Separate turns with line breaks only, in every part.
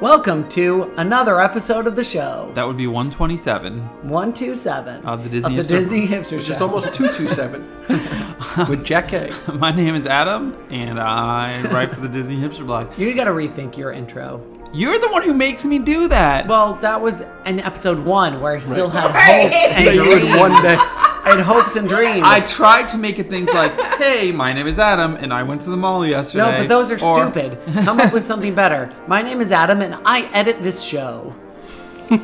Welcome to another episode of the show,
That would be 127.
127
Of the Disney
of the
Hipster-
Disney Hipster
Which
Show.
is almost 227 with Jack K.
My name is Adam, and I write for the Disney Hipster blog.
you gotta rethink your intro.
You're the one who makes me do that.
Well, that was in episode one where I still had hopes
That
and
you would
dreams.
one day.
I had hopes and dreams.
I tried to make it things like, "Hey, my name is Adam, and I went to the mall yesterday."
no, but those are
or-
stupid. Come up with something better. My name is Adam, and I edit this show.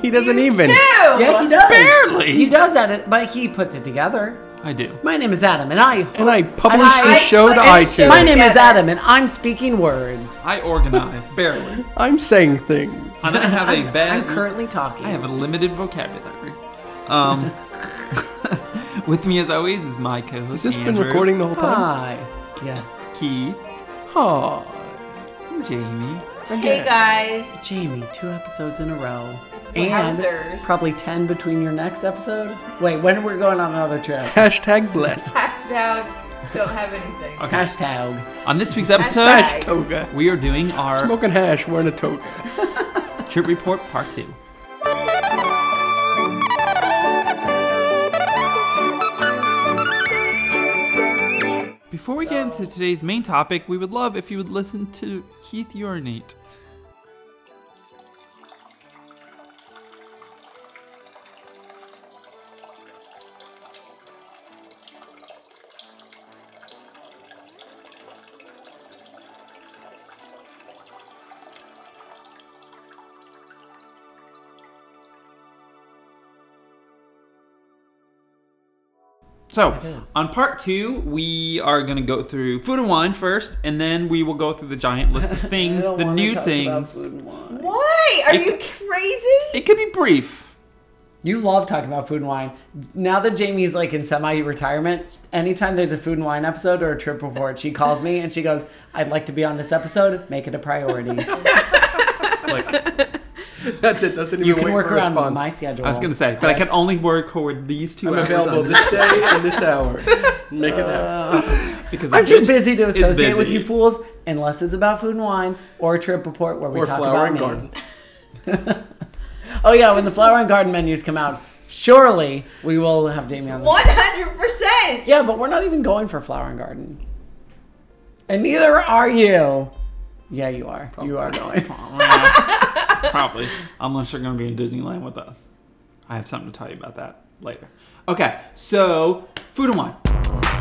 He doesn't even.
Yeah, he does.
Barely.
He does edit, but he puts it together.
I do.
My name is Adam, and I
And I published
I-
the show to
I-
iTunes.
My name is Adam, and I'm speaking words.
I organize barely,
I'm saying things.
and I have a bad.
I'm currently talking.
I have a limited vocabulary. Um, with me, as always, is my
Has
co-host.
this been
Andrew,
recording the whole time?
Hi. Yes.
Keith,
Oh.
Jamie.
Hey guys.
Jamie, two episodes in a row. And
Wowzers.
probably 10 between your next episode. Wait, when we're going on another trip?
Hashtag blessed.
Hashtag don't have anything.
Uh,
Okay.
Hashtag.
On this week's episode,
Hashtag.
Toga.
we are doing our
Smoking hash wearing a toga.
trip report part two. Before we get into today's main topic, we would love if you would listen to Keith urinate. So, on part two, we are going to go through food and wine first, and then we will go through the giant list of things,
I don't
the
wanna
new
talk about
things.
food and wine.
Why? Are
It-
you crazy?
It could be brief.
You love talking about food and wine. Now that Jamie's like in semi retirement, anytime there's a food and wine episode or a trip report, she calls me and she goes, I'd like to be on this episode. Make it a priority.
Like,
That's it. Doesn't even
You can
wait
work
for a
around
response.
my schedule.
I was going to say, but I can only record these two
I'm
hours
available
on-
this day and this hour. Make it happen.
because
I'm too
Mitch
busy to
is
associate with
busy.
you fools unless it's about food and wine or a trip report where we
Or
talk
flower
about
and
me.
garden.
Oh yeah, when the flower and garden menus come out, surely we will have Jamie on. The-
One hundred percent.
yeah, but we're not even going for flower and garden, and neither are you. Yeah, you are. You are going.
Probably. Unless you're going to be in Disneyland with us. I have something to tell you about that later. Okay, so food and wine.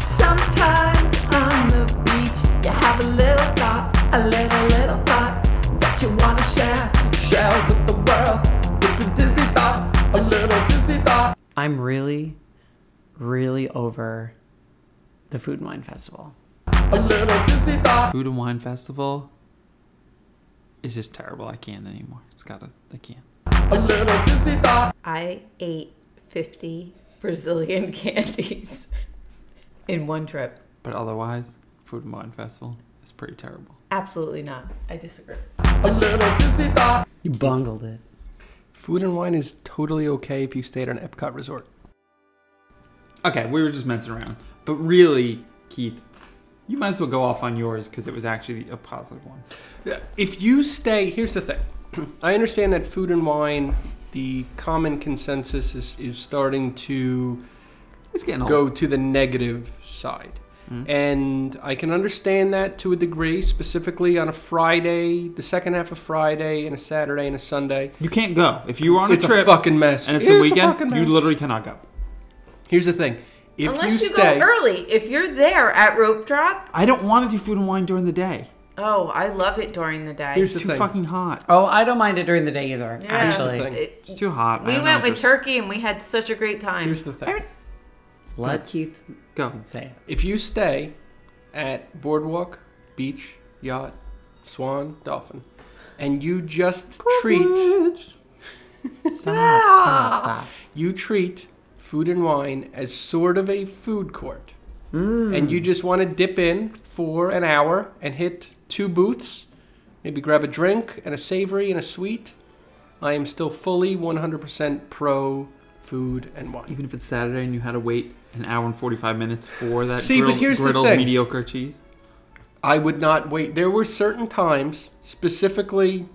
Sometimes on the beach, you have a little thought, a little, little thought that you want to share, share with the world. It's a Disney thought, a little Disney thought.
I'm really, really over the food and wine festival.
A little Disney thought.
Food and wine festival is just terrible. I can't anymore. It's got to, I can't.
A little Disney thought.
I ate fifty Brazilian candies in one trip.
But otherwise, food and wine festival is pretty terrible.
Absolutely not. I disagree.
A little Disney thought.
You bungled it.
Food and wine is totally okay if you stay at an Epcot resort.
Okay, we were just messing around. But really, Keith, you might as well go off on yours because it was actually a positive one.
If you stay, here's the thing. I understand that food and wine, the common consensus is, is starting to
It's getting old.
go to the negative side.
Mm.
And I can understand that to a degree, specifically on a Friday, the second half of Friday, and a Saturday and a Sunday.
You can't go. If you were on a
it's
trip
a fucking mess.
and it's a weekend,
fucking
you
mess.
literally cannot go.
Here's the thing. If
Unless
you
you,
stay,
go early. If you're there at rope drop,
I don't want to do food and wine during the day.
oh, I love it during the day.
Here's
It's
the
too
thing.
fucking hot.
Oh, I don't mind it during the day either.
Yeah.
Actually,
Here's the
It-
It's too hot. I
we
don't
went
know if
with
there's-
turkey and we had such a great time.
here's the
I
thing.
mean-
let Keith
Go.
say it.
If you stay at Boardwalk, Beach, Yacht, Swan, Dolphin, and you just treat
Stop. Stop. Stop.
you treat food and wine as sort of a food court. And you just want to dip in for an hour and hit two booths, maybe grab a drink and a savory and a sweet. I am still fully 100% pro food and wine.
Even if it's Saturday and you had to wait an hour and 45 minutes for that
See, but
grilled-
here's the
griddled
thing.
mediocre cheese.
I would not wait. There were certain times, specifically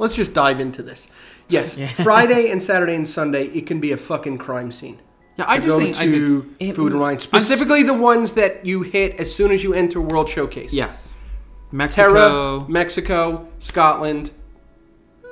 Let's just dive into this. Yes, Friday and Saturday and Sunday, it can be a fucking crime scene.
Yeah, I
To
just
go
think I
to
It-
food and wine, specifically the ones that you hit as soon as you enter World Showcase.
Yes.
Terra,
Mexico.
Mexico, Scotland,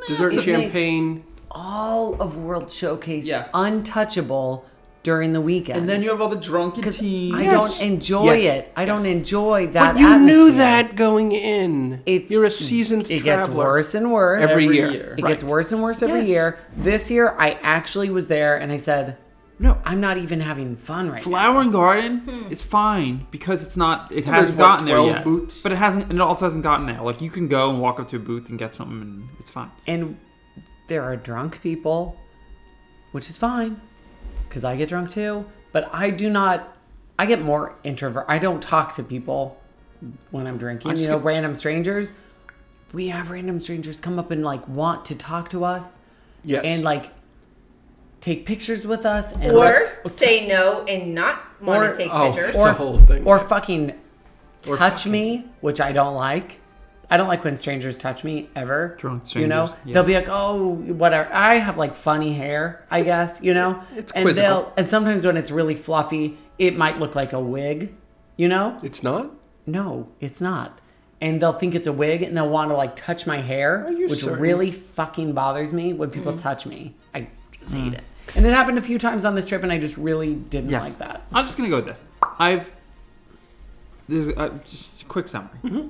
dessert and
it makes-
champagne.
All of World Showcase
Yes.
untouchable during the weekend.
and then you have all the drunken
because
tea.
I
Yes.
don't enjoy
Yes.
it. I don't enjoy that.
But you knew
atmosphere.
that going in.
It's
You're a seasoned
It
traveler.
gets worse and worse
every,
Every
year.
year.
It
Right.
gets worse and worse every
Yes.
year. This year, I actually was there and I said, "No, I'm not even having fun right now."
Flower and Garden is fine because it's not. It
Well,
hasn't
there's, what,
gotten there
12
yet.
booths?
But it hasn't. And it also hasn't gotten there. Like you can go and walk up to a booth and get something, and it's fine.
And there are drunk people, which is fine because I get drunk too. But I do not. I get more introvert. I don't talk to people when I'm drinking.
I just
you know,
get-
random strangers. We have random strangers come up and like want to talk to us
Yes.
and like take pictures with us and
Or say no and not want
Or-
to take
oh,
pictures.
It's a whole thing.
Or fucking
Or
touch
fucking-
me, which I don't like. I don't like when strangers touch me ever.
Drunk
You know,
strangers, yeah.
they'll be like, "Oh, whatever." I have like funny hair, I guess. You know,
it's
and
quizzical.
they'll and sometimes when it's really fluffy, it might look like a wig. You know?
it's not?
No, it's not. And they'll think it's a wig, and they'll want to like touch my hair,
Are you
which
certain? Mm-hmm.
really fucking bothers me when people touch me. I just hate
Mm.
it. And it happened a few times on this trip, and I just really didn't
Yes.
like that.
I'm just gonna go with this. I've this is, uh, just a quick summary.
Mm-hmm.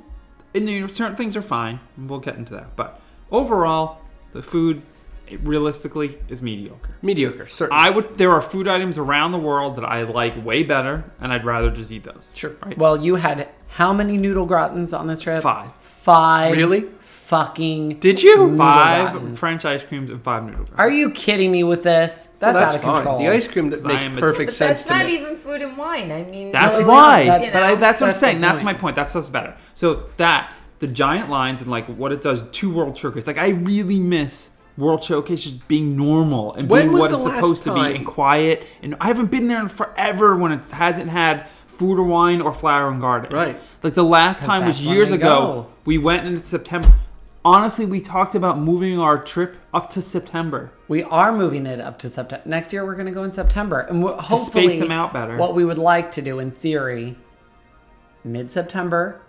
And you know, certain things are fine. and We'll get into that. But overall, the food it realistically is mediocre.
Mediocre, certainly.
I would. There are food items around the world that I like way better, and I'd rather just eat those.
Sure.
Right.
Well, you had how many noodle gratins on this trip?
Five.
Five.
Really?
Fucking.
Did you?
noodle
Five
gratins.
French ice creams and five noodles.
Are you kidding me with this? That's,
Well,
out of control.
The ice cream that
I
makes
am a-
perfect
but
sense
that's
to
not
me.
even food and wine. I mean,
That's
really,
why.
you
That's- but
know,
I-
that's what I'm
That's the
saying. That's my
point.
point. That's what's better. So that the giant lines and like what it does to World Showcase. Like I really miss World Showcase just being normal and
When
being
was
what
the
it's
last
supposed to
time-
be and quiet. And I haven't been there in forever when it hasn't had food or wine or flower and garden.
Right.
Like the last time was
that's when
years
they
ago.
go.
We went in September. Honestly, we talked about moving our trip up to September.
We are moving it up to September. Next year, we're going to go in September, and we're,
To
hopefully
space them out better.
What we would like to do, in theory, mid-September,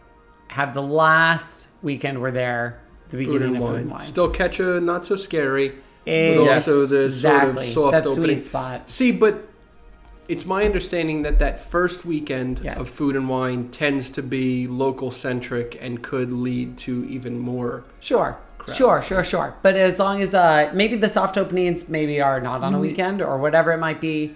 have the last weekend we're there, the
Food
beginning
and
of
wine.
food and wine.
Still catch a not so scary, but
Yes.
also the
exactly
sort of soft
that
opening.
sweet spot.
See, but it's my understanding that that first weekend
Yes.
of food and wine tends to be local centric and could lead to even more.
Sure. Sure, sure, sure. But as long as uh, maybe the soft openings maybe are not on a weekend or whatever it might be,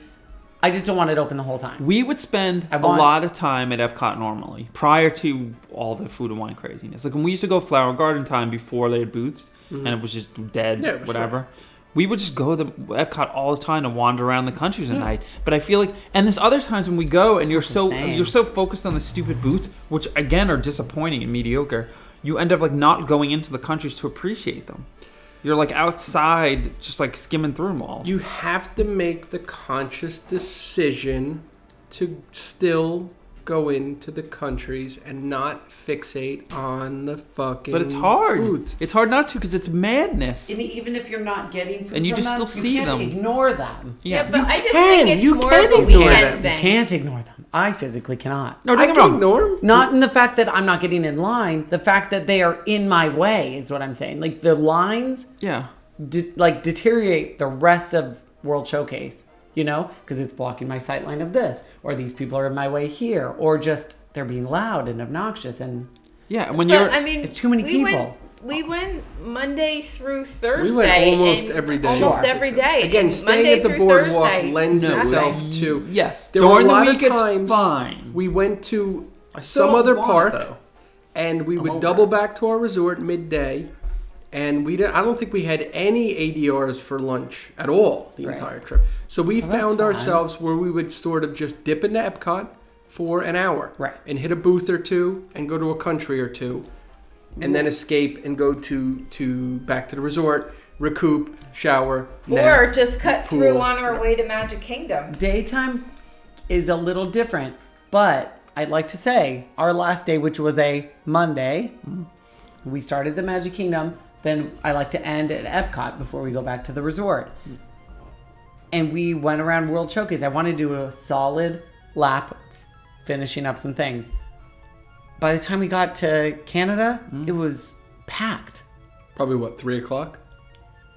I just don't want it open the whole time.
We would spend
I
a
want-
lot of time at Epcot normally, prior to all the food and wine craziness. Like when we used to go Flower Garden time before they had booths, and it was just dead,
Mm-hmm. Yeah, it was
whatever. We would just go to the Epcot all the time and wander around the countries at night. But I feel like, and there's other times when we go and you're so
same.
you're so focused on the stupid booths, which again are disappointing and mediocre. You end up like not going into the countries to appreciate them. You're like outside, just like skimming through them all.
You have to make the conscious decision to still go into the countries and not fixate on the fucking.
but it's hard.
foods.
It's hard not to because it's madness.
And even if you're not getting food
And you
from
just
them,
still see
can't
them.
Ignore them.
Yeah, but I just
can,
think it's
you
more
can
of a
ignore them.
weekend
You
You
thing.
can't ignore them. I physically cannot.
no,
I
don't get me
can
wrong.
ignore 'em.
Not in the fact that I'm not getting in line, the fact that they are in my way is what I'm saying. Like the lines
Yeah.
de- like deteriorate the rest of World Showcase, you know, because it's blocking my sight line of this, or these people are in my way here, or just they're being loud and obnoxious. And
Yeah, and when
But,
you're
I mean,
it's too many
we
people.
Went, we went Monday through Thursday.
almost
and
every day.
Almost
Sure.
every day.
Again,
and
staying
Monday
at the
through
boardwalk
Thursday.
lends
No,
itself
right.
to
Yes.
There were a
During the
lot
week,
of
it's
times
fine.
we went to
I still
some
don't
other
want it,
park,
though.
and we would
over
double back to our resort midday, and we didn't. I don't think we had any ADRs for lunch at all the
Right.
entire trip. So we
Well, that's
found
fine.
ourselves where we would sort of just dip into Epcot for an hour,
Right.
and hit a booth or two, and go to a country or two, and then escape and go to to back to the resort, recoup, shower,
Or
nap.
just cut
Pool.
through on our way to Magic Kingdom.
daytime is a little different, but I'd like to say our last day, which was a Monday, we started the Magic Kingdom. then I like to end at Epcot before we go back to the resort. And we went around World Showcase. I wanted to do a solid lap, finishing up some things. By the time we got to Canada,
Mm-hmm.
it was packed,
Probably what three o'clock?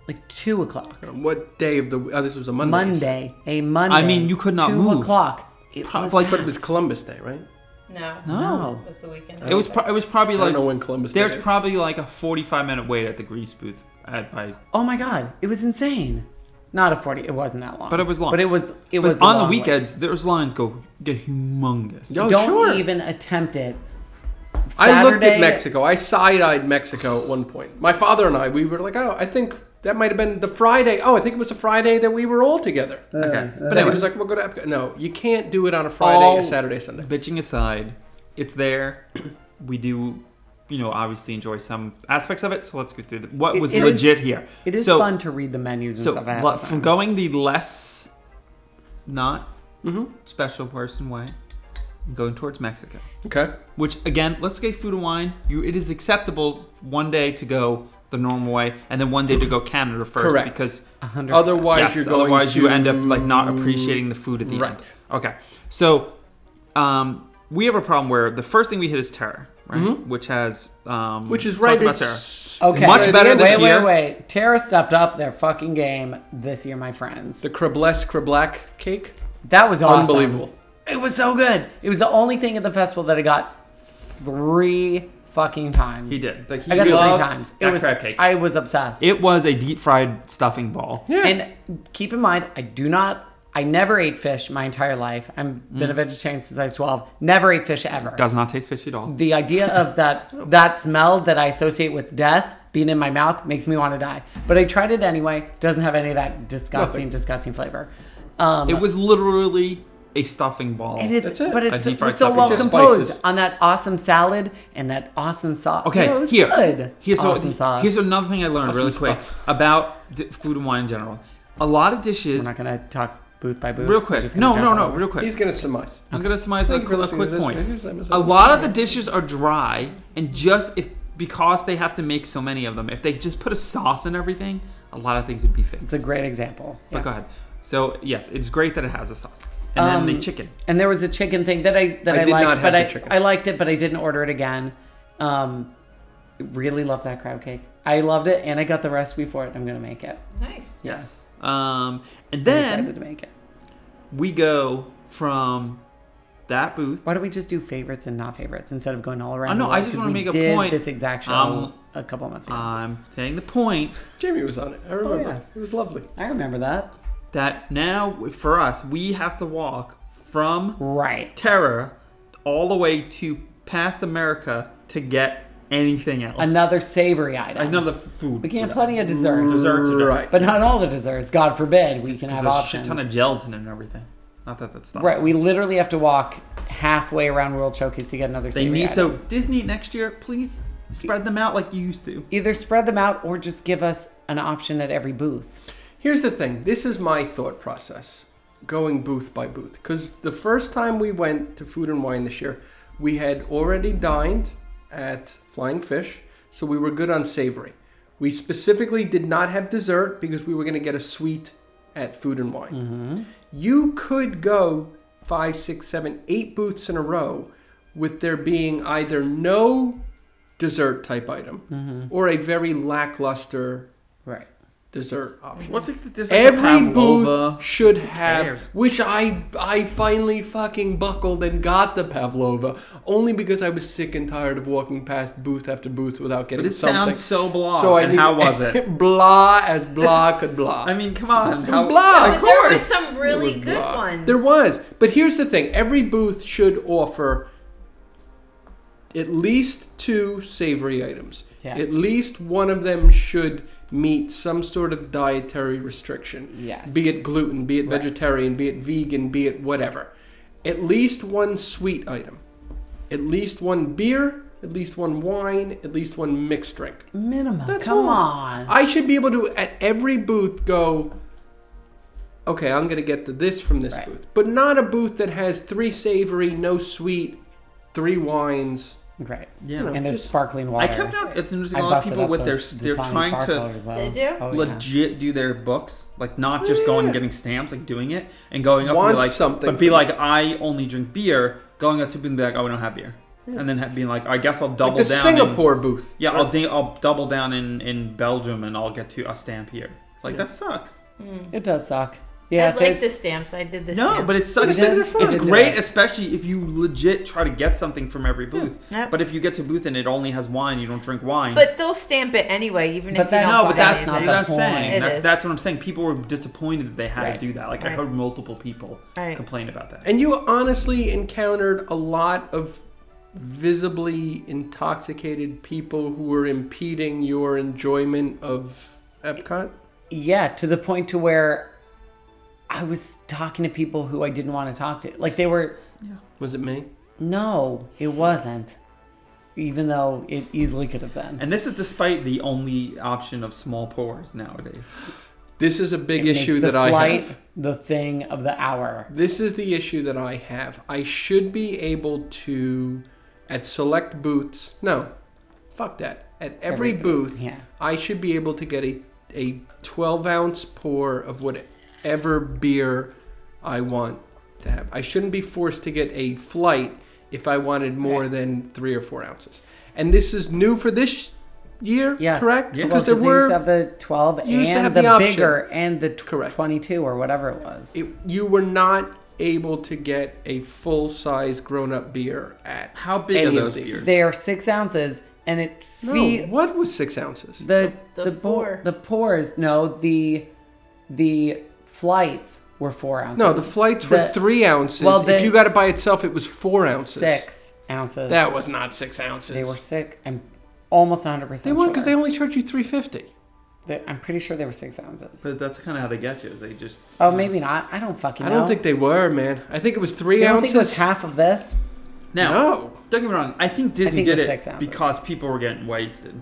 like two o'clock.
Um, What day of the? Oh, this was a Monday.
Monday, a Monday.
mean, you could not
two
move.
o'clock. It
Pro-
was
like,
but it was Columbus Day, right?
No.
no.
It was the weekend.
It was. Pro- it was probably
I don't
like.
know when Columbus Day.
There's
is.
probably like a 45 minute wait at the grease booth at by.
Oh my god, it was insane. Not a forty. It wasn't that long,
But it was long.
But it was. It
But
was
on the oh,
long way.
weekends. Those lines go get humongous.
Yo,
Don't
sure.
even attempt it.
I looked
Saturday-
at Mexico. I side-eyed Mexico at one point. My father and I, we were like, oh, I think that might have been the Friday. Oh, I think it was a Friday that we were all together.
Uh,
Okay,
But
but
anyway, he
anyway,
was like, we'll go to Epcot. No, you can't do it on a Friday,
Oh.
All
a Saturday, Sunday.
bitching aside, it's there. We do, you know, obviously enjoy some aspects of it. So let's get through the, what
It-
was
it is-
legit here.
It is
so,
fun to read the menus and
So
stuff. I had
le-
fun.
from going the less, not
Mm-hmm.
special person way, going towards Mexico.
Okay.
Which again, let's get food and wine. You, it is acceptable one day to go the normal way, and then one day to go Canada first
Correct.
because
100%.
Otherwise,
yes,
you're going
otherwise
to...
you end up like not appreciating the food at the end.
Right.
Okay, so um, we have a problem where the first thing we hit is terror, right? Which has um,
Mm-hmm. Which is
talk
right.
about terror.
it's-
okay,
much better
wait,
this
wait,
year.
Wait, wait, Tara stepped up their fucking game this year, my friends.
The crebless creblac cake.
that was awesome.
Unbelievable.
It was so good. It was the only thing at the festival that I got three fucking times.
He did. Like, he
I got it
loved
three times. It
that
was.
crab cake.
I was obsessed.
It was a deep fried stuffing ball.
Yeah.
And keep in mind, I do not. I never ate fish my entire life. I've
Mm.
been a vegetarian since I was twelve. Never ate fish ever.
Does not taste fishy at all.
The idea of that that smell that I associate with death being in my mouth makes me want to die. But I tried it anyway. Doesn't have any of that disgusting,
Nothing.
disgusting flavor. Um,
It was literally a stuffing ball.
and it's
That's it.
but
A
it's
deep fried
was so
stuffing.
well
It's
just
composed
spices.
on that awesome salad and that awesome sauce.
Okay,
Yeah, it was
here.
good.
Here's, so-
awesome sauce.
here's another thing I learned
Awesome
really quick
sauce.
about d- food and wine in general. A lot of
We're
dishes.
not gonna talk booth by booth.
Real
We're
quick.
just gonna
No,
jump
no, no.
over.
Real quick.
He's gonna surmise.
I'm gonna surmise a,
Thank you for
quick- a
listening to
quick
this.
point.
Maybe it's episode
A lot of the dishes are dry, and just if because they have to make so many of them, if they just put a sauce in everything, a lot of things would be fixed.
It's a great example.
but go
Yes.
ahead. So yes, it's great that it has a sauce, and then the
Um,
chicken.
And there was a chicken thing that I that
I
I,
did not
liked,
have
but
the
I,
chicken.
I liked it, but I didn't order it again. Um, really love that crab cake. I loved it, and I got the recipe for it. I'm gonna make it.
nice.
Yes,
Um, and
I'm excited
then
to make it.
we go from that booth.
Why don't we just do favorites and not favorites instead of going all around?
I know,
the world?
I just
'Cause
wanna
we
make a
did
point.
This exact show
Um,
a couple months ago.
I'm saying the point
Jamie was on it. I remember.
yeah.
It was lovely.
I remember that.
that now for us we have to walk from
Right.
terror all the way to past America to get anything else.
Another savory item.
another food.
We can have plenty of desserts,
desserts are different.
Right.
but not all the desserts. God forbid we can
There's
have
a
options.
shit ton of gelatin and everything. Not that that's not
Right, we literally have to walk halfway around World Showcase to get another.
they
savory
need
item.
so Disney next year, please spread them out like you used to.
either spread them out or just give us an option at every booth.
Here's the thing. This is my thought process going booth by booth. Because the first time we went to Food and Wine this year, we had already dined at Flying Fish, so we were good on savory. We specifically did not have dessert because we were going to get a sweet at Food and Wine. You could go five, six, seven, eight booths in a row with there being either no dessert type item or a very lackluster
Right.
dessert option.
What's it? This
Every booth should have,
cares?
which I I finally fucking buckled and got the pavlova, only because I was sick and tired of walking past booth after booth without getting
But it
something.
sounds so blah.
So I
and
needed-
how was it?
blah as blah could blah.
I mean, come on.
it was
How
blah.
But
of
there were
course.
some really
It was
good
blah.
ones.
There was, but here's the thing: every booth should offer at least two savory items.
Yeah.
At least one of them should meet some sort of dietary restriction.
Yes.
Be it gluten, be it
Right.
vegetarian, be it vegan, be it whatever. At least one sweet item. At least one beer. At least one wine. At least one mixed drink.
Minimum.
That's
Come
all.
on.
I should be able to at every booth go. Okay, I'm gonna get the this from this
Right.
booth, but not a booth that has three savory, no sweet, three wines,
Great.
Yeah.
You know,
And it's
just-
sparkling water.
I kept out. It's noticing
I
a lot of
busted
people
up
with their
those
they're
Dasani
trying to
sparklers, though.
Did you?
Oh, yeah.
legit do their books, like not just
Oh, Yeah.
going and getting stamps, like doing it and going up
Want
and be like
something
but be
from
like I only drink beer, going up to people and be like oh we don't have beer, and then have, being like I guess I'll double
like the
down. in-
Singapore booth.
yeah, I'll da- I'll double down in in Belgium and I'll get to a stamp here. Like that sucks.
It does suck. Yeah.
I like
they-
the stamps. I did the
No,
stamps.
but it sucks.
These things are fun.
It's
It is.
great, especially if you legit try to get something from every booth.
Yep.
But if you get to a booth and it only has wine, you don't drink wine.
But they'll stamp it anyway, even
But
if you
that-
don't
no,
buy
but that's not
anything.
what I'm
the point.
saying.
It
That-
is.
that's what I'm saying. People were disappointed that they had
Right.
to do that. Like I
Right.
heard multiple people
Right.
complain about that.
And you honestly encountered a lot of visibly intoxicated people who were impeding your enjoyment of Epcot.
Yeah, to the point to where I was talking to people who I didn't want to talk to. Like they were
Was it me?
no, it wasn't. Even though it easily could have been.
And this is despite the only option of small pours nowadays.
This is a big
It makes
issue
the
that I
flight
have.
the thing of the hour.
This is the issue that I have. I should be able to, at select booths, no, fuck that. At every,
Every booth,
booth,
yeah.
I should be able to get a, a 12 ounce pour of whatever beer I want to have. I shouldn't be forced to get a flight if I wanted more than three or four ounces. And this is new for this year,
Yes.
correct?
Yeah.
Because
Well,
there
they used to
were
have the 12
you used to have
and
the
the,
option.
bigger and the tw-
Correct.
22 or whatever it was.
it, you were not able to get a full size grown up beer at
How big
any
are
of
those
these.
beers?
They are 6 ounces and it
No,
feels
what was six ounces?
the
The
the, pour-
four.
the pours no the the flights were four ounces
No, the flights were
The-
three ounces.
well,
if
the-
you got it by itself, it was four ounces.
six ounces
That was not six ounces.
they were sick i'm almost 100
They
percent
weren't because
sure.
they only charged you three fifty.
They- i'm pretty sure they were six ounces
But that's kind of how they get you. They just
oh maybe not i don't fucking
I
know
don't think they were, man. I think it was three
you don't
ounces.
think it was half of this
now.
No.
Don't get me wrong. I think Disney
think it
did
was
it
six ounces.
because people were getting wasted.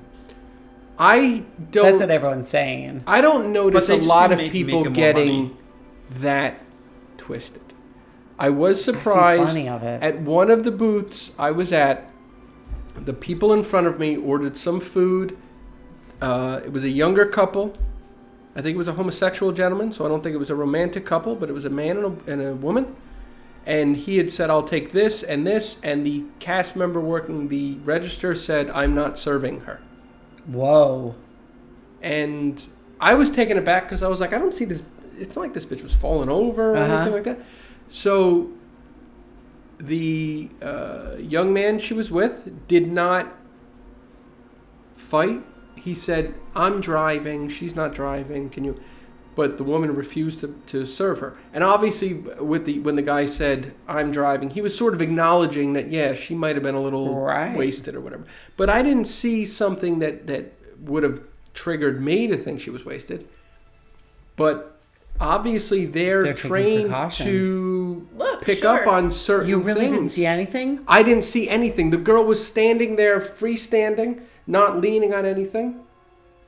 I don't.
that's what everyone's saying
I don't notice
they
a
just
lot
been
of
making-
people
making more
getting
money.
that twisted. I was
I've seen
surprised
plenty of it
At one of the booths I was at, the people in front of me ordered some food. Uh, it was a younger couple. I think it was a homosexual gentleman, so I don't think it was a romantic couple, but it was a man and a, and a woman. And he had said, I'll take this and this. And the cast member working the register said, I'm not serving her.
whoa
And I was taken aback because I was like, I don't see this. It's not like this bitch was falling over or
Uh-huh.
anything like that. So the uh, young man she was with did not fight. He said, I'm driving. She's not driving. Can you? But the woman refused to, to serve her. And obviously, with the when the guy said, I'm driving, he was sort of acknowledging that, yeah, she might have been a little
Right.
wasted or whatever. But I didn't see something that, that would have triggered me to think she was wasted. But obviously, they're,
They're taking
trained
precautions.
to
Look,
pick up
sure.
on certain
you really
things.
didn't see anything
I didn't see anything. The girl was standing there, freestanding, not leaning on anything.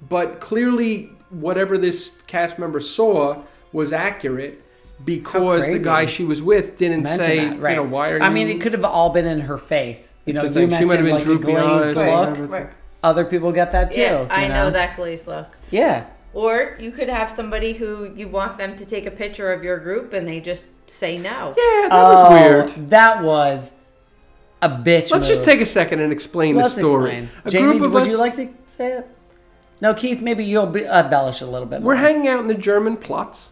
But clearly, whatever this cast member saw was accurate because the
crazy.
guy she was with didn't
Mention
say,
that, right.
you know, why are you?
I mean, it could have all been in her face. You
It's
know,
a
you
thing.
mentioned
She might have been
like
droopy
a glazed
eyes or
look.
whatever.
Right.
Other people get that too.
Yeah,
you
I know that glazed look.
Yeah.
Or you could have somebody who you want them to take a picture of your group and they just say no.
Yeah, that was weird.
Oh, That was a bitch.
Let's just take a second and explain
Let's
the story.
explain.
A
Jamie,
group of
would
us,
you like to say it? No, Keith. Maybe you'll be, uh, embellish a little bit.
we're
more.
hanging out in the German Platz.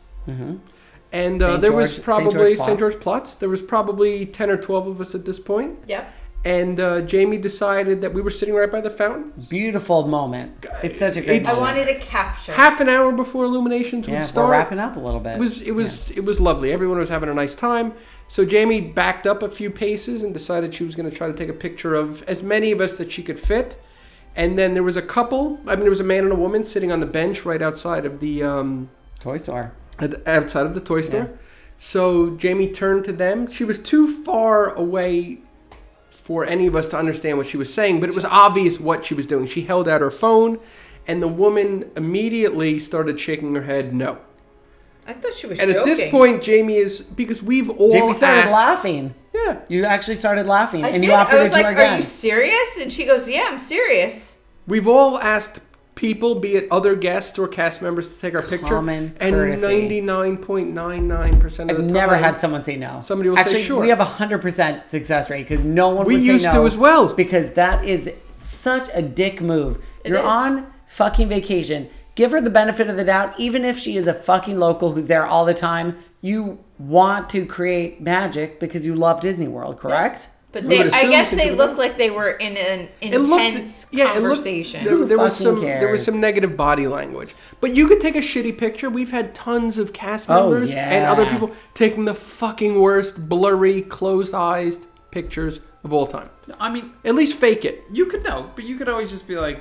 And uh,
St.
there was
Mm-hmm. George- St. George
probably
Platz.
St. George Platz. There was probably 10 or 12 of us at this point.
Yep.
and uh, Jamie decided that we were sitting right by the fountain.
Beautiful moment. It's such a great.
It's-
I
moment.
wanted a capture.
Half an hour before illuminations
Yeah,
would start,
we're wrapping up a little bit.
it was it was it was lovely. Everyone was having a nice time. So Jamie backed up a few paces and decided she was going to try to take a picture of as many of us that she could fit. And then there was a couple. I mean, there was a man and a woman sitting on the bench right outside of the um,
toy store.
at- outside of the toy store. So Jamie turned to them. She was too far away for any of us to understand what she was saying, but it was obvious what she was doing. She held out her phone, and the woman immediately started shaking her head no.
I thought she was
And
joking.
at this point, Jamie is because we've all
Jamie started
asked-
laughing. Yeah, you actually started laughing,
I
and
did.
you offered
I
it
was
to
like,
her
"Are
again.
you serious?" And she goes, "Yeah, I'm serious."
We've all asked people, be it other guests or cast members, to take our picture,
Common
and
courtesy.
ninety nine point nine nine percent of
I've
the time,
never had someone say no.
Somebody will say
actually,
sure.
We have a hundred percent success rate because no one
We
would
used
say
to
no
as well.
because that is such a dick move.
It
You're
is.
on fucking vacation. Give her the benefit of the doubt, even if she is a fucking local who's there all the time. You want to create magic because you love Disney World, correct?
But
We
they,
would
I
assume
guess
she
they
did
looked
it.
like they were in an
It looked-
intense
yeah, it looked-
conversation.
there, there was
fucking
some there was
cares?
some negative body language, but you could take a shitty picture. We've had tons of cast
Oh,
members and other
yeah.
people taking the fucking worst, blurry, closed-eyed pictures of all time.
I mean,
At least fake it.
you could know, but you could always just be like,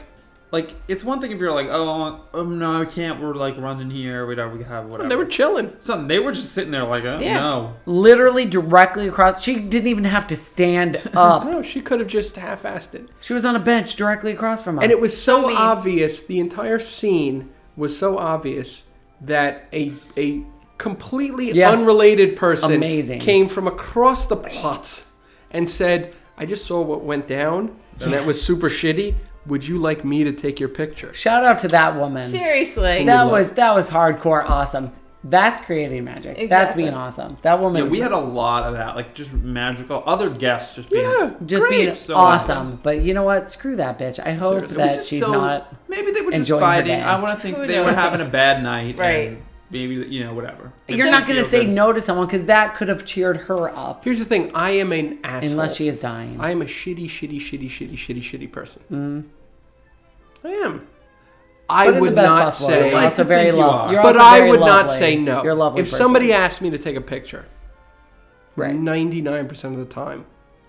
like it's one thing if you're like, oh, um, no, I can't. We're like running here. We don't. We have whatever.
They were chilling.
something. They were just sitting there like, oh,
Yeah.
no.
Literally directly across. She didn't even have to stand up.
No, she could have just half-assed it.
she was on a bench directly across from us.
And it was so
So mean.
obvious. The entire scene was so obvious that a a completely
Yeah.
unrelated person
Amazing.
came from across the plot and said, "I just saw what went down, and that was super shitty. Would you like me to take your picture?"
shout out to that woman.
Seriously,
That
love
was that was hardcore awesome. That's creating magic. That's
Exactly.
being awesome. That woman
Yeah, we had a lot of that, like just magical other guests just being.
Yeah,
just
great.
being
So
awesome. But you know what? Screw that bitch. I hope
Seriously.
It was
that
just
she's
so-
not
Maybe they were just
enjoying her
fighting.
day.
I want to think
Who
they were
knows?
having a bad night.
Right.
and Maybe you know whatever.
You're not going to say no to someone cuz that could have cheered her up
Here's the thing: I am an asshole.
unless she is dying.
I am a shitty, shitty, shitty, shitty, shitty, shitty person. I am.
But
I
Mm-hmm. in the
would
best
not
possible way.
say.
You're
like
also
to
very
think you
lovely.
are.
You're
but
also
I
very
would not
lovely.
say no.
You're a lovely.
If somebody
person.
asked me to take a picture,
Right.
ninety-nine percent of the time,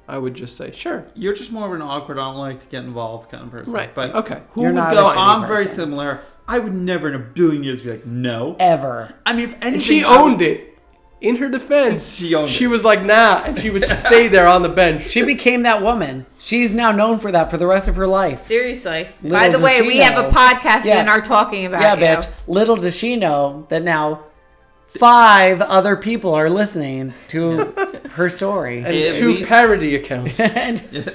I would just say sure.
You're just more of an awkward. I don't like to get involved kind of person.
Right,
But
okay.
Who
You're
would
not a
go?
shitty
I'm very
person."
similar. I would never in a billion years be like no.
ever.
I mean, if anything,
And she
I would-
owned it. In her defense,
She owned it.
was like nah, and she would just stay there on the bench.
She became that woman. She's now known for that for the rest of her life.
seriously.
Little
By the
does
way,
she
we
know.
have a podcast
Yeah.
and are talking about
Yeah,
you.
bitch. Little does she know that now five other people are listening to her story.
and
At
two
least-
parody accounts.
And-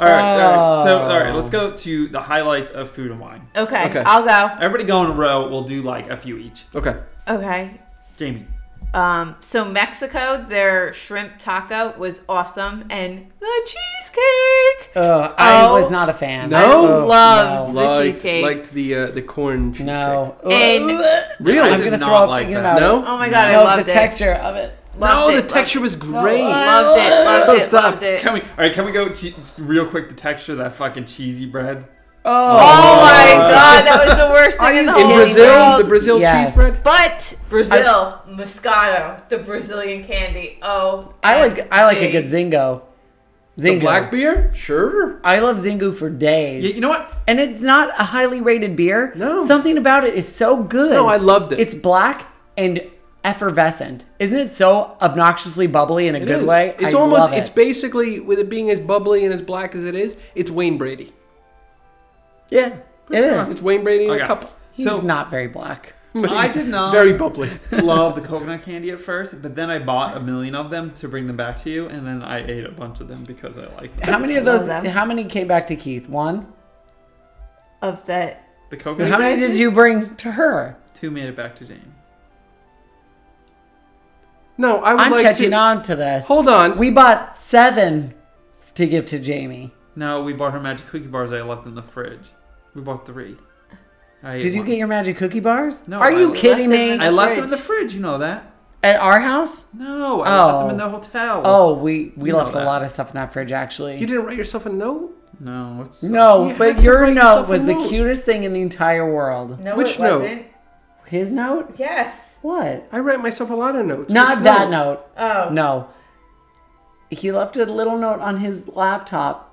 All right, all right. So, all right,
Oh.
let's go to the highlights of food and wine.
Okay,
Okay.
I'll
Everybody go in a row. We'll do like a few each.
okay.
go. Okay.
Jamie,
Um, so Mexico, their shrimp taco was awesome, and the cheesecake.
Ugh, uh, I
Oh.
was not a fan.
No?
I
Oh,
loved
no.
The cheesecake.
liked the uh, the corn cheesecake.
No.
And-
Ugh.
Really?
I'm
did
gonna
not
throw up
like
thinking about
that.
it.
no.
Oh my god,
No,
I loved
the
it.
texture of it.
Loved
no,
it,
the
loved
texture was great.
Loved it. Loved
Oh,
it.
stop.
Loved it.
can we? All right, can we go to, real quick? The texture of that fucking cheesy bread.
Oh
Oh,
my god, that was the worst
Are
thing in
you
the
In
whole
Brazil,
world.
the Brazil
Yes.
cheese bread.
But Brazil Moscato, the Brazilian candy. Oh,
I like I like a good Zingo.
The
Zingo.
black beer? Sure.
I love Zingo for days.
You, you know what?
and it's not a highly rated beer.
No.
Something about it is so good.
No, I loved it.
It's black and effervescent. Isn't it so obnoxiously bubbly in a good
It is.
way?
It's
I
almost.
love it.
It's basically with it being as bubbly and as black as it is. It's Wayne Brady.
yeah. It
much.
is.
It's Wayne Brady in
Okay.
a cup.
He's
So
not very black.
I did not
Very bubbly.
love the coconut candy at first, but then I bought a million of them to bring them back to you, and then I ate a bunch of them because I like them.
How many of
I love
those?
them.
How many came back to Keith? One.
of that.
the
How
coconut.
many did you bring to her?
Two made it back to Jamie.
No, I would
I'm
like
catching
to.
on to this.
Hold on.
We bought seven to give to Jamie.
No, we bought her magic cookie bars. I left in the fridge. We bought three. I ate
Did you
one.
get your magic cookie bars?
No,
Are
I
you
left
kidding
them
me?
in
I
the
left them in the
fridge?
fridge. You know that.
At our house?
No, I left them in
Oh.
the hotel.
Oh, we we
You know
left a
that.
lot of stuff in that fridge actually.
You didn't write yourself a note.
no, it's
no,
You have
but
to
your
write
note
yourself a
was the
note.
cutest thing in the entire world.
No,
Which
it
note?
wasn't.
His note?
Yes.
What?
I write myself a lot of notes.
Not
Which
that note.
Oh.
No. He left a little note on his laptop.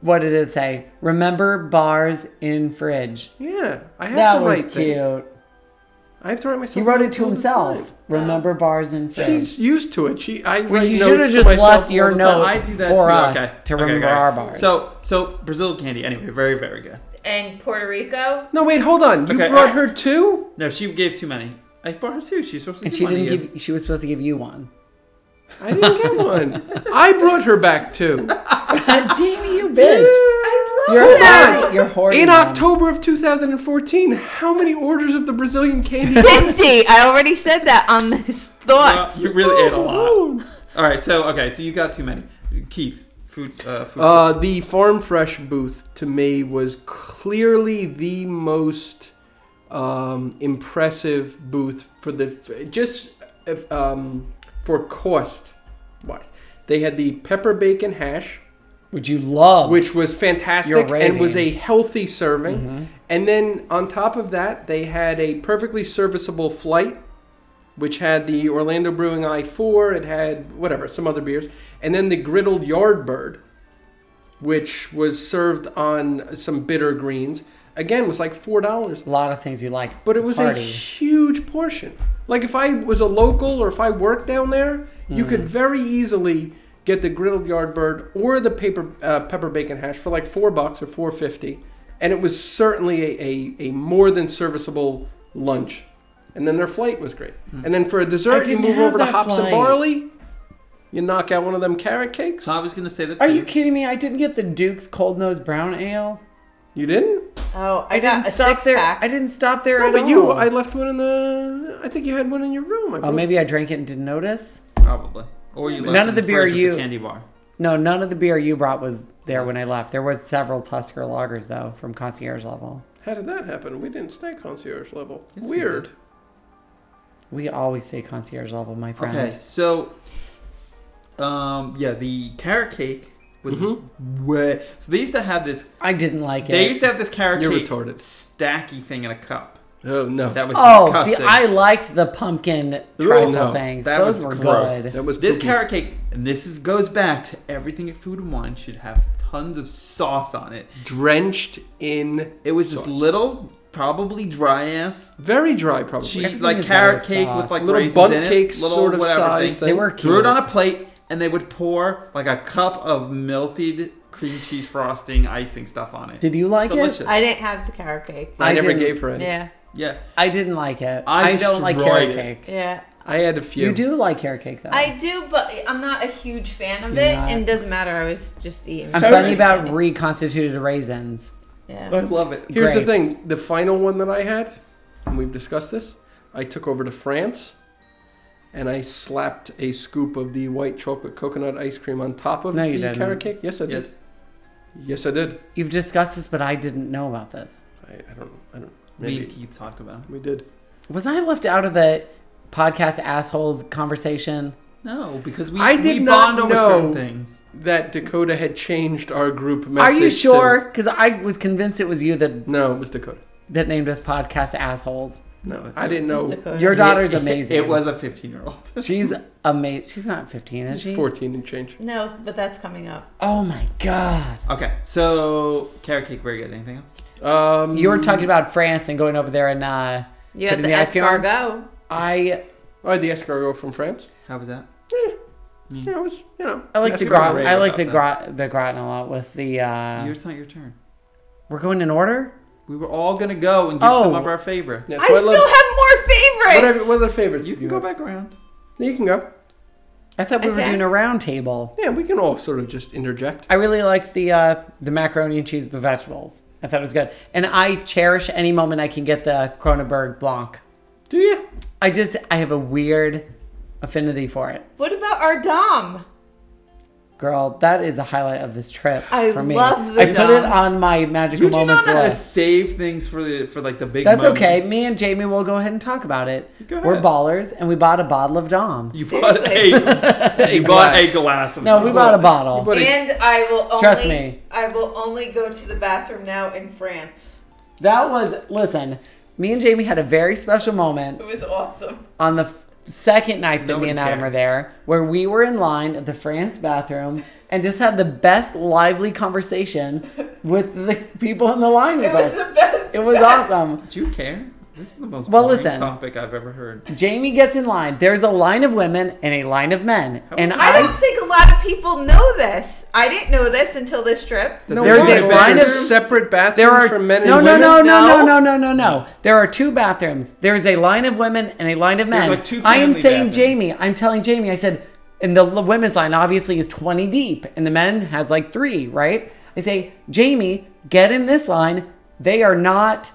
What did it say? Remember bars in fridge.
Yeah, I have
That
to
was
write
cute.
things. I have to write myself.
He wrote it
notes
to
all the
himself.
time.
Remember bars in fridge.
She's used to it. She. I.
Well,
write
you
notes
should have
to
just
myself
left
all
your
the
note
time.
I do that
for
too.
us
okay.
to
Okay,
remember
okay.
our bars.
So, so Brazil candy. Anyway, very, very good.
And Puerto Rico.
No, wait, hold on. You
Okay.
brought her too.
No, she gave too many. I bought her two. She's supposed to.
and
give
she
one to
didn't
you.
give. She was supposed to give you one.
I didn't get one. I brought her back two
Jamie, you bitch.
I love
You're
that.
hoarding. You're hoarding.
in
them.
October of 2014. How many orders of the Brazilian candy?
50. I already said that on this
Well,
thought.
you really ate a lot. All right, so okay, so you got too many. Keith, food. Uh, food
Uh, the farm fresh booth to me was clearly the most um, impressive booth for the just uh, um, for cost wise. They had the pepper bacon hash,
Would you love?
which was fantastic
You're
and was a
raving. Mm-hmm.
healthy serving. And then on top of that, they had a perfectly serviceable flight, which had the Orlando Brewing I4, it had whatever, some other beers, and then the griddled yard bird, which was served on some bitter greens. Again, was like four dollars,
a lot of things you like,
but it was a
Party.
huge portion. Like if I was a local or if I worked down there, you could very easily get the griddled yard bird or the paper uh, pepper bacon hash for like four bucks or four fifty, and it was certainly a, a, a more than serviceable lunch. And then their flight was great. And then for a dessert, you
didn't
move
have
over to
that
hops and
flight.
barley. You knock out one of them carrot cakes.
I was gonna say that.
Are you kidding me? I didn't get the Duke's Cold Nose Brown Ale.
You didn't?
Oh, I,
I
got
didn't
a
stop
six
there.
pack.
I didn't stop there
No,
at
but
all.
you. I left one in the. I think you had one in your room. I
oh,
believe.
maybe I drank it and didn't notice.
probably? Or you
None
left
of
in
the beer
fridge with
you-
the candy bar.
No, none of the beer you brought was there when I left. There was several Tusker lagers though from concierge level.
How did that happen? We didn't stay concierge level.
Yes, we
Weird.
did.
We always say concierge level, my friend.
Okay, so um, yeah, the carrot cake was way. So they used to have this.
I didn't like it.
They used to have this carrot
You're
cake
retarded.
stacky thing in a cup.
Oh no,
That was
oh, see,
disgusting.
I liked the pumpkin
Ooh,
trifle
no.
things.
That
Those
was
were
gross.
good.
that was
This
poopy.
carrot cake, and this is, goes back to everything at Food and Wine should have tons of sauce on it.
drenched in.
It was
Sauce.
this little, probably dry ass
Very dry, probably.
cheese,
Everything
like
is
carrot
better with
cake
sauce.
with like
Little
raisins
bundt
in it,
cake
little
sort of
whatever
size
thing.
thing.
They were
Threw
cute.
it on a plate, and they would pour like a cup of melted cream cheese frosting, icing stuff on it.
Did you like
Delicious.
it?
I didn't have the carrot cake.
I,
I
never
didn't-
gave her any.
Yeah,
yeah,
I didn't like it.
I
I don't like carrot
destroyed it.
cake.
yeah.
I had a few.
You do like carrot cake though.
I do, but I'm not a huge fan of
You're
it,
not.
and it doesn't matter. I was just eating.
I'm funny about reconstituted raisins.
I
Yeah.
love it.
Here's the
grapes.
thing: the final one that I had, and we've discussed this. I took over to France, and I slapped a scoop of the white chocolate coconut ice cream on top of
No,
the
you didn't.
carrot cake. Yes, I did.
Yes.
Yes, I did.
You've discussed this, but I didn't know about this.
I, I don't. I don't.
Me and
Maybe
Keith talked about it.
we did.
Was I left out of the podcast assholes conversation?
No, because we
I
we
did not
bond over certain
know-
things.
That Dakota had changed our group message.
Are you
to-
sure? Because I was convinced it was you that
no, it was Dakota.
that named us podcast assholes.
No,
Oh,
I didn't know.
Your daughter's
It-
amazing.
It, was a 15 year old.
She's amazing. She's not 15, is she?
14 and change.
No, but that's coming up.
Oh my god.
Okay, so carrot cake, very good. Anything else?
Um,
You were talking about France and going over there and uh
You had
Putting
the
the ice cream on?
escargot.
I
I had the escargot from France.
How was that?
Yeah, it was, you know.
I like the
escargot.
grat I like
about
the
that.
grat the gratin a lot with the uh
Your- it's not your turn.
We're going in order?
We were all gonna go and give some
Oh.
of our favorites.
Yeah,
I
so
still
love-
have
What
more
are,
favorites.
what are the favorites?
You can
you
go
have?
back around.
You can go.
I thought we were
Okay.
doing a round table.
Yeah, we can all sort of just interject.
I really liked the uh the macaroni and cheese with the vegetables. I thought it was good. And I cherish any moment I can get the Kronenberg Blanc.
Do you?
I just I have a weird affinity for it.
What about our dom?
Girl, that is a highlight of this trip
I
for me.
love the
I put it
dog.
on my magical
You do not
moments
know how to
list.
save things for the for like the big.
That's
moments.
okay. Me and Jamie will go ahead and talk about it.
Go ahead.
We're ballers, and we bought a bottle of Dom.
You bought a, you bought a glass. Of
no, we bought a bottle.
But it-
And I will only
Trust me.
I will only go to the bathroom now in France.
that was listen. Me and Jamie had a very special moment
It was awesome.
on the f- second night that
No
me
one
and Adam
cares.
were there, where we were in line at the France bathroom and just had the best lively conversation with the people in the line with
It was
us.
the best.
it was awesome.
Do you care? This is the most
Well,
boring
listen.
topic I've ever heard.
Jamie gets in line. There's a line of women and a line of men, and
I don't think a lot of people know this. I didn't know this until this trip.
No,
There's
why?
a line
There's
of-
separate bathrooms
There are
for men
no,
and
no,
women.
no, no, no,
No?
no, no, no, no. There are two bathrooms. There is a line of women and a line of men.
like two
I am
family
saying,
bathrooms.
Jamie. I'm telling Jamie. I said, And the l- women's line obviously is 20 deep, and the men has like three, right? I say, Jamie, get in this line. They are not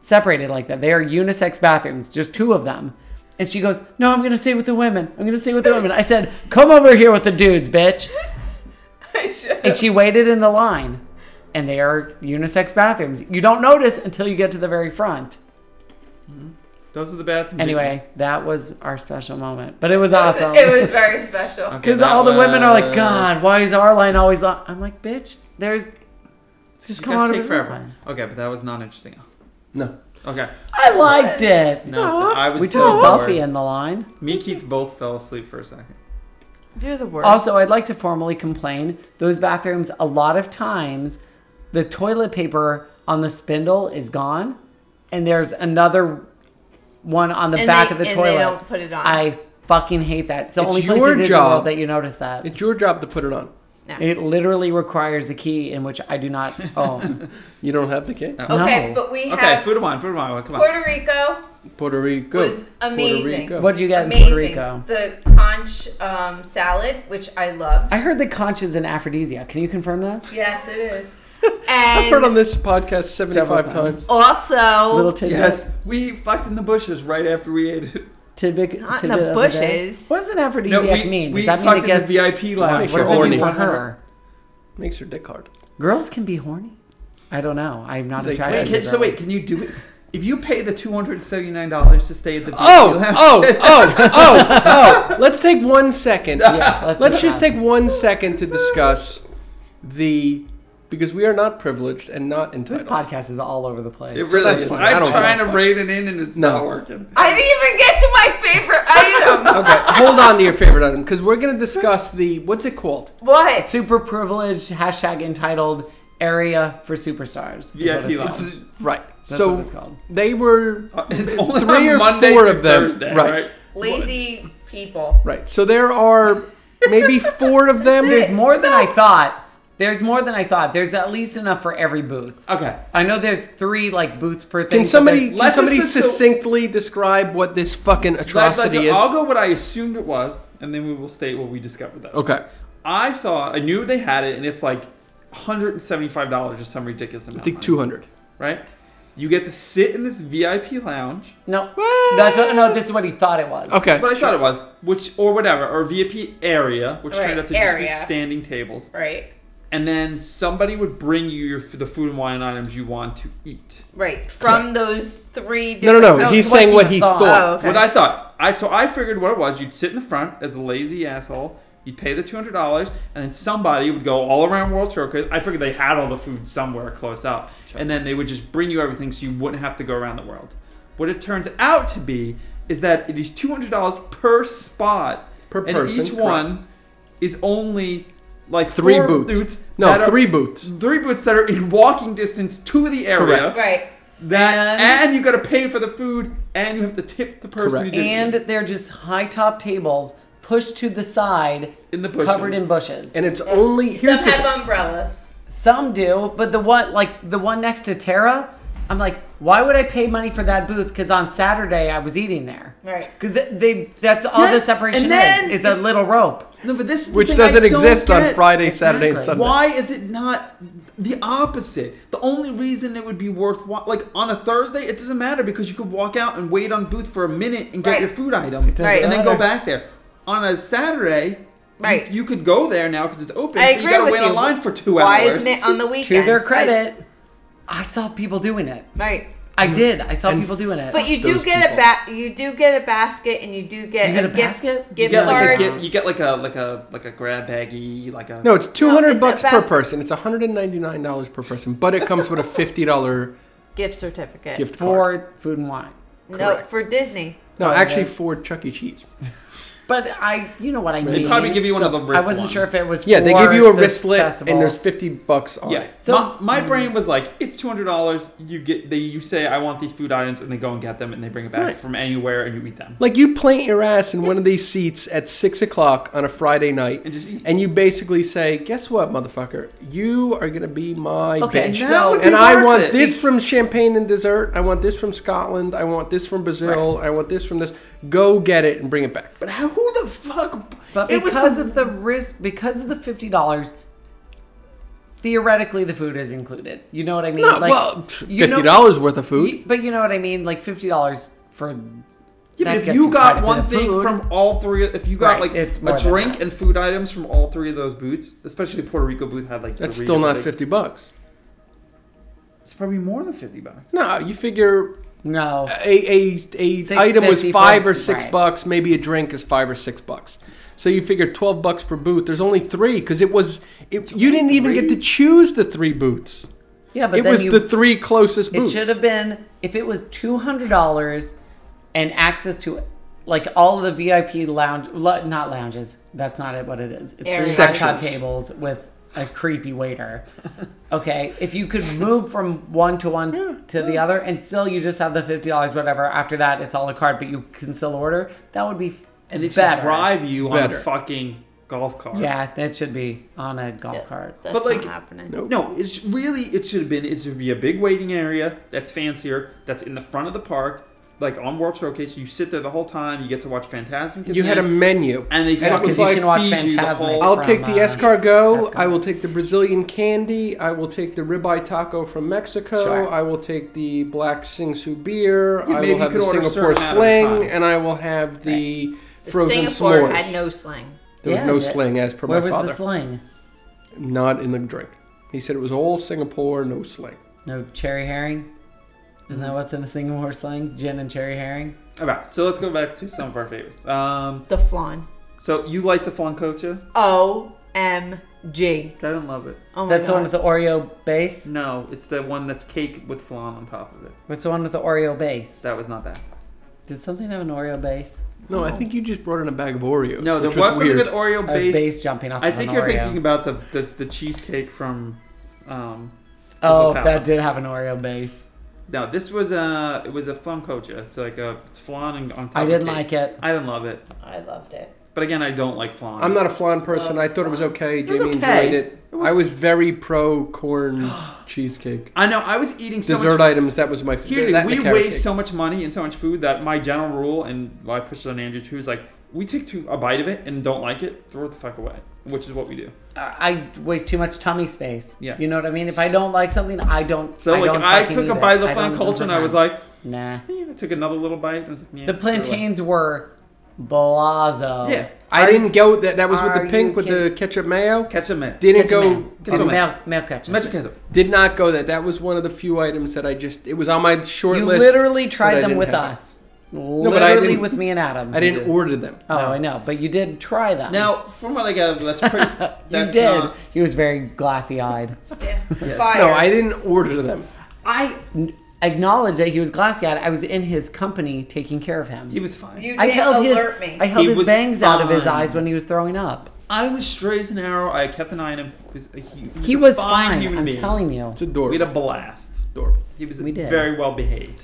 separated like that. They are unisex bathrooms, just two of them. And she goes, No, I'm going to stay with the women. I'm going to stay with the women. I said, Come over here with the dudes, bitch.
I should.
And she waited in the line, and they are unisex bathrooms. You don't notice until you get to the very front.
Those are the bathrooms.
Anyway, that was our special moment, but it was awesome.
It was very special.
Because all the women are like, God, why is our line always on? I'm like, bitch, there's. Just come on over
take
this
forever.
line.
Okay, but that was not interesting.
No.
Okay.
I liked it.
No, I was
we took a
so bored.
selfie in the line.
Me and Keith both fell asleep for a second.
You're the worst.
Also, I'd like to formally complain those bathrooms, a lot of times, the toilet paper on the spindle is gone, and there's another one on the
And
back
they-
of the
and
toilet.
they don't put it on.
I fucking hate that. It's the
It's
only place
your
in Disney
job.
World that you notice that.
It's your job to put it on.
No.
It literally requires a key, in which I do not own.
You don't have the key.
okay,
no.
but we
Okay,
have
food and wine, food and wine. Come on.
Puerto Rico
Puerto Rico.
was amazing.
Puerto Rico.
What'd you get in
amazing.
Puerto Rico?
The conch um, salad, which I love.
I heard the conch is an aphrodisiac. Can you confirm this?
yes, it is.
I've heard on
And
this podcast 75
Several
times.
Little
also,
tidbit.
Yes, we fucked in the bushes right after we ate it.
Tidbit.
Not in
tidbit
the
of the day.
bushes.
what does an aphrodisiac
we,
mean? Does
we
that mean
fucked
it gets?
in the VIP lounge.
what does
We're
it do
horny.
for her?
Makes her dick hard.
Girls can be horny. I don't know. I'm not
They
attracted
Wait,
to
can,
girls.
so wait, can you do it? If you pay the two hundred seventy-nine dollars to stay at the
Oh, oh, oh, oh, oh. Let's take one second.
Yeah, let's,
Let's
do
just
that.
take one second to discuss the because we are not privileged and not
This
entitled.
podcast is all over the place.
it really
that's
is.
fine. I
I'm
don't
trying to
give a
rein it in, and it's
No.
not working.
I didn't even get to my favorite item.
Okay, hold on to your favorite item because we're going to discuss the what's it called?
What?
Super privileged hashtag entitled area for superstars. is what
VIP
it's
lounge.
called.
Right.
That's
so
what it's called.
they were
Uh, It's only
Three
on
or
Monday
four
through
of them,
Thursday,
right.
right?
Lazy people.
right. So there are maybe four of them.
There's more than I thought. There's more than I thought. There's at least enough for every booth.
Okay.
I know there's three like booths per thing.
Can
but
somebody
there's-
can
let's
somebody
just-
succinctly describe what this fucking atrocity
Let's-
is?
I'll go what I assumed it was, and then we will state what we discovered. That
Okay.
I thought I knew they had it, and it's like $175 or some ridiculous amount.
I
of
think
money,
200.
Right? You get to sit in this VIP lounge.
No, that's what, no. This is what he thought it was.
Okay.
That's what I thought it was, which or whatever, or VIP area, which
Right,
turned out to
area.
just be standing tables,
Right.
and then somebody would bring you your, the food and wine items you want to eat.
Right. From those three
No, no,
different
no.
No,
He's
it's what
saying
he
what he thought.
thought.
Oh, okay.
What I thought, I so I figured what it was. You'd sit in the front as a lazy asshole. You'd pay the two hundred dollars, and then somebody would go all around World Showcase. I figured they had all the food somewhere close up, and then they would just bring you everything, so you wouldn't have to go around the world. What it turns out to be is that it is two hundred dollars per spot
Per
and
person,
Each one is only like
Three
four
booths.
that
No,
are-
three booths.
three booths that are in walking distance to the area.
Correct.
Right.
That and,
And-
you got to pay for the food, and you have to tip the person.
Correct.
Who
And
did it.
they're just high top tables pushed to the side,
In the bushes.
covered in bushes.
And it's only here's
Some
the
have
thing.
umbrellas.
Some do, but the one like the one next to Tara, I'm like, why would I pay money for that booth? Because on Saturday I was eating there.
Right.
Because they, they that's all the
Yes,
separation
and then
is is that
it's-
little rope.
No, but this is the
which
thing
doesn't
I don't
exist on
get.
Friday, Saturday, and
Exactly.
Sunday.
Why is it not the opposite? The only reason it would be worthwhile, like on a Thursday, it doesn't matter because you could walk out and wait on booth for a minute and get
Right.
your food item, and
doesn't Right.
then go
matter.
back there. On a Saturday,
Right.
You, you could go there now because it's open.
I
but
agree
you gotta
with
wait
you.
online for two
Why
hours.
isn't it on the weekend?
To their credit, I, saw people doing it.
right.
I did. I saw
And
people doing it.
But you do
those
get
people.
a ba- you do get a basket and you do get,
You get a
gift
basket?
You
gift
get, like a,
card.
gift- you get like a like a like a grab baggie, like a
No, it's 200
it's a
bucks per
basket.
person. It's $199 per person, but it comes with a $50
gift certificate.
gift card.
for food and wine.
no,
correct.
for Disney.
No,
Oh,
actually
yeah.
for Chuck E. Cheese.
But I, you know what I mean.
They probably give you one of the wrist
I wasn't
ones.
sure if it was.
Yeah, they
for
give you a
the
wristlet
festival.
and there's 50 bucks on
Yeah.
it.
So- Mm.
my, my brain was like, it's two hundred dollars. You get they you say I want these food items, and they go and get them, and they bring it back
Right.
from anywhere, and you eat them.
Like you plant your ass in one of these seats at six o'clock on a Friday night,
And just eat.
and you basically say, "Guess what, motherfucker? You are gonna be my
Okay,
bitch."
now-
That would be
and I
worth
want
it.
this from champagne and dessert. I want this from Scotland. I want this from Brazil. I want this from this. Go get it and bring it back.
But how, who the fuck?
But
It was
because
the-
of the risk, because of the fifty dollars, theoretically the food is included. You know what I mean?
Not, well, fifty dollars worth of
Know,
food.
you- but you know what I mean? Like fifty dollars for. that
Yeah, but if
gets
you
quite a
got
bit
one
of
thing
food.
from all three, if you got
Right,
like
it's more
a
than
drink
that.
and food items from all three of those booths, especially the Puerto Rico booth had like
That's
burrito,
still not
like-
fifty bucks.
It's probably more than fifty bucks.
No, you figure
No.
Uh, a a, a
Six
item was
fifty
five
for-
or six
right.
bucks. Maybe a drink is five or six bucks. So you figure twelve bucks per booth. There's only three because it was it, you didn't even get to choose the three booths.
Yeah, but
it
then
was
you,
the three closest
It
booths.
should have been if it was two hundred dollars and access to like all of the VIP lounge, lo- not lounges. That's not it. What it is? It's
Areas.
three restaurant
Sections.
tables with a creepy waiter. Okay, if you could move from one to one to the other, and still you just have the fifty dollars, whatever. After that, it's all a card, but you can still order. That would be
And they just
better.
drive you on
Better.
a fucking golf cart.
Yeah, that should be on a golf cart.
That's
But, like-
not happening.
Nope.
No, it's really it should have been. It should be a big waiting area that's fancier, that's in the front of the park, like on World Showcase. You sit there the whole time. You get to watch Fantasmic. at
You
the
had a
end,
menu.
and they
it
fucking
was like,
you can watch
you can
Fantasmic.
watch
The
Fantasmic.
whole,
I'll
from,
take the
uh,
escargot.
Epcot.
I will take the Brazilian candy. I will take the ribeye taco from Mexico.
Sure.
I will take the black Singsu beer.
Yeah,
I
maybe
will
you
have
could
the
order a
Singapore
certain amount of
sling,
time.
and I will have the frozen
Singapore
s'mores.
had no slang.
there was
Yeah,
no
that-
sling, as per
Where
my
was
father.
the sling?
Not in the drink. He said it was all Singapore, no sling.
No cherry herring. Isn't that what's in a Singapore slang? Gin and cherry herring.
All right, so let's go back to some of our favorites. Um,
The flan.
so you like the flancocha?
O M G.
I didn't love it.
Oh my
That's the
god.
one with the Oreo base.
No, it's the one that's cake with flan on top of it.
What's the one with the Oreo base?
That was not that.
Did something have an Oreo base?
No, I think you just brought in a bag of Oreos.
No, there
which
was,
was
something
weird.
with Oreo
I was
base.
base jumping off.
I
of
think
an
you're
Oreo.
thinking about the, the, the cheesecake from. Um,
Oh,
Crystal
that
Palace.
did have an Oreo base.
no, this was a it was a flancocha. It's like a it's flan and on top.
I
of
didn't
cake.
like it.
I didn't love it,
I loved it.
but again, I don't like flan.
I'm not a flan person. I thought it was okay.
was
Jamie
okay.
enjoyed it.
Uh, It was-
I was very pro corn cheesecake.
I know. I was eating so
Dessert
much.
items, that was my favorite.
Here's the thing, we waste so much money and so much food that my general rule, and well, I pushed it on Andrew too, is like we take two, a bite of it and don't like it, throw it the fuck away, which is what we do.
I I waste too much tummy space.
Yeah.
You know what I mean? If I don't like something, I don't.
So
I
like
don't
I
fucking
took a
eat
bite of
it.
the
I
flan
don't
culture and I
overtime.
was like,
nah.
eh, I took another little bite. And I was like, yeah,
The
throw it away.
plantains were blazo.
Yeah.
I didn't go that. That was with
Are
the
you
pink with the
kidding?
ketchup mayo.
Ketchup man.
Didn't
Ketchup
go.
man.
Ketchup
Oh,
man.
male, male ketchup.
Magic ketchup.
Did not go that. That was one of the few items that I just. It was on my short
You
list.
literally
but I
tried them
didn't
with
have it.
us.
but I
literally
didn't-
with me and Adam.
I didn't
Yeah.
order them.
Oh,
No.
I know, but you did try them.
Now, from what I gather, that's pretty. That's
you did.
Not,
He was very glassy eyed.
Yeah. Fire.
No, I didn't order them.
I.
Acknowledged that he was glassy eyed. I was in his company taking care of him.
He was fine.
You
I
didn't
held his
alert me.
I held
He
his
was
bangs out of his
fine.
eyes when he was throwing up.
I was straight as an arrow. I kept an eye on him. He was, a hu-
He
a
was fine.
human
I'm
being.
telling you.
It's adorable.
We had a blast.
adorable.
He was
We did.
very well behaved.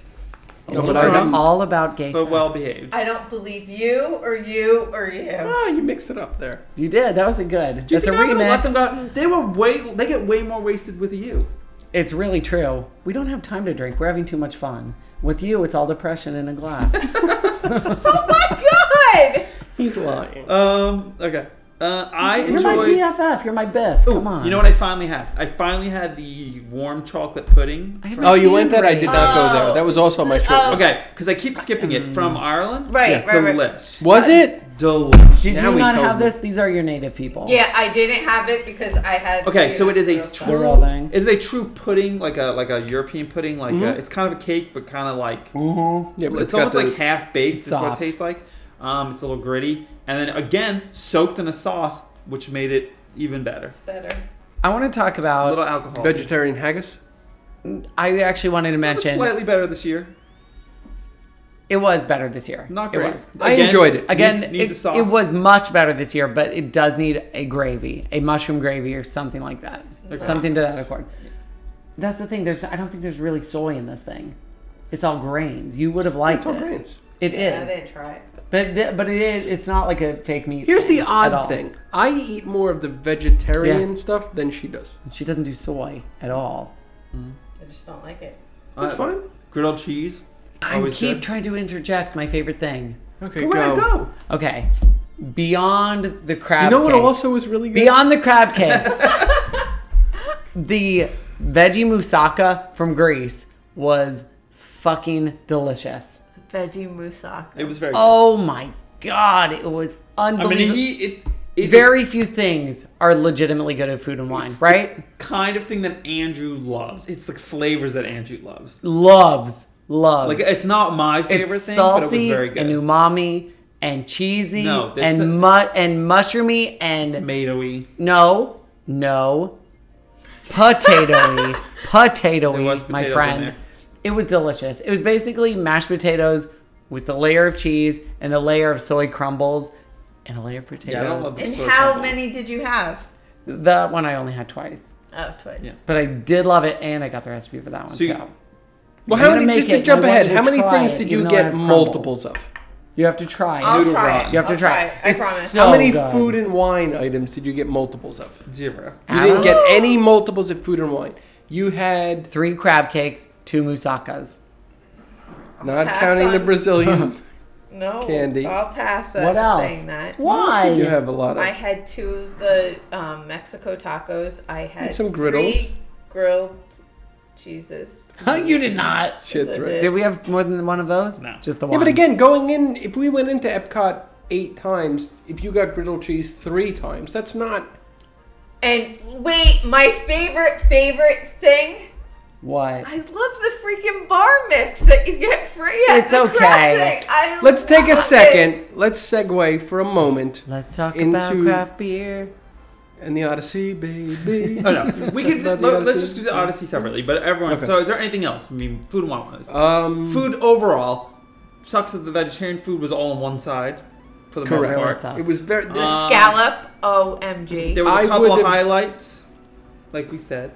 No,
We're
but I didn't.
all about gay
But
sex.
well behaved.
I don't believe you or you or you.
Ah, you mixed it up there.
You did. That was a good.
Do you
That's a
think I'm gonna let them
remix.
go? They were way. They get way more wasted with you.
It's really true. We don't have time to drink. We're having too much fun. With you, it's all depression in a glass.
Oh God!
He's lying.
Um. Okay. Uh, I
You're
enjoyed.
my BFF. You're my Biff.
Ooh,
Come on.
You know what I finally had? I finally had the warm chocolate pudding.
I haven't
Oh, you went
been
that? I
right.
did not go
Oh.
there. That was also on my short
Oh.
list.
Okay, because I keep skipping it from Ireland.
Right,
Yeah.
right, right.
Delish.
Was it?
Delish.
Did
Now
you
he
not
tells
have
me.
this? These are your native people.
Yeah, I didn't have it because I had.
Okay, so it is a
Girl
The
true-
stuff.
real thing.
It's a true pudding, like a like a European pudding.
Mm-hmm.
Like a, it's kind of a cake, but kind of like
Mm-hmm. Yeah, but
it's,
it's got
almost
the-
like half baked. Is what it
soft.
tastes like. Um, it's a little gritty, and then again soaked in a sauce, which made it even better.
better.
I want to talk
A
about.
little alcohol.
vegetarian haggis.
I actually wanted to
It was
mention
slightly better this year.
it was better this year.
Not
It
great.
was.
I
Again,
enjoyed it.
Again,
Needs- needs a
it,
sauce.
it was much better this year, but it does need a gravy, a mushroom gravy or something like that.
Okay.
Something to that accord. That's the thing. There's, I don't think there's really soy in this thing. It's all grains. You would have liked
It's all
it.
grains.
It is,
I didn't try it.
but it- but it is. It's not like a fake meat.
Here's the
at all.
odd thing. I eat more of the vegetarian stuff than she does.
She doesn't do soy at all.
I just don't like it.
That's
Uh,
fine.
Grilled cheese.
I
Always
keep
good.
trying to interject my favorite thing.
Okay,
Where'd it
go.
go?
Okay, Beyond the crab.
You know what
cakes.
also was really good?
Beyond the crab cakes. the veggie moussaka from Greece was fucking delicious.
Veggie moussaka.
It was very.
Oh my god, it was
I
unbelievable.
mean, he it, it is
Very few things are legitimately good at food and wine,
It's the
right?
kind of thing that Andrew loves. It's the flavors that Andrew loves.
Loves, loves.
Like it's not my favorite
it's
thing,
salty
but it was very good.
and umami and cheesy
No, this is-
and mu- and mushroomy and
Tomatoey.
no, no, potatoey, potatoey,
There was
my
potatoes in
friend.
there.
It was delicious. It was basically mashed potatoes with a layer of cheese and a layer of soy crumbles and a layer of potatoes.
Yeah, I don't love
and
soy
how
crumbles.
many did you have?
That one I only had twice,
Oh, twice.
Yeah.
but I did love it, and I got the recipe for that one
So you-
too. I'm
Well, how
gonna
many?
make
Just
it,
to
and I
jump
want
ahead,
you to
how many
try
things
it,
did
even
you
though it
get
has crumbles.
multiples of?
You have to try it.
I'll
Noodle
try
rod.
it.
You have to
I'll
try it.
I
It's
promise.
so-
how many
good.
food and wine items did you get multiples of?
Zero.
You didn't get
Ow.
any multiples of food and wine. You had
three crab cakes, two moussakas.
not
Pass
counting the
on.
Brazilian.
no.
Candy.
I'll pass on
What else?
saying that.
Why?
you have a lot
I
of.
had two of the um, Mexico tacos. I had
some griddled.
three grilled cheeses.
you did not.
Shit,
Is it
right?
Did we have more than one of those?
No.
Just the
Yeah,
one.
but again, going in, if we went into Epcot eight times, if you got griddle cheese three times, that's not.
And wait, my favorite favorite thing.
What?
I love the freaking bar mix that you get free at
It's
the
okay.
craft thing. I
Let's take a
love it.
second. Let's segue for a moment.
Let's talk
Into-
about craft beer.
And the Odyssey, baby.
Oh no, we can
Love the
let, us
Odyssey.
just do the Odyssey separately. But everyone,
Okay.
so is there anything else? I mean, food and wine was
Um,
food overall. Sucks that the vegetarian food was all on one side for the
Correct.
most part.
Correct.
It was very.
The
Um,
scallop, OMG.
There was a
I
couple
would've-
highlights, like we said,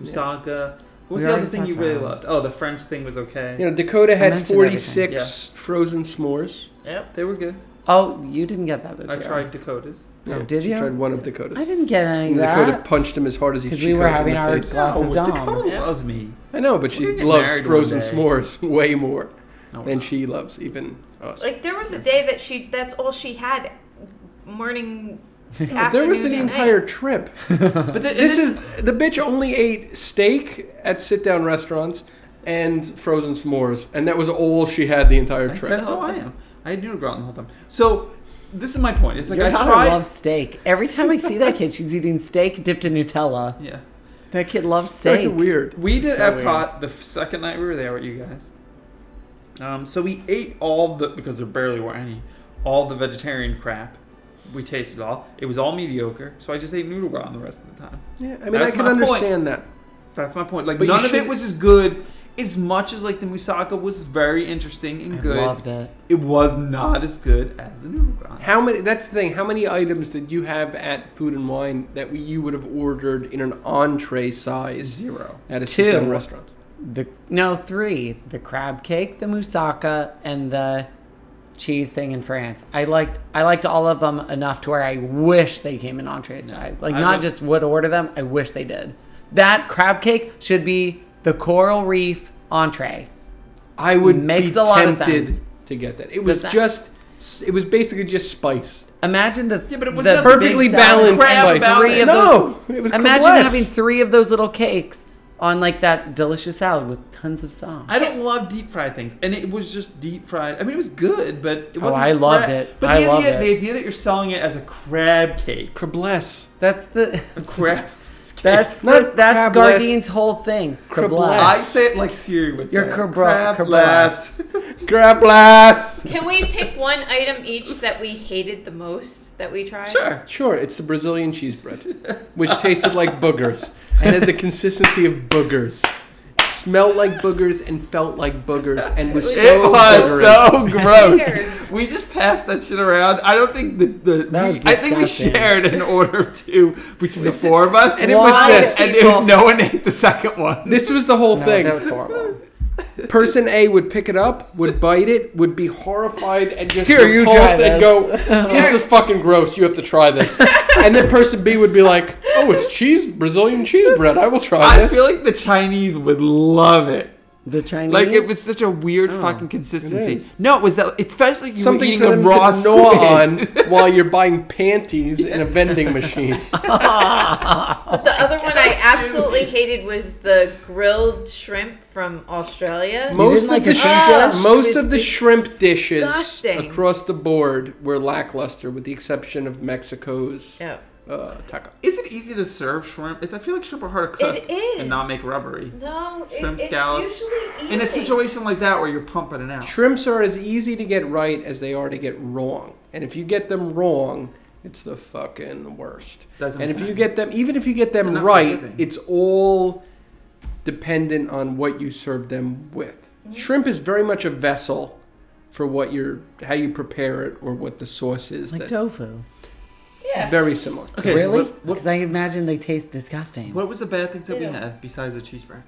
Musaka. What was
We
the
already
other thing you
talked
really
about
loved? Oh, the French thing was okay.
You know, Dakota had
mentioned
46
everything.
frozen s'mores.
Yep.
they were good.
Oh, you didn't get that this
I
year.
tried Dakotas.
Oh, did
she
you?
tried one of Dakota's.
I didn't get any of
and Dakota
that.
punched him as hard as he
'Cause
she
we were
could in
having
the
our
face.
glass of Dom.
Dakota
Yeah.
loves me.
I know, but she
We're gonna get
loves
married one
frozen
day.
s'mores way more
No, we're
than
not.
she loves even us.
Like there was a day that she that's all she had morning afternoon.
there was the
and night.
entire trip.
But th-
This is the bitch only ate steak at sit-down restaurants and frozen s'mores, and that was all she had the entire
that's,
trip.
that's how I am. I had noodle ground the whole time. So this is my point. It's like
Your
I
daughter
tried.
loves steak. Every time I see that kid, she's eating steak dipped in Nutella.
yeah.
That kid loves
Very
steak.
weird.
We did
So
Epcot the f- second night we were there with you guys. Um, so we ate all the because there barely were any, all the vegetarian crap. We tasted all. It was all mediocre. So I just ate noodle ramen the rest of the time.
Yeah, I mean,
That's
I can
my point.
understand that.
That's my point. Like
But you
none of
should-
it was as good. As much as like the moussaka was very interesting and
I
good,
loved it.
it was not as good as the noodle ground.
How many? That's the thing. How many items did you have at Food and Wine that we, you would have ordered in an entree size
Zero.
at a
Two.
sit-down restaurant?
The no three: the crab cake, the moussaka, and the cheese thing in France. I liked I liked all of them enough to where I wish they came in entree size. Like
I
not
would-
just would order them. I wish they did. That crab cake should be the coral reef entree.
I would
Makes
be
a lot of
tempted
sense.
to get that. It was
that-
just. It was basically just spice.
Imagine the
Yeah, but it was
the
not
Perfectly
big salad
balanced
and
crab
spice.
about
three
it.
of
no, it was
those, imagine
Cabless.
having three of those little cakes on like that delicious salad with tons of sauce.
I don't love deep fried things, and it was just deep fried. I mean, it was good, but it wasn't.
Oh, I
cra-
loved it.
But
I
the
loved
idea,
it.
the idea that you're selling it as a crab cake,
Cabless.
That's the
a crab.
that's the,
Not
that's
crabless.
Gardine's whole thing.
Crabless.
I
Crabless.
say it like Siri would say.
You're
it.
crabra-
Crabless.
Cabless.
Can we pick one item each that we hated the most that we tried?
Sure.
Sure, it's the Brazilian cheese bread, which tasted like boogers and had the consistency of boogers. Smelled like boogers and felt like boogers and was so
It was
boogery.
so
Boogers.
gross. we just passed that shit around. I don't think the, the
That
we,
was
I think we
disgusting.
shared an order of two between the four of us,
And it was Why this.
and
people-
it, no one ate the second one.
This was the whole
No,
thing.
that was horrible.
Person A would pick it up, would bite it, would be horrified and just
Here, you
repulsed
try
and
this.
go, "This is fucking gross. You have to try this." and then person B would be like, "Oh, it's cheese, Brazilian cheese bread. I will try
I
this."
feel like the Chinese would love it.
The Chinese.
Like it was such a weird fucking consistency.
Oh, is.
no, it was that it felt like you
Something
were eating
for
a
them
raw
to gnaw
squid.
on while you're buying panties in a vending machine.
Oh
But the other one I absolutely hated was the grilled shrimp from Australia.
Most of
like
the
a
sh-
shrimp dish?
most
it
of the
was
shrimp dishes
disgusting.
across the board were lackluster, with the exception of Mexico's
Yeah.
uh, taco.
Is it easy to serve shrimp? It's, I feel like shrimp are hard to cook
It is.
and not make rubbery.
No, it,
Shrimp
it's
scallops.
usually easy.
In a situation like that where you're pumping it out,
Shrimps are as easy to get right as they are to get wrong, and if you get them wrong, it's the fucking worst.
That's what
and
I'm
if you
saying.
get them, even if you get
They're
them
not
right,
forgiving.
it's all dependent on what you serve them with. Shrimp is very much a vessel for what you're, how you prepare it, or what the sauce is.
like
that-
tofu.
Yeah.
very similar.
okay, so
really?
what, what,
Because I imagine they taste disgusting.
what was the bad things that we
Yeah.
had besides the cheeseburger?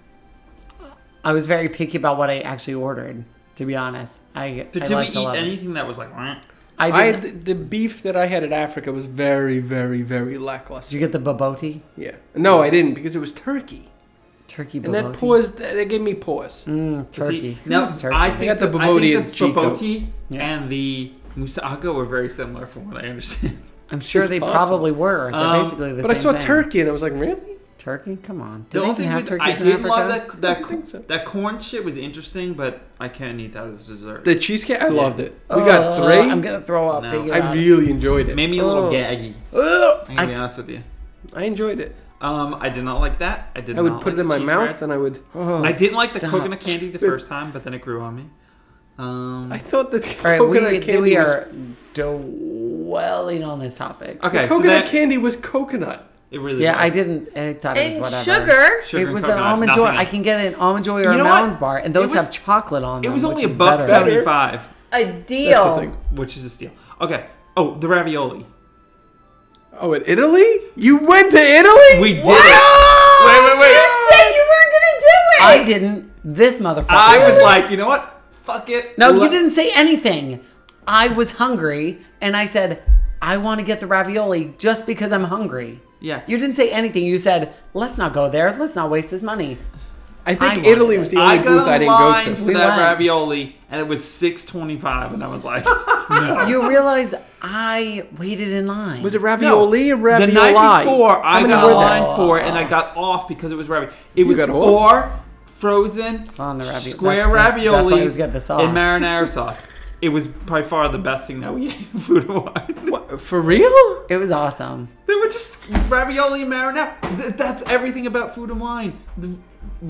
I was very picky about what I actually ordered. To be honest, I
Did,
I
did we
liked a
eat
lot. of-
anything that was like? "Meh"?
I
I
did.
had, the beef that I had at Africa was very, very, very
Did
lackluster.
you get the baboti?
Yeah. No, I didn't because it was turkey.
Turkey baboti.
And that paused, that gave me pause.
Mm,
But see,
turkey.
Now,
It's turkey.
I think
got the
the,
Boboti
I
and
think the
Chico.
Boboti
Yeah.
and the Musaga were very similar from what I understand.
I'm sure
It's
they
possible.
probably were. They're
Um,
basically the
But I
same
saw
thing.
turkey and I was like, really?
Turkey? Come on. Do they
The only
even
thing
have
with-
turkeys
I
in
did
Africa?
love that
I
that,
think so.
that corn shit was interesting, but I can't eat that as dessert.
The cheesecake, I loved it. We
Ugh,
got three.
Uh, I'm gonna throw up.
No.
thinking
I
about it.
really enjoyed
it
it.
made me a little
Ugh.
gaggy.
Ugh.
I'm gonna be
I-
honest with you.
I enjoyed it.
Um, I did not like that. I did.
I would
not
put it
like
in
the
my
cheese
mouth
bread.
and I would.
Ugh.
I didn't like the
Stop.
coconut candy the first time, but then it grew on me. Um,
I thought that
All right,
coconut
we,
candy
we
was.
are dwelling on this topic.
okay, so
coconut
that-
candy was coconut.
It really.
Yeah,
was.
I didn't. I thought it
And
was whatever.
sugar.
Sugar
it
and
was an
coconut,
almond
nothing
joy. I
else.
can get an almond joy or
You
a
know what?
Mounds bar, and
It
those
was-
have chocolate on
It
them.
was only
which
a
is
buck
better.
seventy-five,
A
That's the
deal.
thing.
which is a steal. Okay. Oh, the ravioli.
Oh, in Italy? You went to Italy?
We did
What?
it. Wait, wait, wait.
You said you weren't gonna do it.
I didn't. This motherfucker.
I was
did.
like, you know what? Fuck it.
no, you
Let-
didn't say anything. I was hungry, and I said, I want to get the ravioli just because I'm hungry.
Yeah.
You didn't say anything. You said, let's not go there. Let's not waste this money.
I
I
think
wanted
Italy
it.
was the
I
only
got
booth I
in
didn't go
line
to.
for
We
that
went.
ravioli, and it was six twenty-five, and I was like, no.
You realize I waited in line.
Was it ravioli or ravioli?
The night before,
How
I
many
got
were
in
there?
line for it, and I got off because it was ravioli. It was
got off?
four frozen
On the ravi-
square
that's- that's- that's why I
raviolis
was getting the sauce.
in marinara sauce. It was by far the best thing that we ate in food and wine.
What, for real?
It was awesome.
They were just ravioli and marinara. Th- That's everything about food and wine. The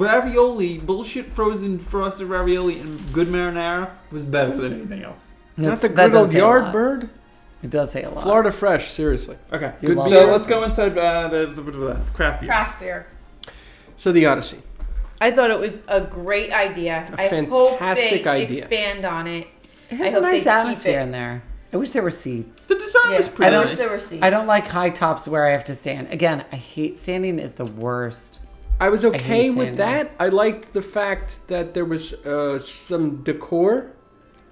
ravioli, bullshit frozen frosted ravioli, and good marinara was better than anything else.
That's-
Not the
that
good
does
old
say a
yard
lot.
bird?
It does say a lot.
Florida Fresh, seriously.
Okay,
You
good.
love
So
it.
let's go inside uh, the, the, the, the craft beer.
Craft beer.
So the Odyssey.
I thought it was a great idea.
A
I hope they
fantastic idea.
expand on it.
It
I
has a
hope they
nice
keep
atmosphere
it.
in there. I wish there were seats.
The design
Yeah,
was
I
pretty
don't-
wish
nice.
there were seats.
I don't like high tops where I have to stand. Again, I hate standing is the worst.
I was okay
hate sand.
with that. I liked the fact that there was uh, some decor,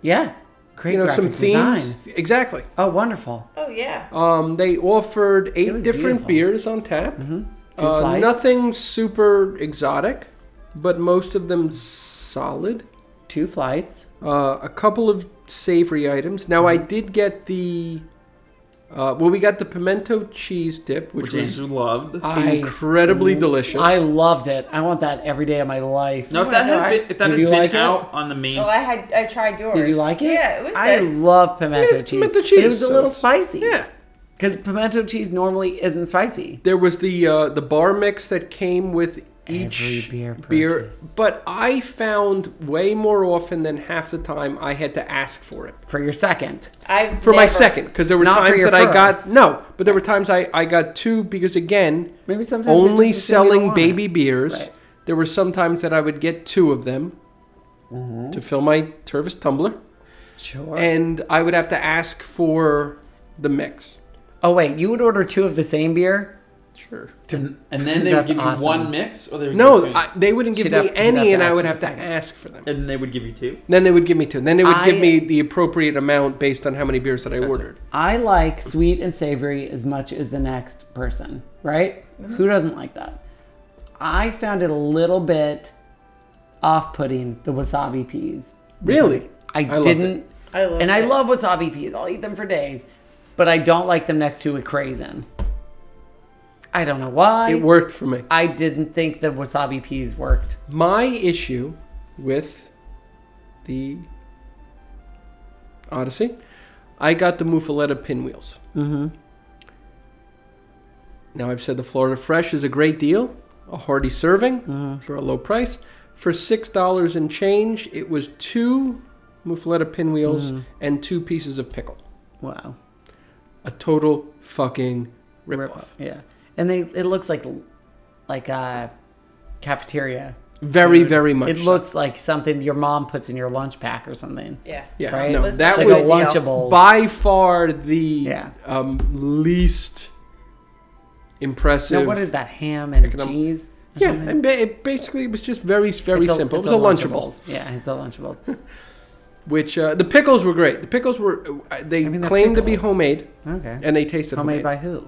Yeah. Great
you know, some
graphic design.
themes. Exactly.
Oh, wonderful.
Oh yeah.
Um, they offered
was
eight
beautiful. Mm-hmm.
different beers on tap.
Two
Uh,
flights.
nothing super exotic, but most of them solid.
Two flights.
Uh, a couple of savory items. Now
Mm-hmm.
I did get the. Uh, well, we got the pimento cheese dip, which,
which is
was
loved.
Uh,
I
incredibly delicious.
I loved it. I want that every day of my life.
no,
Oh
if that
my
had
God.
been, if that
Did
had
you
been
like it?
out on the main,
Oh, I had I tried yours.
Did you like it?
Yeah, it was
I
good.
love pimento
Yeah, it's
cheese.
pimento
But It
cheese,
was a
so
little
it's-
spicy.
yeah.
Because pimento cheese normally isn't spicy.
There was the uh, the bar mix that came with each
Every beer purchase.
but I found way more often than half the time I had to ask for it
For your second.
I've
for my
never-
second because there were
Not for
times
your
that I got
first.
no, but there were times I I got two because again
Maybe sometimes they
only
just assume you don't
selling
want it.
baby beers.
Right.
There were some times that I would get two of them
Mm-hmm.
to fill my Tervis tumbler,
Sure.
and I would have to ask for the mix.
oh wait, you would order two of the same beer?
Sure.
and then
That's awesome.
mix, or they would
No,
give you
I, they wouldn't give
She'd
me
have- she'd have
any,
to
and I
ask
would
for
have to
something.
ask for them.
two? and then they would give you two.
Then they would give me two. Then they would
I-
give me the appropriate amount based on how many beers that I ordered.
I like sweet and savory as much as the next person,
Mm-hmm.
right? Who doesn't like that? I found it a little bit off-putting the wasabi peas.
Really?
I,
loved it.
didn't.
I love
and I
it.
love wasabi peas. I'll eat them for days, but I don't like them next to a craisin. I don't know why.
It worked for me.
I didn't think the wasabi peas worked.
My issue with the Odyssey, I got the muffaletta pinwheels. Mm-hmm. Now I've said the Florida Fresh is a great deal, a hearty serving
Mm-hmm.
for a low price. For six dollars and change, it was two muffaletta pinwheels
Mm-hmm.
and two pieces of pickle.
Wow.
A total fucking ripoff.
Rip- Yeah. And they it looks like like a cafeteria.
Very, very much.
It
so.
looks like something your mom puts in your lunch pack or something.
Yeah.
Yeah,
Right?
no,
Was
that
like
was
a
deal.
lunchable.
by far the
Yeah.
um, least impressive.
Now what is that? Ham and
Econom-
cheese? or
Yeah,
something?
and ba- it basically was just very, very
It's a-
simple. It
it's
was a lunchable,
Lunchables. Yeah, it's a lunchables.
which uh, the pickles were great. The pickles were uh, they
I mean, they're
claimed to be
pickles.
homemade,
Okay.
and they tasted
homemade
homemade,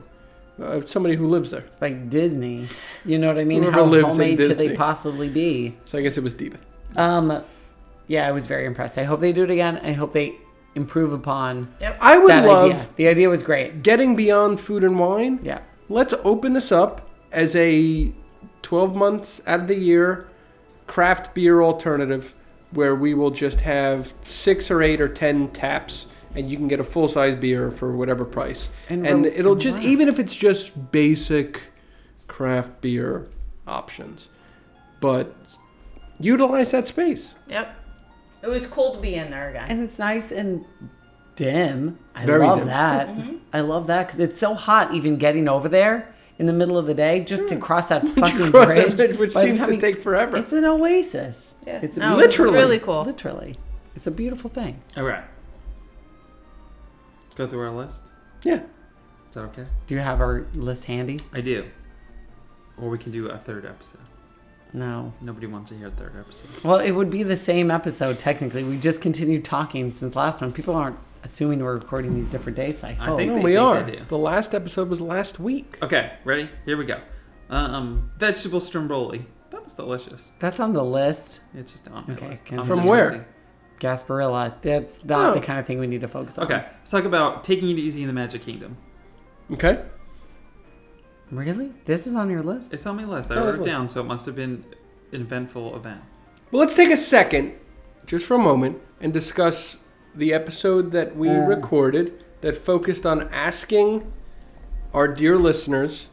by who?
uh, somebody who lives there.
It's by Disney. You know what I mean?
Whoever
How
lives in
homemade could they
Disney.
possibly be?
So I guess it was Diva.
Um, yeah, I was very impressed. I hope they do it again. I hope they improve upon
Yep.
I would
that
love
idea. The idea was great.
getting beyond food and wine.
Yeah.
Let's open this up as a 12 months out of the year craft beer alternative where we will just have six or eight or 10 taps and you can get a full size beer for whatever price.
And
And,
rel-
it'll
and
just,
relax.
even if it's just basic craft beer options, but utilize that space.
Yep. It was cool to be in there again.
And it's nice and dim. I
Very
love
dim.
that.
Mm-hmm.
I love that because it's so hot even getting over there in the middle of the day just to cross that fucking
Hmm. cross
bridge.
that bridge, which
By the
seems
time
to
you-
take forever. Oh,
It's an oasis.
Yeah.
It's
No, it's
literally
really cool.
Literally. It's a beautiful thing.
All right. Go through our list.
Yeah.
Is that okay?
Do you have our list handy?
I do. Or we can do a third episode.
No.
Nobody wants to hear a third episode.
Well, it would be the same episode technically. We just continued talking since last one. People aren't assuming we're recording these different dates. oh, I hope.
think
no,
they-
we
they-
are.
they do.
The last episode was last week.
Okay, ready? Here we go. Um, vegetable stromboli. That was delicious.
That's on the list.
It's just on my
Okay,
list.
can-
I'm
From
just
where?
messing.
Gasparilla. That's not
Oh.
the kind of thing we need to focus on.
Okay, let's talk about taking it easy in the Magic Kingdom.
Okay.
Really? This is on your list?
It's on my list.
It's
I
on his
wrote it
list.
down, so it must have been an eventful event.
Well, let's take a second, just for a moment, and discuss the episode that we
Mm.
recorded that focused on asking our dear listeners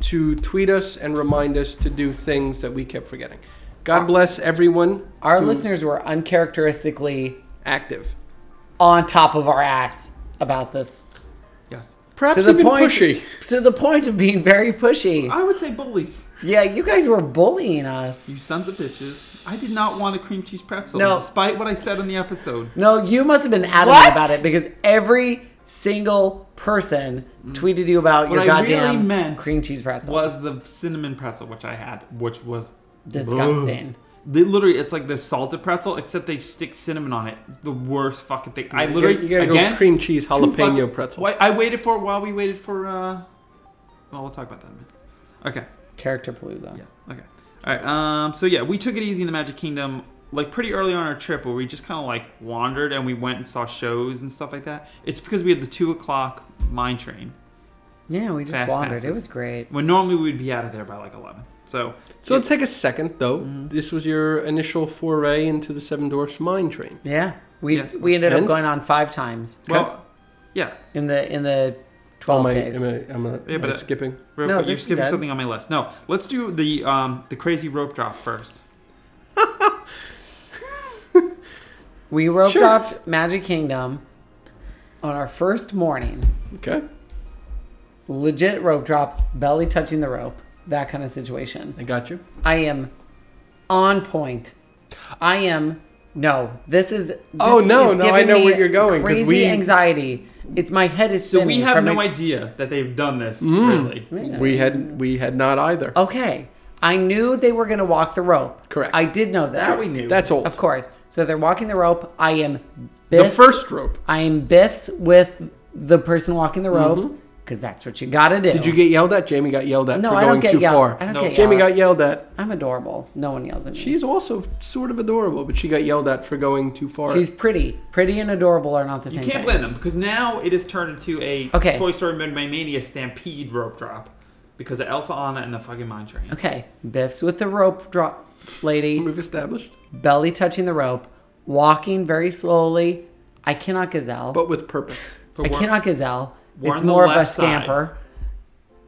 to tweet us and remind us to do things that we kept forgetting. God bless everyone.
Our
Hmm.
who-
listeners were uncharacteristically
active.
on top of our ass about this.
Yes.
Perhaps
To the
even
point
pushy.
to the point of being very pushy.
I would say bullies.
Yeah, you guys were bullying us.
You sons of bitches. I did not want a cream cheese pretzel,
No.
despite what I said in the episode.
No, you must have been adamant
What?
about it because every single person tweeted you about your
Mm. What I really
goddamn
meant
cream cheese pretzel.
Was the cinnamon pretzel, which I had, which was
Disgusting.
Ugh. They literally, it's like the salted pretzel, except they stick cinnamon on it. The worst fucking thing. I
You
literally
gotta- you gotta go
again,
cream cheese
two
jalapeno
fuck-
pretzel.
Why, I waited for it while we waited for. uh Well, we'll talk about that in a minute. Okay.
Character palooza.
Yeah. Okay. All right. Um. So yeah, we took it easy in the Magic Kingdom, like pretty early on our trip, where we just kind of like wandered and we went and saw shows and stuff like that. It's because we had the two o'clock mine train
Yeah, we just
Fast
wandered. It
passes.
was great.
when normally we would be out of there by like eleven. So
So let's take a second, though. This was your initial foray into the Seven Dwarfs Mine Train.
Yeah. We
Yes.
we ended up
And-
going on five times
well, yeah.
in the in the
Oh
twelve
am I,
days.
am I, am I,
Yeah,
am I
but, uh,
skipping?
Real
No,
quick, you're
this is
skipping
good.
something on my list. No, let's do the um the crazy rope drop first.
We rope
Sure.
dropped Magic Kingdom on our first morning.
Okay.
Legit rope drop, belly touching the rope, that kind of situation.
I got you.
I am on point. I am no. This is this
Oh, no,
is
no, I
giving
know
me
where you're going, 'cause
Crazy
we-
anxiety. It's my head is
So
spinning.
we have
from Mm.
no
my-
idea that they've done this really.
Yeah. Oh,
We had we had not either.
Okay, I knew they were going to walk the rope.
Correct.
I did know this.
That we knew.
That's old.
Of course. So they're walking the rope. I am
The
Biff's-
first rope.
I am Biff's with the person walking the rope. because that's what you gotta do.
Mm-hmm. Did you get yelled at? Jamie got yelled at
No,
for
I
going
don't get
too
yelled-
far.
I don't
No.
get
Jamie
yelled
got yelled at.
I'm adorable. No one yells at me.
She's also sort of adorable, but she got yelled at for going too far.
She's pretty. Pretty and adorable are not the
You
same
can't
thing.
blame them because now it has turned into a
Okay.
Toy Story Midway Mania stampede rope drop because of Elsa, Anna, and the fucking mine train.
Okay, Biff's with the rope drop lady,
We've established,
belly touching the rope, walking very slowly. I cannot gazelle.
but with purpose.
But
I
we're-
cannot gazelle.
we're
It's
on the
more of a
left side.
scamper.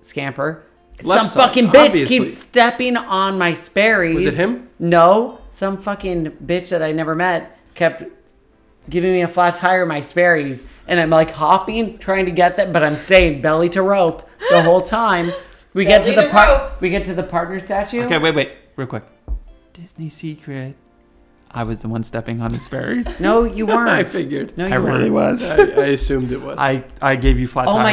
Scamper.
Left
some
side,
fucking bitch
obviously.
keeps stepping on my Sperry's.
Was it him?
No. Some fucking bitch that I never met kept giving me a flat tire on my Sperry's. And I'm like hopping, trying to get that, but I'm staying belly to rope the whole time. We get to
Belly
the
to
part.
rope.
We get to the partner statue.
Okay, wait, wait, real quick. Disney secret. I was the one stepping on the Sperry's.
No, you weren't.
I figured.
No, you
I really
weren't.
was.
I, I assumed it was.
I, I gave you flat
Oh
tires
my
like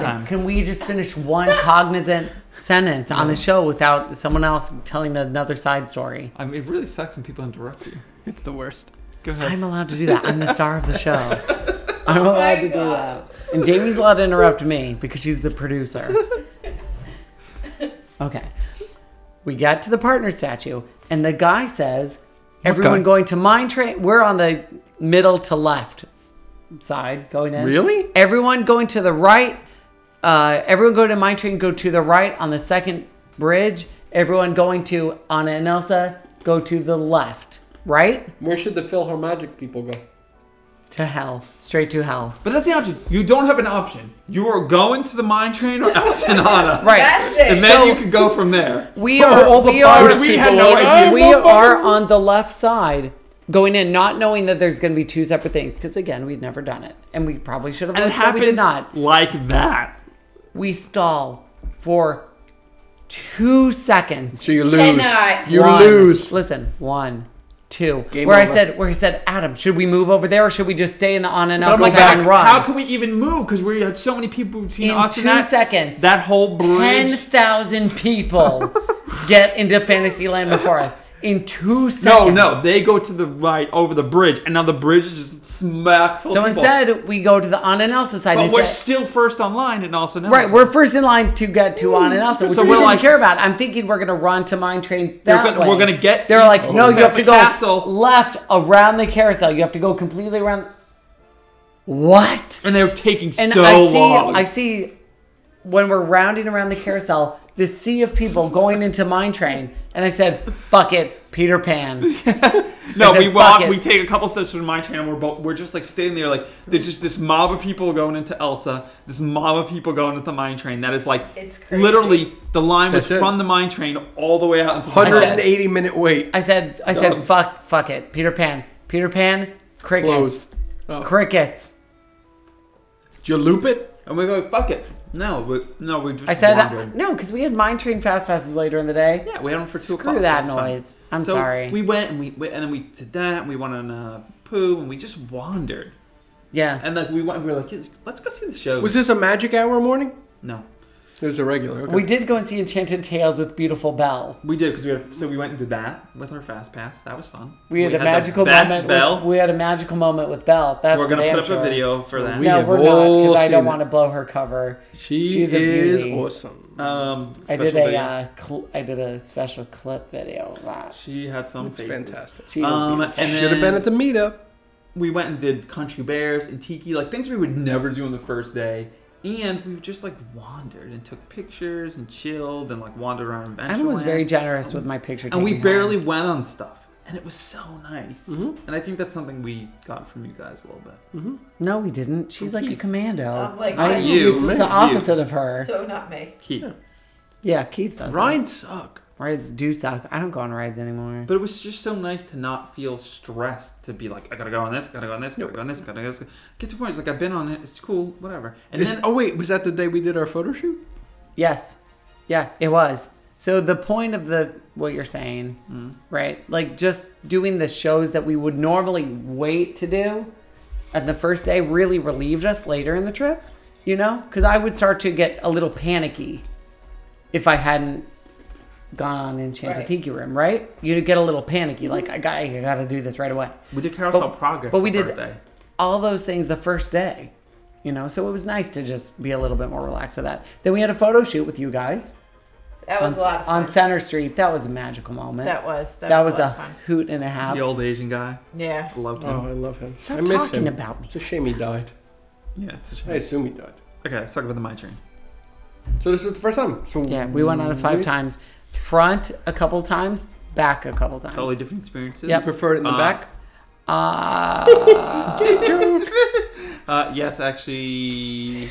god!
times.
Can we just finish one cognizant sentence on the show without someone else telling another side story?
I mean, it really sucks when people interrupt you.
it's the worst.
Go ahead.
I'm allowed to do that. I'm the star of the show. I'm
my
allowed to do that.
God.
And Jamie's allowed to interrupt me because she's the producer. Okay. We got to the partner statue, and the guy says, "Everyone
guy?
going to mine train. We're on the middle to left s- side going in.
Really?
Everyone going to the right. Uh, everyone go to mine train. Go to the right on the second bridge. Everyone going to Anna and Elsa. Go to the left. Right
Where should the PhilharMagic people go?
to hell. Straight to hell.
But that's the option. You don't have an option. You are going to the mine train or Ensenada.
Right.
That's it.
And then
So-
you can go from there.
We are
all the
we are
Irish
people are like, "I'm
we are on the left side going in, not knowing that there's going to be two separate things because again we'd never done it and we probably should have.
And it
looked, but We did not.
happens like that.
We stall for two seconds.
So you lose.
Cannot.
You
One.
lose.
Listen, one, two.
Game
where I
over.
said, where I said, Adam, should we move over there or should we just stay in the on and
But
out
I'm like,
side and
how,
run?
how can we even move? Because we had so many people between
in
us
two
and that.
seconds,
That whole bridge.
ten thousand people get into Fantasyland before us. In two
no,
seconds.
no, they go to the right over the bridge, and now the bridge is just smack full
So
of people.
instead, we go to the on and Elsa side.
but
and
we're
say-
still first online and also now.
right. We're first in line to get to on and Elsa, which
So
we
we're
didn't
like-
care about. I'm thinking we're gonna run to mine train
They're
that
gonna-
way.
we're gonna get
They're like,
over
no, you
past
have to
the
go
castle."
left around the carousel. You have to go completely around. What?
and they're taking
And
so
I see,
long.
I see, when we're rounding around the carousel, the sea of people going into mine train, and I said, "Fuck it, Peter Pan." They
No, we
said,
walk.
"Fuck it."
We take a couple steps from my train, and we're both, we're just like standing there, like there's just this mob of people going into Elsa, this mob of people going into the mine train. That is like
It's crazy.
literally the line was
That's it.
from the mine train all the way out into the
Hundred-
mine.
180 minute wait.
I said, I
Dumb.
said, fuck, fuck it, Peter Pan, Peter Pan, crickets,
Close. Oh.
crickets.
Did you loop it?
And we go, fuck it. No, we, no, we just.
I said uh,
wandered.
no because we had mine train fast passes later in the day.
Yeah, we had them for two o'clock.
Screw that
It was fine.
noise. I'm
So
sorry.
We went and we, we and then we did that. And we went on a poo and we just wandered.
yeah,
And like we went, we were like, let's go see the show.
Was this a magic hour morning?
no,
It was a regular. Okay.
we did go and see Enchanted Tales with Beautiful Belle.
we did because we had. So we went and did that with our fast pass. That was fun.
We had a
the
magical
best
moment.
Bell.
With, we had a magical moment with Belle. That's
we're gonna
for
put
damn
up
sure.
a video for that.
We
no,
have
we're not
all
because I
seen
don't
it.
want to blow her cover.
she
She's a
is
beauty.
awesome.
um,
I
special
did a
video.
uh, cl- I did a special clip video of that.
she had some
It's
faces.
fantastic.
She was
Um, and
beautiful.
then
Should have been at the meetup.
we went and did country bears and tiki, like things we would never do on the first day. And we just like wandered and took pictures and chilled and like wandered around.
Anna was
Adventureland.
very generous with my picture.
and we
taking time.
barely went on stuff and it was so nice and i think that's something we got from you guys a little bit
No, we didn't. She's like a
Keith.
commando.
I'm like,
I-
you,
he's
man,
the
you.
opposite of her.
So not me.
Keith.
yeah, Keith does. Right.
Ryan suck.
Rides do suck. I don't go on rides anymore.
but it was just so nice to not feel stressed to be like i gotta go on this gotta go on this gotta go on this gotta go on this get to the point it's like i've been on it it's cool whatever and
Is-
then
oh wait, was that the day we did our photo shoot?
Yes. Yeah, it was. So the point of the what you're saying, right? Like just doing the shows that we would normally wait to do and the first day really relieved us later in the trip, you know? Cuz I would start to get a little panicky if I hadn't gone on Enchanted
Right.
Tiki Room, right? You'd get a little panicky like I got I got to do this right away.
we did carousel progress
but we
the
did-
first day.
all those things the first day. You know, so it was nice to just be a little bit more relaxed with that. Then we had a photo shoot with you guys
That was
on,
a lot of fun.
on Center Street. That was a magical moment.
That was. That,
that
was,
was
a lot
a
of fun.
hoot and a half.
The old Asian guy.
Yeah.
Loved him.
Oh, I love him.
Stop
I miss
talking
him.
about me.
It's a shame he died.
Yeah, it's a shame.
I assume he died.
Okay, let's talk about the My Train.
So this is the first time. So
Yeah, we went on it five
we-
times, front a couple times, back a couple times.
Totally different experiences.
You prefer it in the
Uh,
back?
Uh,
Uh, yes, actually,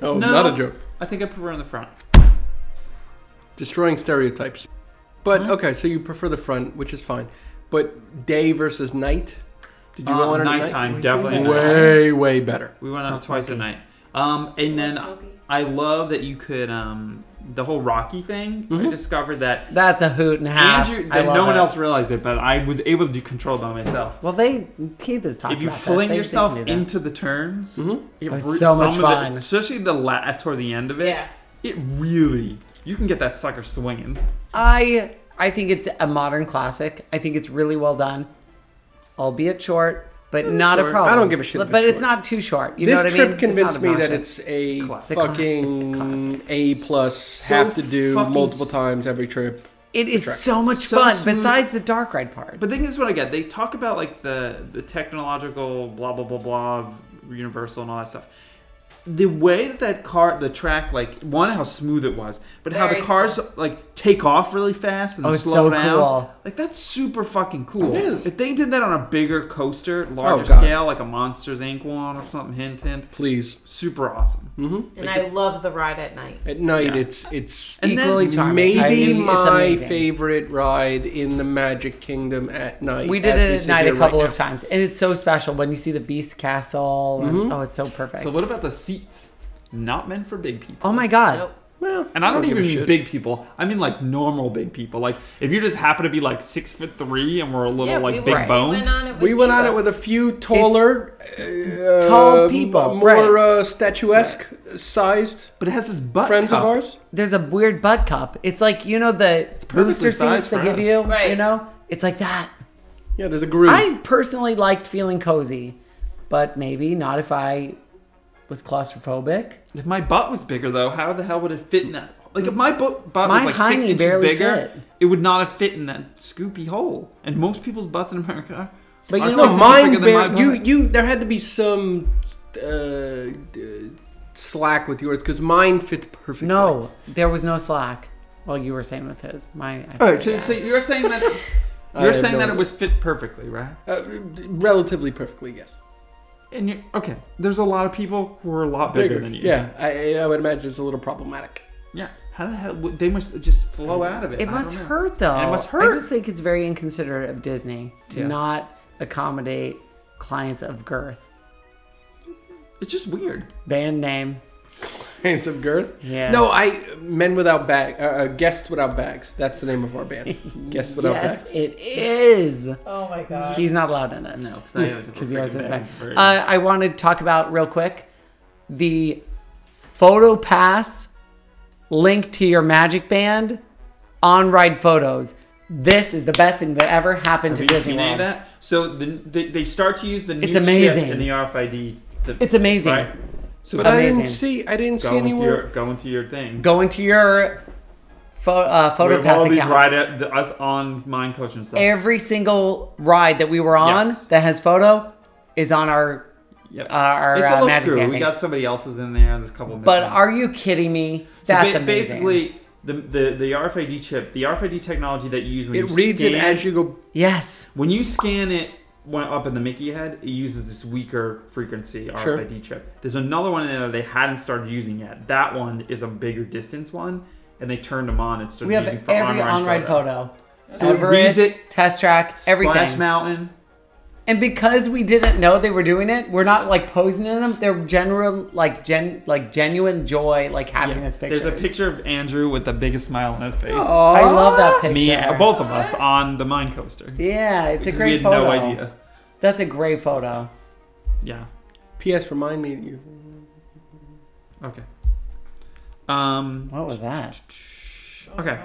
No,
no.
not a joke.
I think I prefer in the front.
Destroying stereotypes. But okay, so you prefer the front, which is fine. But day versus night? Did you
Uh,
go on it at night?
nighttime,
We
definitely.
seen
night.
that.
Way, way better.
We went out
Smells
twice a
smoky.
night. Um, and then
smoky.
I love that you could um, the whole Rocky thing. I discovered that
that's a hoot and a Mm-hmm. half.
Andrew
I
that
love
no one
it.
else realized it, but I was able to do control by myself.
Well, they Keith has talked
If you
about
fling
this. They- they
yourself
can do that.
into the turns, it
Oh, it's
re-
so
some
much
of
fun.
The, especially the la- toward the end of it,
Yeah.
it really you can get that sucker swinging.
I I think it's a modern classic. I think it's really well done, albeit short, but not
short.
a problem.
I don't give a shit if
But but
it's
it's
short.
not too short. You
this
know what I
trip
mean? It's not
convinced me that
obnoxious.
it's a
It's a cla- it's a
fucking
classic.
A plus.
So
have to do
fucking
multiple
s-
times every trip.
It is
attractive.
so much
So
fun.
smooth.
Besides the dark ride part,
But then this is what I get. They talk about like the the technological blah blah blah blah of Universal and all that stuff. The way that that car, the track, like one how smooth it was, but how the
Very
cars like take off really fast and
Oh, it's
slow
so
down.
cool.
Like that's super fucking cool.
It is.
If they did that on a bigger coaster, larger
Oh, God.
scale, like a Monsters Inc. one or something, hint hint,
Please.
super awesome.
Hmm.
And I love the ride at night.
At night,
Yeah.
it's it's e-
And then
equally charming.
maybe
I mean, it's
my
amazing.
favorite ride in the Magic Kingdom at night.
We did
as
it at
sit
night
here
a couple
right
of times, and it's so special when you see the Beast Castle. And, Oh, it's so perfect.
So what about the seats? Not meant for big people.
oh my god!
Nope.
now. Well,
And I don't,
give a
even mean
shit.
big people. I mean like normal big people. Like if you just happen to be like six foot three and we're a little
Yeah,
like
we
big
were, We
boned.
went on it with
We went on
Diva.
it with a few taller, uh,
tall people,
more
right.
uh, statuesque sized
but it has this butt
friends
cup.
of ours.
There's a weird butt cup. It's like you know the booster
sized
seats they
for
give
us.
you.
Right.
You know, it's like that.
Yeah, there's a groove.
I personally liked feeling cozy, but maybe not if I was claustrophobic.
If my butt was bigger though, how the hell would it fit in that? Like if my bu- butt
My
was like six
hiney
inches
barely
bigger,
fit.
it would not have fit in that scoopy hole. And most people's butts in America are.
But you
are
know what?
six
no,
inches
mine.
bigger than
Bear,
my
you,
butt.
you. There had to be some uh, d- slack with yours because mine fit perfectly.
No, there was no slack. Well, you were saying with his. My I-
All right,
So, so you're saying that
I
you're
have
saying
no
that it
idea.
was fit perfectly, right?
Uh, d- relatively perfectly, yes.
And you're okay. There's a lot of people who are a lot bigger, than you.
Yeah, I, I would imagine it's a little problematic.
Yeah. How the hell would- they must just flow out of it?
It
I
must
don't know.
hurt though.
It must
I
hurt.
just think it's very inconsiderate of Disney to
Yeah.
not accommodate clients of girth.
It's just weird.
Band name.
Handsome girth.
Yeah.
No, I men without bag. Uh, uh, guests without bags. That's the name of our band. guests without
Yes,
bags.
it is.
Oh my
Uh,
god.
He's not allowed in it.
No, because
because he always sits back. Uh, I want to talk about real quick the photo pass link to your Magic Band on ride photos. This is the best thing that ever happened
Have
to
you
Disney
seen any of
World.
that? So the, they, they start to use the new
It's
chip
amazing.
in the RFID. The,
It's amazing.
Right? So
But
go,
I didn't
Amazing.
see. I didn't see
into your,
anywhere.
go into your thing.
Go into your pho- uh,
We
photo
have
pass
all these
account.
ride at, the, us on Mind Coach and stuff.
Every single ride that we were on
Yes.
that has photo is on our.
Yep.
our, uh,
it's a little
Magic
screwy.
Band
We
thing.
got somebody else's in there. There's a couple.
But
missing.
are you kidding me? That's
so ba-
amazing.
basically the, the the RFID chip, the RFID technology that you use when
It
you
reads it
scan-
as you go.
yes.
When you scan it one up in the Mickey head, it uses this weaker frequency
Sure.
RFID chip. There's another one in there they hadn't started using yet. That one is a bigger distance one, and they turned them on and started
We have
using for
every
on
on-ride photo.
So it reads it,
test track,
Splash
everything.
Mountain.
And because we didn't know they were doing it, we're not like posing in them. They're general, like gen, like genuine joy, like happiness
Yeah.
pictures.
There's a picture of Andrew with the biggest smile on his face.
I love that Oh, picture.
Me, uh, both of us on the mine coaster.
Yeah, it's a
Because
great
we had
photo.
no idea.
That's a great photo.
Yeah.
P.S. Remind me. that You.
Okay. Um.
What was that?
Oh
Okay.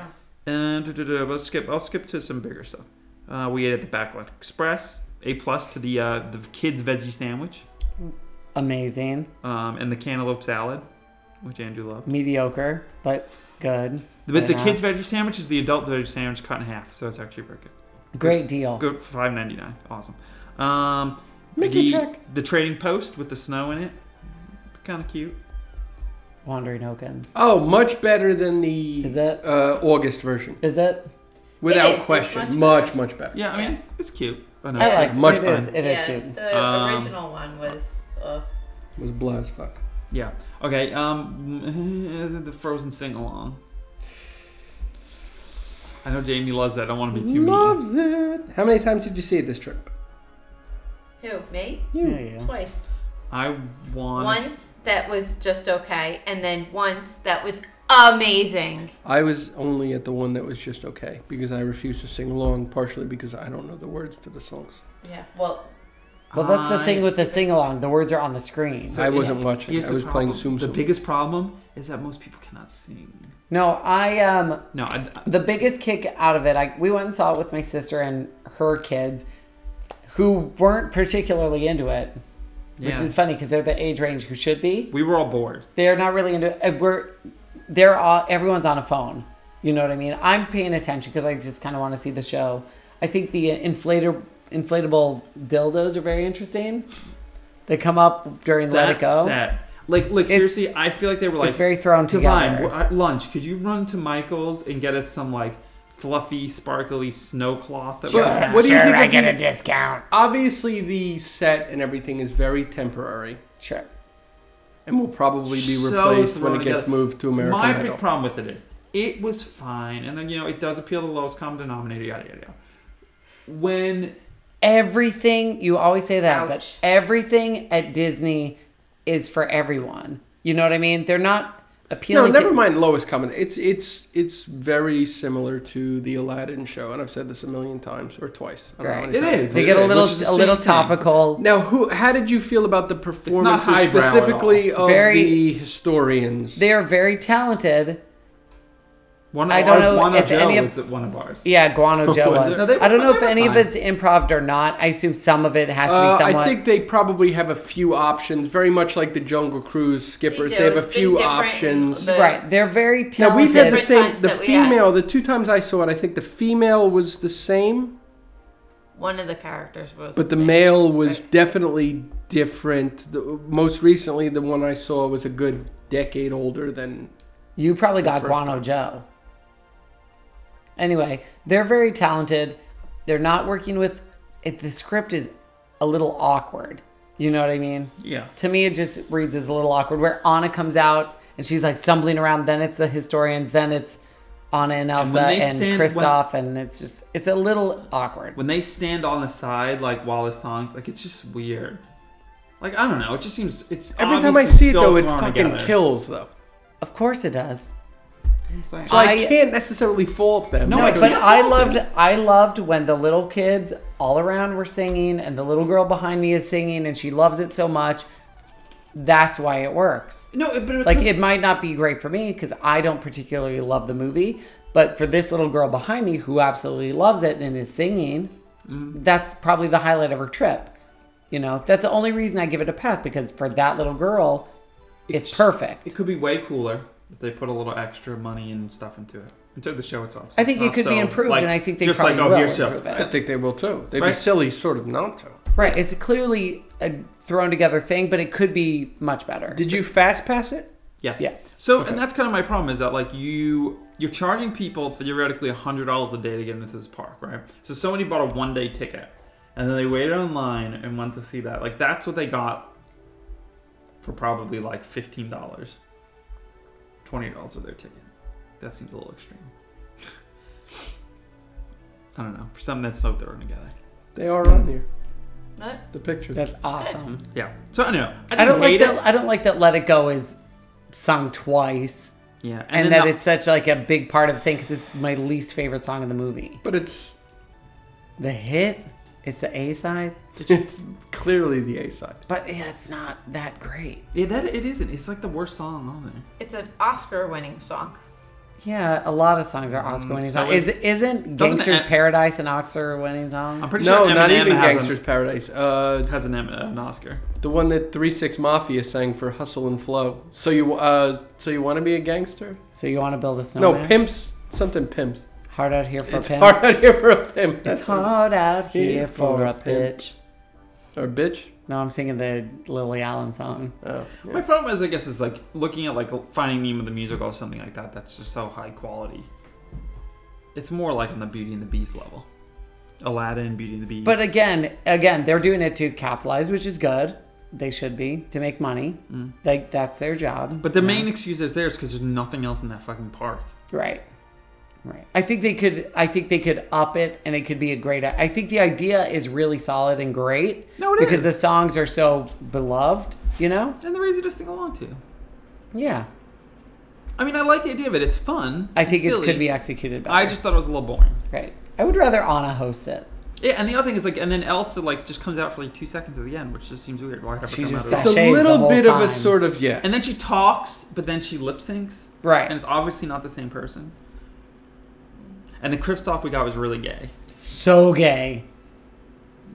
And duh, duh, duh, let's skip. I'll skip to some bigger stuff. Uh, we ate at the Backline Express. A plus to the uh, the kids veggie sandwich.
amazing,
um, and the cantaloupe salad, which Andrew loved.
mediocre, but good.
But the
enough.
kids' veggie sandwich is the adult veggie sandwich cut in half, so it's actually pretty good.
Great deal.
Good for five ninety nine. Awesome. Um,
Mickey
the,
check.
the trading post with the snow in it. Kind of cute.
Wandering Hokins.
Oh, much better than the
Is it?
uh, August version,
Is it?
without
is, it's
question.
much
Much, much better.
Yeah, I mean
Yeah.
It's, it's cute. I know.
I like it.
much
It
fun.
is- It is cute.
The
Um,
original one was. Uh,
It was blah as fuck.
Yeah. Okay. Um, the Frozen sing along. I know Jamie loves that. I don't want to be too mean.
Loves it. How many times did you see it this trip?
who? Me?
Yeah, yeah.
Twice.
I want.
Once that was just okay, and then once that was amazing.
I was only at the one that was just okay because I refused to sing along, partially because I don't know the words to the songs.
Yeah. Well,
Well, that's the
I-
thing with the sing along. The words are on the screen.
So
I wasn't watching.
Here's
I
the
was playing
problem.
Zoom
The
Zoom.
biggest problem is that most people cannot sing.
No, I um
No, I, I-
the biggest kick out of it. I we went and saw it with my sister and her kids, who weren't particularly into it, which
Yeah.
is funny because they're the age range who should be.
we were all bored.
they're not really into uh, we're they're all everyone's on a phone you know what i mean i'm paying attention because i just kind of want to see the show i think the inflator inflatable dildos are very interesting they come up during let
That's
it go
sad. Like, like seriously, I feel like they were like
it's very thrown
divine.
together
we're at lunch. Could you run to Michael's and get us some like fluffy, sparkly snow cloth? That
Sure.
we have?
What do you think
i
of
get
the-
a discount
Obviously, the set and everything is very temporary,
sure
and will probably be
So
replaced when
thrown
it gets
together.
moved to American
My
Idol.
big problem with it is it was fine, and then you know it does appeal to the lowest common denominator, yada yada yada. When
everything you always say that
Ouch.
but everything at disney is for everyone you know what i mean they're not
no,
appealing
never
to
mind lowest common. It's it's it's very similar to the Aladdin show, and I've said this a million times or twice. I don't know how
Right.
many
It
times.
is.
they get a
Which
little
is the
a little
same thing.
topical
Now, who? How did you feel about the performances
highbrow at all.
specifically of
Very-
the historians?
They are very talented.
one of
I don't
ours-
know
one
if
of Joe
any of-
was at one of ours.
Yeah, Guano Joe
Was
was.
it?
No, they were
I don't know
fine,
if
they were
any of
fine.
it's improv or not. I assume some of it has to
Uh,
be somewhat.
I think they probably have a few options, very much like the Jungle Cruise skippers. They,
do.
have a
It's been
few
different in
options.
the-
right, they're very
Now we've
talented.
had the
Different
same.
times
The
that we had.
female, the two times I saw it, I think the female was the same,
one of the characters was.
but the male was definitely different. The, most recently, the one I saw was a good decade older than.
you probably
The
got
first
Guano
time.
Joe. Anyway, they're very talented. They're not working with. It, the script is a little awkward. You know what I mean?
Yeah.
To me, it just reads as a little awkward. Where Anna comes out and she's like stumbling around, then it's the historians, then it's Anna and Elsa
when they
and,
stand- when-
Kristoff, and it's just it's a little awkward.
When they stand on the side like while the song, like it's just weird. Like I don't know, it just seems it's
Every time I
obviously
see it
Oh, so
though, it
thrown
fucking
together.
kills though.
Of course it does.
It's like-
So I,
I-
can't necessarily fault them.
No,
No,
I
but
can't
I
fault
loved
it.
I loved when the little kids all around were singing and the little girl behind me is singing and she loves it so much. That's why it works.
no, it- but it
Like
could-
it might not be great for me because I don't particularly love the movie, but for this little girl behind me who absolutely loves it and is singing,
Mm.
that's probably the highlight of her trip. You know, that's the only reason I give it a pass because for that little girl, it's, perfect.
It could be way cooler if they put a little extra money and stuff into it. Into the show itself. So
I
it's
think it
not
could be
so,
improved,
like,
and I think they
just
probably
like, oh,
will
here's show.
improve it.
I think they will too. They'd be
Right.
silly, sort of not to.
Right. It's clearly a thrown together thing, but it could be much better.
Did you fast pass it?
Yes.
Yes.
So, and that's kind of my problem is that like you you're charging people theoretically hundred dollars a day to get into this park, right? So somebody bought a one day ticket, and then they waited online and went to see that. Like that's what they got for probably like fifteen dollars, twenty dollars of their ticket. That seems a little extreme. I don't know. For something that's so thrown together.
They are on here.
What?
The picture.
That's awesome.
Yeah. So anyway, I,
I don't like
that.
that. I don't like that. Let it go is sung twice,
Yeah,
and,
and, then
that
the-
it's such like a big part of the thing because it's my least favorite song in the movie.
But it's
The hit, it's the A side,
it's clearly the A side.
but yeah, it's not that great.
yeah that it isn't. It's like the worst song on there.
It's an Oscar-winning song.
Yeah, a lot of songs are Oscar winning
so
songs.
is-
Is, isn't
doesn't Um,
Gangster's
it-
Paradise an Oscar winning song?
I'm pretty
No,
sure
not
Eminem
even
has an-
Gangster's Paradise. Uh,
has an, Em- an Oscar.
the one that Three Six Mafia sang for "Hustle and Flow." So you, uh, so you want to be a gangster?
so you want to build a
No,
snowman?
pimps. Something pimps.
Hard out here for
It's
a pimp.
hard out here for a pimp.
It's hard out here for a
pimp.
pitch.
Or bitch.
No, I'm singing the Lily Allen song.
Oh,
My
yeah.
problem is, I guess, is like looking at like Finding Nemo the musical or something like that. That's just so high quality. It's more like on the Beauty and the Beast level. Aladdin, Beauty and the Beast.
But again, again, they're doing it to capitalize, which is good. They should be to make money. Like that's their job.
Mm. but the
you know?
main excuse is there is because there's nothing else in that fucking park.
Right. Right. I think they could I think they could up it and it could be a great I think the idea is really solid and great.
No, it
because
is.
the songs are so beloved, you know?
And they're easy to sing along to.
Yeah.
I mean, I like the idea of it. It's fun.
I
It's
think it
silly.
could be executed better.
I just thought it was a little boring.
right. I would rather Anna host it.
Yeah, and the other thing is like, and then Elsa like just comes out for like two seconds at the end, which just seems weird. Why have her
She
come
just
out at
It's
all?
said-
a
Sachets the
little
whole
bit of a
time.
sort of yeah.
And then she talks, but then she lip syncs.
Right.
And it's obviously not the same person. And the Kristoff we got was really gay.
so gay.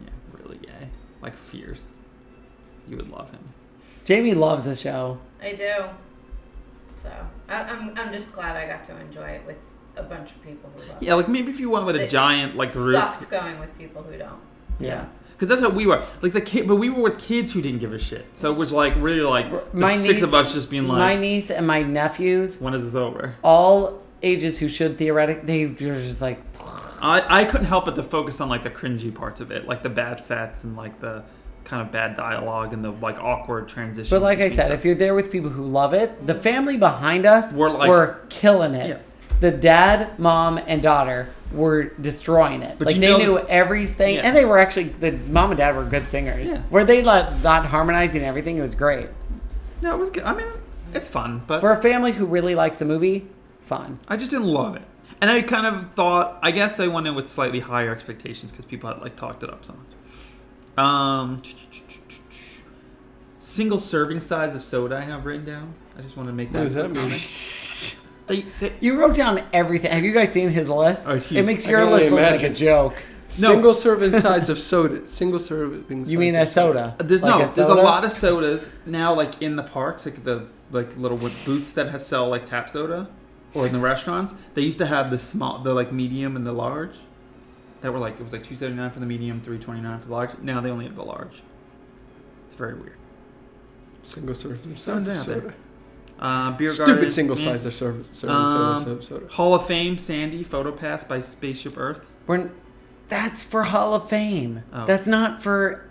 Yeah, really gay. Like fierce. You would love him.
Jamie loves the show.
I do. So I, I'm I'm just glad I got to enjoy it with a bunch of people who love.
Yeah, like maybe if you went with a
It
giant
it.
like group,
Sucked going with people who don't.
Yeah.
because that's how we were. Like the kid, but we were with kids who didn't give a shit. So it was like really like the
My
six
niece-
of us just being
My
like,
niece and my nephews,
when is this over?
all ages who should theoretic they were just like
I, I couldn't help but to focus on like the cringy parts of it, like the bad sets and like the kind of bad dialogue and the like awkward transitions.
But like I
between
said,
sets.
if you're there with people who love it, the family behind us
Were
were,
like-
killing it.
Yeah.
The dad, mom, and daughter were destroying it.
But
like
you
they
know-
knew everything,
Yeah.
and they were actually the mom and dad were good singers.
Yeah.
Were they like not harmonizing everything? It was great
no, it was good. I mean, it's fun, but
for a family who really likes the movie. Fun.
I just didn't love it. And I kind of thought, I guess I went in with slightly higher expectations because people had like talked it up so much. Um, single serving size of soda I have written down. I just want to make that.
What does that mean?
They, they,
You wrote down everything. Have you guys seen his list?
Oh, geez.
it makes
I
your
can only
list look like a
imagine.
joke.
No.
Single serving sides of soda. Single serving.
You mean a soda?
There's
Like
no, there's a
soda?
lot of sodas now, like in the parks, like the like little wood booths that have, sell like tap soda, or in the restaurants. They used to have the small, the like medium and the large, that were like it was like two seventy nine for the medium, three twenty nine for the large. Now they only have the large. It's very weird.
Single serving
Soda
sides of
out there.
soda.
Uh, beer garden,
Stupid single
eh.
Mm.
size of serving soda.
Um,
soda, soda.
Hall of Fame Sandy photo pass by Spaceship Earth.
We're, that's for Hall of Fame.
Oh.
That's not for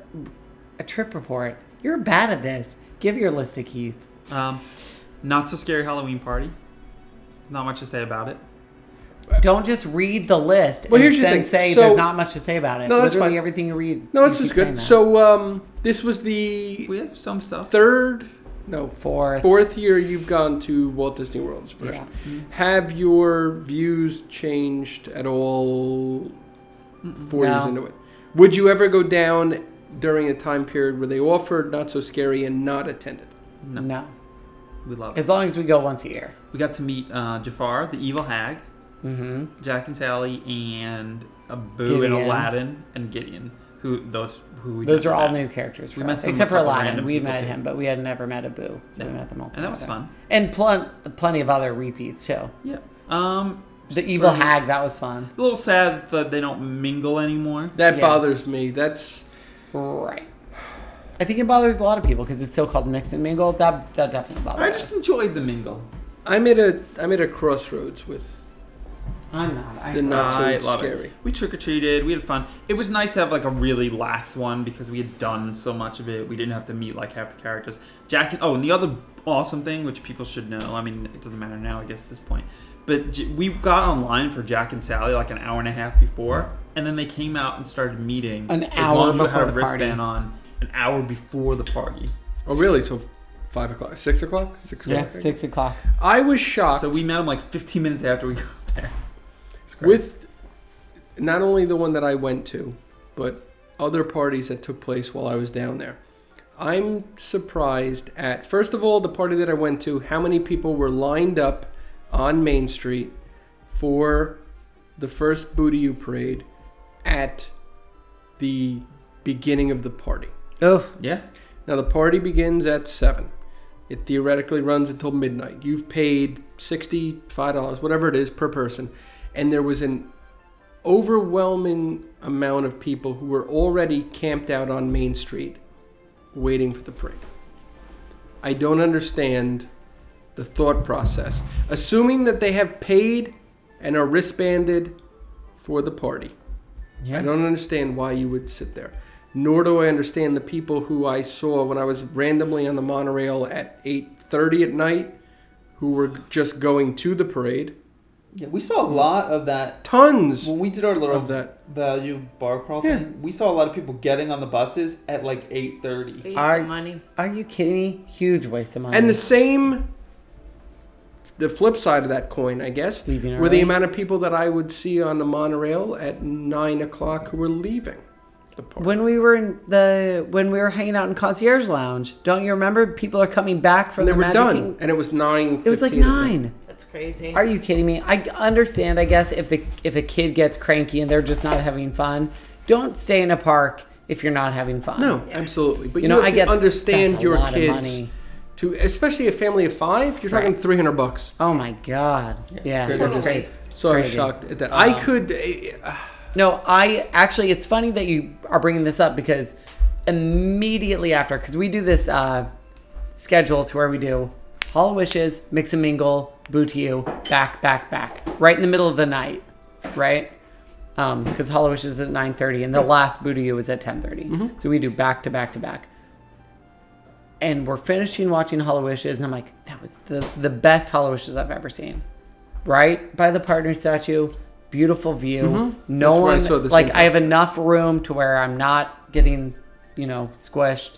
a trip report. You're bad at this. Give your list to Keith.
Um, not so scary Halloween party. There's not much to say about it.
Don't just read the list
Well,
and
here's the
then
thing.
say
So-
there's not much to say about it.
No, that's
Literally
fine.
everything you read.
No,
you
this is
keep saying
good.
that.
So um, this was the
We have some stuff.
third, no,
Fourth.
fourth year you've gone to Walt Disney World's
Yeah.
version. Have your views changed at all four years
No.
into it? Would you ever go down during a time period where they offered Not So Scary and not attended?
No.
We love it.
As long as we go once a year.
We got to meet uh, Jafar, the evil hag,
Mm-hmm.
Jack and Sally, and Abu and
Gideon.
Aladdin and Gideon. Who those? Who we
Those
never
are all
met.
new characters for
We met
us,
some
except for
couple
Aladdin.
random
We had
people,
met
too.
him, but we had never met Abu, so we
Yeah.
met them all
And that was
together.
fun.
And pl- plenty of other repeats too.
Yeah. Um.
The evil
really-
hag, that was fun.
A little sad that they don't mingle anymore.
That
Yeah.
bothers me. That's
Right. I think it bothers a lot of people because it's still called mix and mingle. That that definitely bothers.
I just
us.
enjoyed the mingle.
I'm at a I'm at a crossroads with
I'm not. I
the not so
I love
scary.
it. We trick or treated. We had fun. It was nice to have like a really lax one because we had done so much of it. We didn't have to meet like half the characters. Jack. And, oh, and the other awesome thing, which people should know. I mean, it doesn't matter now, I guess, at this point. But J- we got online for Jack and Sally like an hour and a half before, and then they came out and started meeting
An
as
hour
long as you
before
had a
the party.
wristband on an hour before the party.
Oh, really? So five o'clock, six o'clock, six
yeah,
o'clock.
six o'clock.
I was shocked.
So we met them like 15 minutes after we got there. It's great.
with not only the one that I went to, but other parties that took place while I was down there. I'm surprised at first of all the party that I went to, how many people were lined up on Main Street for the first Booty You parade at the beginning of the party.
Oh,
Yeah.
Now the party begins at seven. It theoretically runs until midnight. You've paid sixty-five dollars, whatever it is, per person, and there was an overwhelming amount of people who were already camped out on Main Street, waiting for the parade. I don't understand the thought process. Assuming that they have paid and are wristbanded for the party, I
yeah.
don't understand why you would sit there. Nor do I understand the people who I saw when I was randomly on the monorail at 8:30 at night who were just going to the parade.
Yeah, we saw a lot of that
Tons
when we did our little
of that.
value bar crawl
Yeah.
thing. We saw a lot of people getting on the buses at like eight thirty.
Waste
I-
of money.
Are you kidding me? Huge waste of money.
And the same the flip side of that coin, I guess,
Leaving
were the
early.
amount of people that I would see on the monorail at nine o'clock who were leaving the park.
when we were in the when we were hanging out in concierge lounge, don't you remember? People are coming back from
and they
the
were
Magic
done,
Kingdom.
and it was nine.
It was like nine.
That's crazy.
Are you kidding me? I understand. I guess if the if a kid gets cranky and they're just not having fun, don't stay in a park if you're not having fun.
No, absolutely. But
You know,
you, have
I
to
get-
understand
that's a
your
lot of
kids.
money.
To especially a family of five, you're talking
Right.
300 bucks.
Oh my god. Yeah,
Crazy.
that's
Total
crazy.
waste.
So I was
Crazy. Um,
shocked at that. I could. Uh,
No, I actually, it's funny that you are bringing this up because immediately after, because we do this uh, schedule to where we do Hall of Wishes, Mix and Mingle, Boo to You, back, back, back, right in the middle of the night, right? Because Hall of Wishes is at 9.30 and the last Boo to You is at 10.30.
Mm-hmm.
So we do back to back to back. And we're finishing watching Hollow Wishes, and I'm like, that was the, the best Hollow Wishes I've ever seen right by the partner statue. Beautiful view. No
Mm-hmm. That's where I
one
saw the
like
same
I have enough room to where I'm not getting, you know, squished.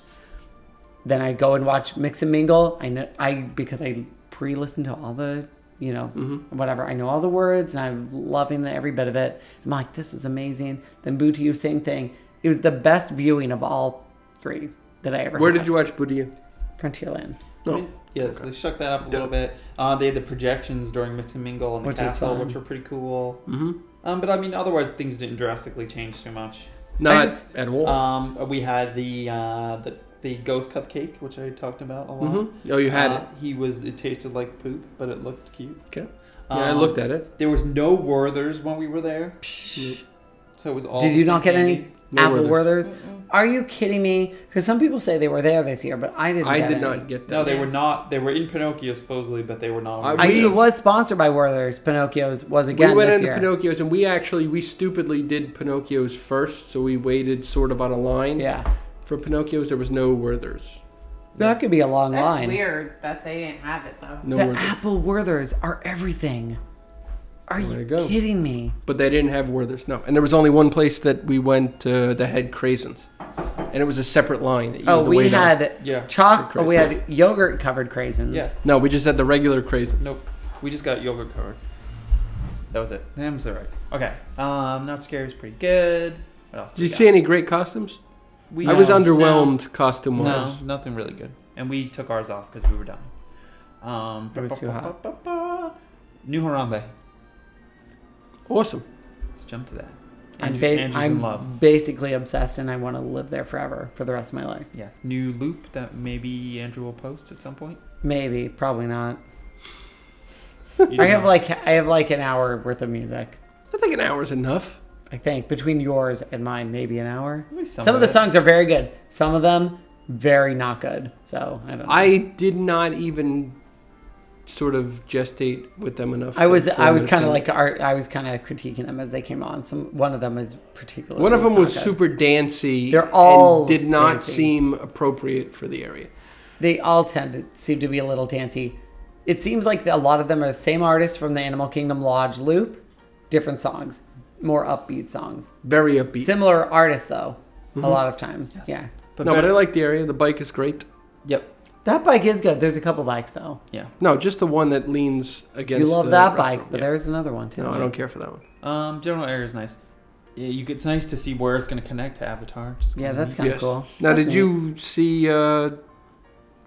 Then I go and watch Mix and Mingle. I know I because I pre-listen to all the, you know,
Mm-hmm.
whatever. I know all the words and I'm loving the, every bit of it. I'm like, this is amazing. Then Boo to You, same thing. It was the best viewing of all three that I ever.
where
had.
did you watch Buddha?
Frontierland?
No.
Yes, they shook that up a little bit. Uh, they had the projections during Mix and Mingle and the
Which is
castle,
fun.
which were pretty cool. Mm-hmm. Um, but I mean, otherwise things didn't drastically change too much.
Not
just-
at all.
uh,
Um, we had the uh, the the ghost cupcake, which I talked about a lot.
Mm-hmm.
Mhm. Oh, you had
Uh, He was. It tasted like poop, but it looked cute.
it. Okay. Yeah, I
um,
looked at it.
There was no Werthers when we were there, so it was all.
Did
the
you
same
not get
candy.
any
No
apple
Werthers.
Werthers? Are you kidding me? Because some people say they were there this year, but I didn't.
I
get
did
any.
not get that.
No, they were not. They were in Pinocchio supposedly, but they were not.
I-
I,
We-
it was sponsored by Werther's. Pinocchio's was again
we went
this
into
year.
Pinocchio's, and we actually we stupidly did Pinocchio's first, so we waited sort of on a line.
yeah,
For Pinocchio's, there was no Werthers.
that could be a long
That's
line.
weird that they didn't have it though.
No
The
Werthers.
apple Werthers are everything. Are
Way to
you
go.
kidding me?
But they didn't have Werthers. No. And there was only one place that we went uh, that had craisins, and it was a separate line. That you
Oh,
to
we
wait on.
had
Yeah.
chalk.
For
We had yogurt covered craisins.
Yeah.
No, we just had the regular craisins.
Nope. We just got yogurt covered. That was it. Them's alright. Okay. Um, not scary is pretty good. What else?
Did you see any great costumes?
We,
I was
no,
underwhelmed costume
No, no,
wise.
nothing really good. And we took ours off because we were dying. Um,
It was too hot.
hot. New Harambe.
Awesome.
Let's jump to that.
I'm,
Andrew,
ba-
Andrew's in
I'm
love.
basically obsessed, and I want to live there forever for the rest of my life.
Yes. New loop that maybe Andrew will post at some point.
Maybe, probably not.
You
I
don't
have
know.
like I have like an hour worth of music.
I think an hour's enough.
I think between yours and mine, maybe an hour.
Maybe
Some, of the
it.
songs are very good. Some of them very not good. So I don't. Know.
I did not even sort of gestate with them enough.
I
to
was
form
I was
an
kind of
opinion.
like art, I was kind of critiquing them as they came on. Some one of them is particularly
one of them was
not good.
super dancey.
They're all
and did not
dancey.
seem appropriate for the area.
They all tend to seem to be a little dancey. It seems like a lot of them are the same artists from the Animal Kingdom Lodge loop, different songs, more upbeat songs.
Very upbeat.
Similar artists though,
Mm-hmm.
a lot of times. Yeah,
But
no, but I
better-
like the area. The bike is great.
Yep.
that bike is good. There's a couple bikes though.
Yeah.
No, just the one that leans against.
You love
the
that
restroom.
bike, but
Yeah.
there's another one too.
no, I don't care for that one.
Um, general area is nice. Yeah, you, it's nice to see where it's going to connect to Avatar. Just
Yeah,
kinda
that's
neat.
kind of
Mm-hmm. Yes.
cool.
Now,
That's
did you see uh,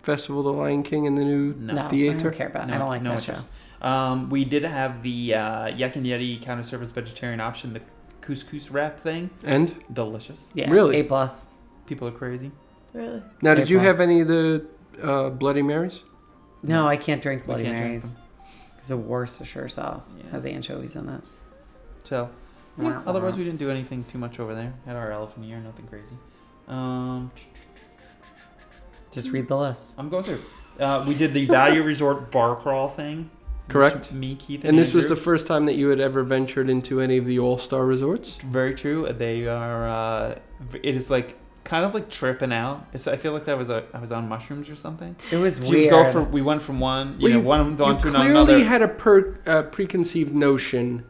Festival of the Lion King in the new
neat. No, I
theater?
don't care about.
No,
I don't like
no
that show.
interest. Um, we did have the uh, Yak and Yeti counter service vegetarian option, the couscous wrap thing.
And
Delicious.
Yeah.
Really?
A plus.
People are crazy.
Really?
now,
A
did you
plus.
have any of the uh, Bloody Marys?
No, I can't drink Bloody
can't drink
Marys. Because the Worcestershire sauce
Yeah.
has anchovies in it.
So, yeah,
Wah, wah.
otherwise we didn't do anything too much over there. Had our elephant ear, nothing crazy. Um,
Just read the list.
I'm going through. Uh, we did the value resort bar crawl thing.
Correct.
Which Me, Keith, and,
And this was
Andrew.
the first time that you had ever ventured into any of the All Star resorts.
Very true. They are. Uh, it is like kind of like tripping out. It's, I feel like that was a I was on mushrooms or something.
It was
We
weird.
go from we went from one you
Well,
know,
you-
one
you
on to
clearly
another.
had a per, uh, preconceived notion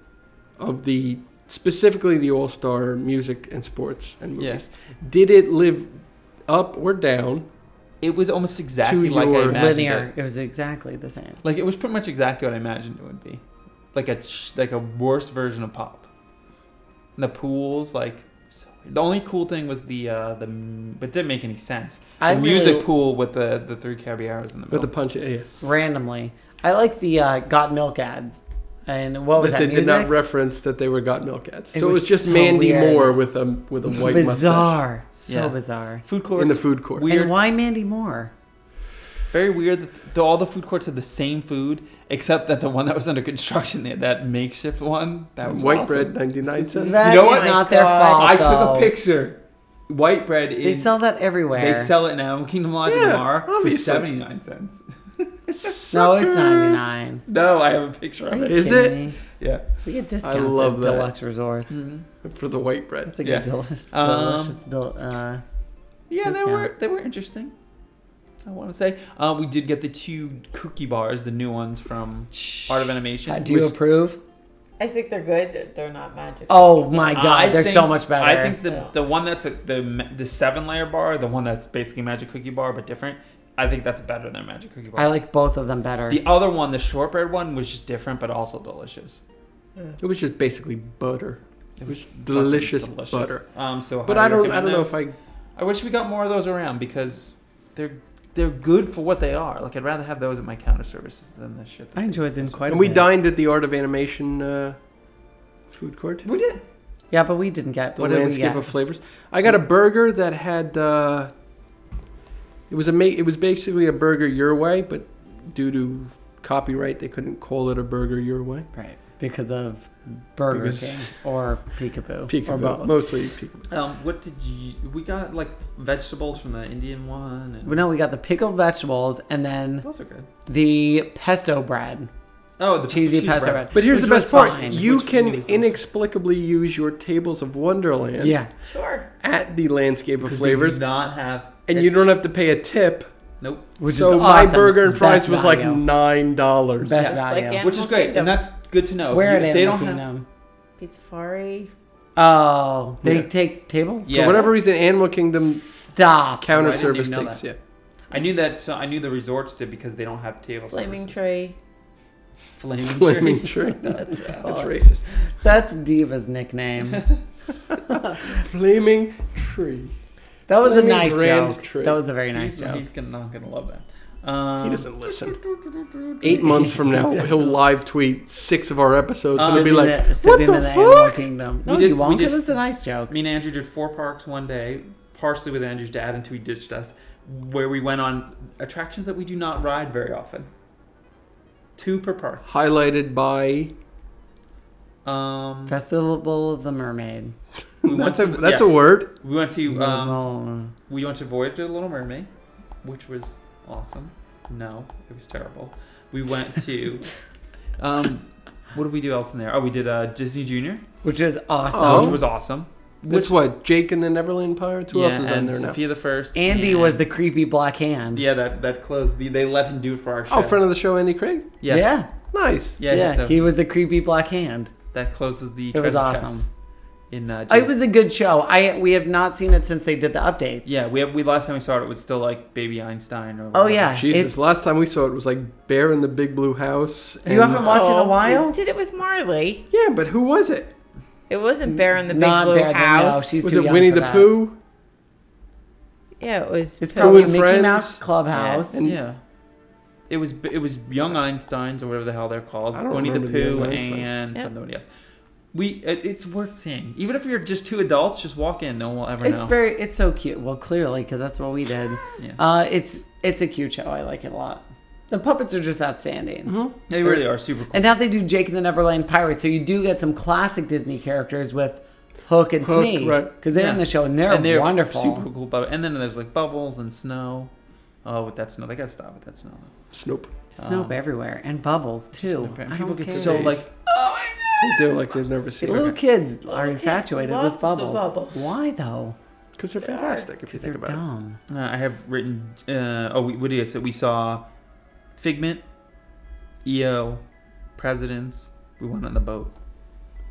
of the specifically the All Star music and sports and
Yeah.
movies. Did it live up or down?
it was almost exactly
to
like I
your
imagined
linear.
it.
It. was exactly the same.
Like it was pretty much exactly what I imagined it would be, like a ch- like a worse version of pop. And the pools like. so weird. The only cool thing was the uh, the m- but it didn't make any sense. The
I
music
really-
pool with the the three caballeros in the middle.
With the punch, yeah.
randomly. I like the uh, Got Milk ads. And what was
that
that,
they
music?
did not reference that they were got milk ads.
It
so it
was
was just
so
Mandy
weird.
Moore with a with a white
bizarre. So
Yeah.
bizarre.
food
mustache
court
in the food court.
Weird.
And why Mandy Moore?
Very weird that the, all the food courts had the same food, except that the one that was under construction, they had that makeshift one. That was
White
awesome.
bread, Oh ninety nine
That
cents.
is
know what?
not
My
their
God.
fault.
I took
though.
a picture. White bread is.
They sell that everywhere.
they sell it now. Kingdom Lodge
Yeah,
and Lamar for
obviously.
seventy nine cents.
No, it's 99.
No, I have a picture of
Are
it.
you
Is
kidding
it?
me?
Yeah.
We get discounts
love
at
that.
deluxe resorts.
for the white bread.
That's a good
Yeah.
deli-
Um,
delicious. del- uh,
Yeah, they
Discount.
were they were interesting. I want to say uh, we did get the two cookie bars, the new ones from Art of Animation.
uh, do you
which-
approve?
I think they're good. They're not magic.
Oh my god,
I
they're
think-
so much better.
I think the
Yeah.
the one that's a, the the seven layer bar, the one that's basically magic cookie bar but different. I think that's better than magic cookie
I
bar.
like both of them better.
the other one, the shortbread one, was just different but also delicious.
It was just basically butter. It was
fucking
delicious, butter.
Um, so
But
highly
I don't I
recommend
don't know
those.
if I
I wish we got more of those around because they're they're good for what they are. Like I'd rather have those at my counter services than the shit.
I
That
enjoyed them quite a
and we
bit.
dined at the Art of Animation uh, food court.
we did.
Yeah, but we didn't get
The
what did we
landscape
get?
of flavors. I got a burger that had uh, it was a ma- it was basically a burger your way, but due to copyright they couldn't call it a burger your way.
right because of Burger
Because-
King or Peekaboo, or
Peekaboo,
both.
mostly peekaboo.
Um, what did you? We got like vegetables from the Indian one. And,
But no, we got the pickled vegetables and then
those are good.
the pesto bread,
Oh, the
cheesy
cheese
pesto
bread.
bread.
But here's
which
the best
was
part:
fine.
you
Which
can
one is it?
inexplicably use your tables of Wonderland
yeah,
Sure.
at the landscape of
Because we do
flavors,
not have.
and you don't have to pay a tip.
Nope.
which
so
is
my
awesome.
burger and
Best
fries was like
value.
nine dollars.
best
Just like
value.
Animal
Which is great,
Kingdom.
and that's good to know. If
Where
you-
in
they
Animal
don't have.
Kingdom?
Pizza Fari.
Oh, they
Yeah.
take tables.
Yeah.
For whatever reason, Animal Kingdom
Stop.
Oh,
counter
I didn't even
service
know
takes.
that.
Yeah,
I knew that. So I knew the resorts did because they don't have tables.
Flaming Tree.
Flaming tree.
flaming tree.
That's
That's
awesome.
racist.
That's Diva's nickname.
Flaming tree.
That was a
Flaming
nice
Grand
joke.
Tree.
That was a very nice
He's,
joke.
he's gonna, not gonna love that. Um,
He doesn't listen. Eight months from now, he'll live tweet six of our episodes and
Sitting
it'll be like,
in the,
"What
sitting
the
in the Animal
fuck?"
Kingdom.
We
No,
did-
you
we
won't.
did-
'cause It's a nice joke.
Me and Andrew did four parks one day, partially with Andrew's dad until he ditched us, where we went on attractions that we do not ride very often. Two per park.
highlighted by.
Um,
Festival of the Mermaid.
we went
That's a
to-
that's
yeah.
a word.
We went to um,
Mermaid.
we went to Voyage of the Little Mermaid, which was awesome. No, it was terrible. We went to um, what did we do else in there? Oh, we did uh, Disney Junior,
which is awesome.
Oh.
which was awesome.
That's what Jake and the Neverland Pirates. Who else is on
and
there now?
Sophia the First.
Andy
and-
was the creepy black hand.
yeah that that closed. The, they let him do it for our show.
Oh, friend of the show, Andy Craig.
yeah,
yeah, yeah.
yeah.
Nice.
yeah, so-
he was the creepy black hand.
that closes the
It was
treasure
awesome.
chest in uh,
It was a good show. I we have not seen it since they did the updates.
yeah we we last time we saw it, it was still like baby einstein or
Oh
whatever.
yeah.
Jesus,
It's-
last time we saw it was like Bear in the Big Blue House.
you haven't watched it in a
We
while.
did it with Marley.
Yeah, but who was it?
It wasn't Bear in the Big
Not
Blue
Bear, no,
House.
she's- He's
was
too
it
young
Winnie
for
the
that.
Pooh?
yeah, it was.
It's
Pooh.
probably
and
Mickey
Friends.
Mouse Clubhouse.
yeah It was it was Young Einsteins or whatever the hell they're called.
I don't
Winnie the
remember the
Pooh
Young Einsteins.
and
Yep.
somebody else. We it, it's worth seeing. Even if you're just two adults, just walk in. No one will ever
It's
know.
very, it's so cute. Well, clearly, because that's what we did.
Yeah.
uh, it's it's a cute show. I like it a lot. The puppets are just outstanding.
they really are super cool.
And now they do Jake and the Neverland Pirates, so you do get some classic Disney characters with Hook and
Hook,
Smee,
right.
Because they're
Yeah.
in the show and they're,
and they're
wonderful.
Super cool. bubble- And then there's like bubbles and snow. Oh, with that snow, they gotta stop with that snow.
Snoop.
Snow
Um,
everywhere and bubbles too.
Snow-
I
People
don't
get
care.
so like
Oh my
They
god.
do like they've never seen
little
it.
kids are
kids
infatuated
love
with
the
bubbles.
bubbles.
Why though?
Because they're fantastic if you
Because they're
think about it.
dumb.
uh, I have written. Uh, oh, we, what do you say? We saw Figment, EO, Presidents. We went on the boat,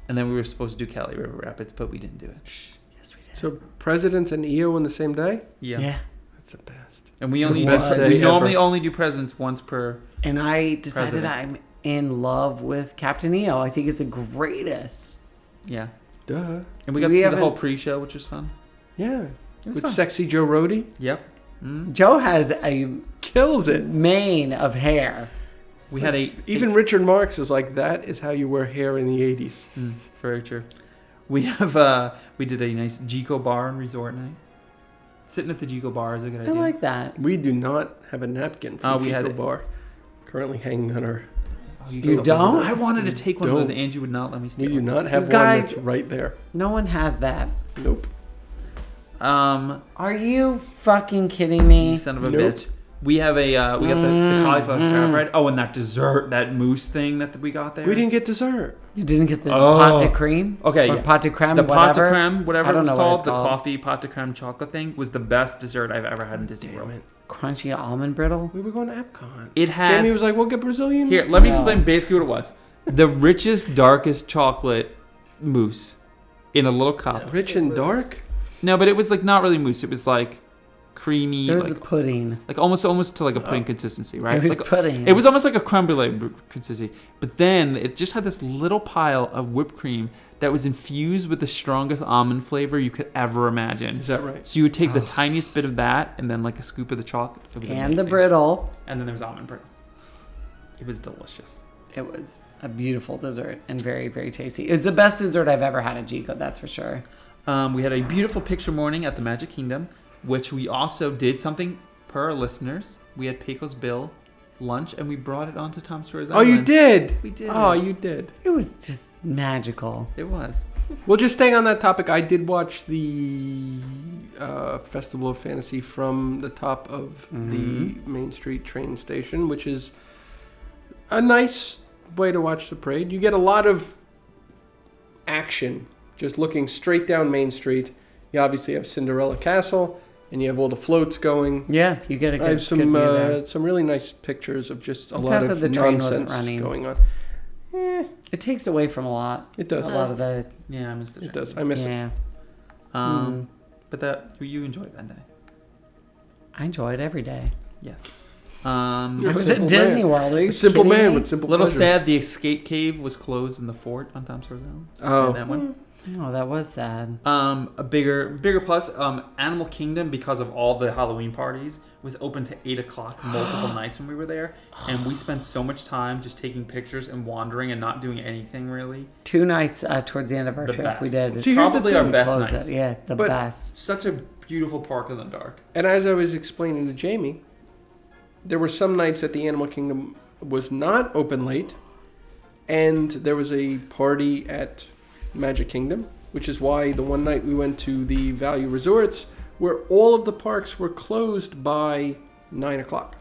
and then we were supposed to do Cali River Rapids, but we didn't do it.
Yes, we did.
So presidents and EO on the same day?
Yeah,
That's the best.
and we
It's the
only uh,
best
we
day
normally
ever.
only do Presidents once per.
And I decided
President.
I'm in love with Captain EO. I think it's the greatest.
Yeah,
Duh.
and we got
We
to see the whole
haven't-
pre-show, which was fun.
Yeah.
It was
With
fun.
sexy Joe Rody.
Yep. Mm.
Joe has a
Kills it.
Mm. mane of hair.
We had a
Even Richard Marx is like, that is how you wear hair in the 80s.
Mm, very true. We have uh we did a nice Jico bar and resort night. Sitting at the Jico bar is a good
I
idea.
like that.
We do not have a napkin for
Oh,
uh,
we had it.
Bar. Currently hanging on our.
Oh,
You
so-
don't?
I wanted to take one of those.
Don't.
Angie would not let me
We
steal.
do not have
You
one
guys-
that's right there.
No one has that.
Nope.
Um,
Are you fucking kidding
you
me?
son of a
Nope.
bitch. We have a uh, we got the, the
Mm,
cauliflower
mm.
crab right. Oh, and that dessert, that moose thing that we got there.
We didn't get dessert.
You didn't get the
Oh.
pot de cream?
Okay,
Or
yeah.
pot de creme,
the pot de
whatever?
creme, whatever
I don't
it was
know what
called,
it's
the
called.
coffee pot de creme chocolate thing was the best dessert I've ever had in Disney
Damn
World.
it.
It,
Crunchy almond brittle?
We were going to Epcon.
had
Jamie was like, we'll get Brazilian.
Here, let me
No.
explain basically what it was. The richest, darkest chocolate mousse in a little cup.
Rich and dark?
No, but it was like not really mousse. It was like creamy,
It was
like,
pudding.
like almost almost to like a
Oh.
pudding consistency, right?
It was
Like,
pudding.
it was almost like a creme brulee br- consistency. But then it just had this little pile of whipped cream that was infused with the strongest almond flavor you could ever imagine.
Is that right?
So you would
Oh.
take the tiniest bit of that and then like a scoop of the chocolate. It was
and the
amazing.
brittle.
And then there was almond brittle. It was delicious.
It was a beautiful dessert and very, very tasty. It's the best dessert I've ever had at Gico, that's for sure.
Um, we had a beautiful picture morning at the Magic Kingdom, which we also did something per our listeners. We had Pecos Bill lunch, and we brought it onto Tom Sawyer's
Oh, you
Island.
did.
We did.
Oh, you did.
It was just magical.
It was.
Well, just staying on that topic, I did watch the uh, Festival of Fantasy from the top of the
Mm-hmm.
Main Street train station, which is a nice way to watch the parade. You get a lot of action just looking straight down Main Street. You obviously have Cinderella Castle, and you have all the floats going.
Yeah, you get a good,
I have some
good view there.
uh, some really nice pictures of just a
It's
lot
not
of
that the train wasn't
nonsense
running.
going on.
uh, eh.
It takes away from a lot.
It
A
does.
lot of the
Yeah, I missed the
It
train.
does. I Hmm. miss it.
Oh, yeah.
Um, But that you, you enjoyed that day.
I enjoy it every day.
Yes. Um,
You're
I was
simple
at Disney
man.
World. Are you
Simple
kidding
man
me?
with simple
little
pleasures.
sad, the escape cave was closed in the fort on Tom Sawyer's Island.
Oh.
that one.
Oh, that was sad.
Um, a bigger, bigger plus. Um, Animal Kingdom, because of all the Halloween parties, was open to eight o'clock multiple nights when we were there, and we spent so much time just taking pictures and wandering and not doing anything really.
Two nights uh, towards the end of our
The
trip,
best.
we did.
See, here's the
Probably our
thing.
best
close
nights.
it. Yeah, the
But-
best.
Such a beautiful park in the dark.
And as I was explaining to Jamie, there were some nights that the Animal Kingdom was not open late, and there was a party at Magic Kingdom, which is why the one night we went to the Value Resorts, where all of the parks were closed by nine o'clock,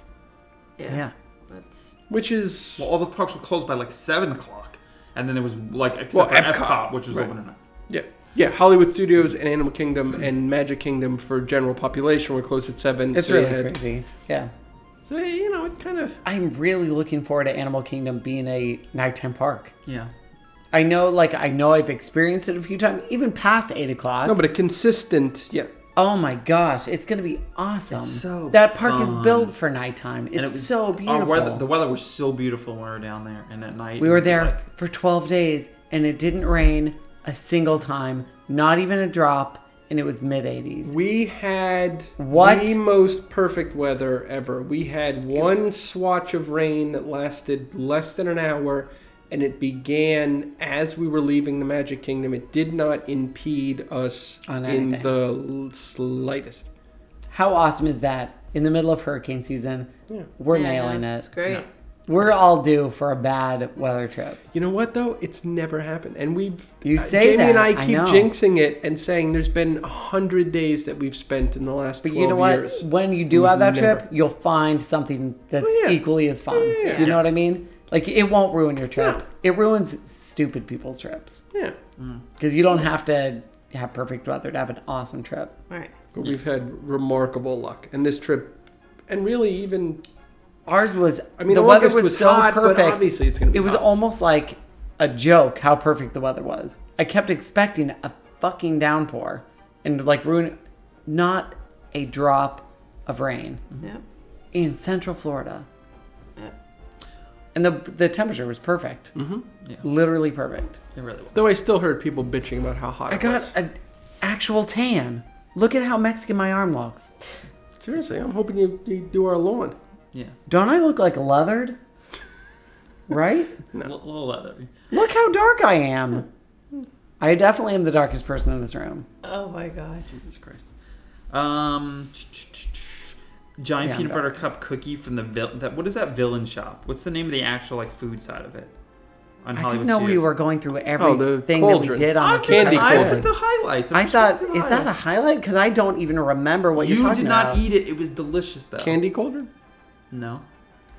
Yeah.
That's
which is
Well, all the parks were closed by like seven o'clock, and then there was like except
Well,
for
Epcot,
Epcot, which was
right.
open at night.
yeah. Yeah, Hollywood Studios and Animal Kingdom and Magic Kingdom for general population were closed at seven.
It's
so you
really
had-
crazy. Yeah.
So you know, it kind of
I'm really looking forward to Animal Kingdom being a nighttime park.
Yeah.
I know, like, I know I've experienced it a few times, even past eight o'clock.
no, but a consistent yeah.
oh my gosh, it's gonna be awesome!
so
that park
fun.
is built for nighttime. It's
And it was-
so beautiful.
Our weather, the weather was so beautiful when we were down there, and at night
we
it
were
was,
there
like-
for 12 days, and it didn't rain a single time, not even a drop. and it was mid 80s.
We had
What?
the most perfect weather ever. We had one swatch of rain that lasted less than an hour, and it began as we were leaving the Magic Kingdom. It did not impede us
On
in
anything.
the l- slightest.
How awesome is that? In the middle of hurricane season, we're nailing
It's
it.
great.
We're all due for a bad weather trip.
You know what though? It's never happened, and we've
You
uh,
say
Jamie and
that,
I
I
keep
know.
jinxing it and saying there's been a hundred days that we've spent in the last
But
twelve
you know what?
years.
When you do
We've
have that
never-
trip, you'll find something that's
Oh, yeah.
equally as fun.
yeah,
You
yeah.
know what I mean? Like it won't ruin your trip.
No.
It ruins stupid people's trips
Yeah,
because you don't have to have perfect weather to have an awesome trip.
All right.
but we've had remarkable luck, and this trip, and really even
Ours was.
I mean,
the
August
weather was,
was
so
hot, but
perfect.
obviously it's gonna be
It was
hot.
almost like a joke how perfect the weather was. I kept expecting a fucking downpour and like ruin, not a drop of rain
Yep.
in Central Florida,
Yeah.
and the the temperature was perfect. Mm-hmm.
Yeah.
Literally perfect.
It really was.
Though I still heard people bitching about how hot
I
it
got
was.
an actual tan. Look at how Mexican my arm looks.
Seriously, I'm hoping you, you do our lawn.
Yeah.
Don't I look like leathered? Right?
A little leather.
Look how dark I am. I definitely am the darkest person in this room.
Oh my god.
Jesus Christ. Um, giant
Yeah, I'm
peanut butter cup cookie from the vil- that. What is that villain shop? What's the name of the actual like food side of it? On
I didn't know we
Studios. Oh,
were going through
the
everything that we
cauldron.
did on
I'm
the
just-
Candy
I
corn.
put the highlights. I'm
I
just
thought,
looking at the
is that a
highlights.
highlight? Because I don't even remember what you're
You
talking
did not
about.
eat it. It was delicious though.
Candy cauldron?
No,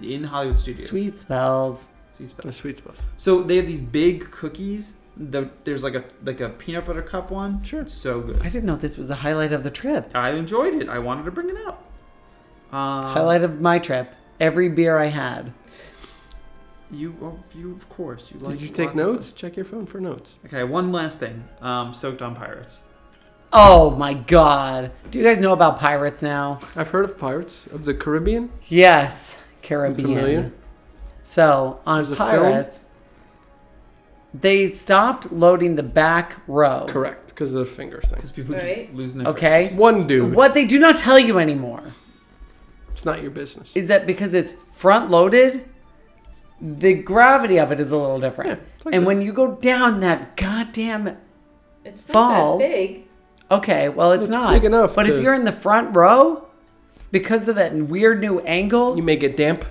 in Hollywood Studios.
Sweet spells.
Sweet spot.
A sweet spot.
So they have these big cookies. The, there's like a like a peanut butter cup one.
Sure.
It's So good.
I didn't know this was a highlight of the trip.
I enjoyed it. I wanted to bring it up. Um,
highlight of my trip. Every beer I had.
You, of- you of course. You like
Did you take
lots of
notes? Check your phone for notes.
them. Okay, one last thing. Um, soaked on pirates.
Oh my god. Do you guys know about pirates now?
I've heard of Pirates of the Caribbean.
Yes, Caribbean.
familiar.
So on
There's a
pirates, they stopped loading the back row.
Correct, because of the fingers thing.
Because people
Right.
keep losing their
Okay.
One dude.
What they do not tell you anymore
It's not your business.
is that because it's front loaded, the gravity of it is a little different.
Yeah, it's like
and
this.
when you go down that goddamn
It's not
Fall.
that big.
okay, well it's,
It's
not
big enough
But if
to-
you're in the front row, because of that weird new angle,
You make it damp.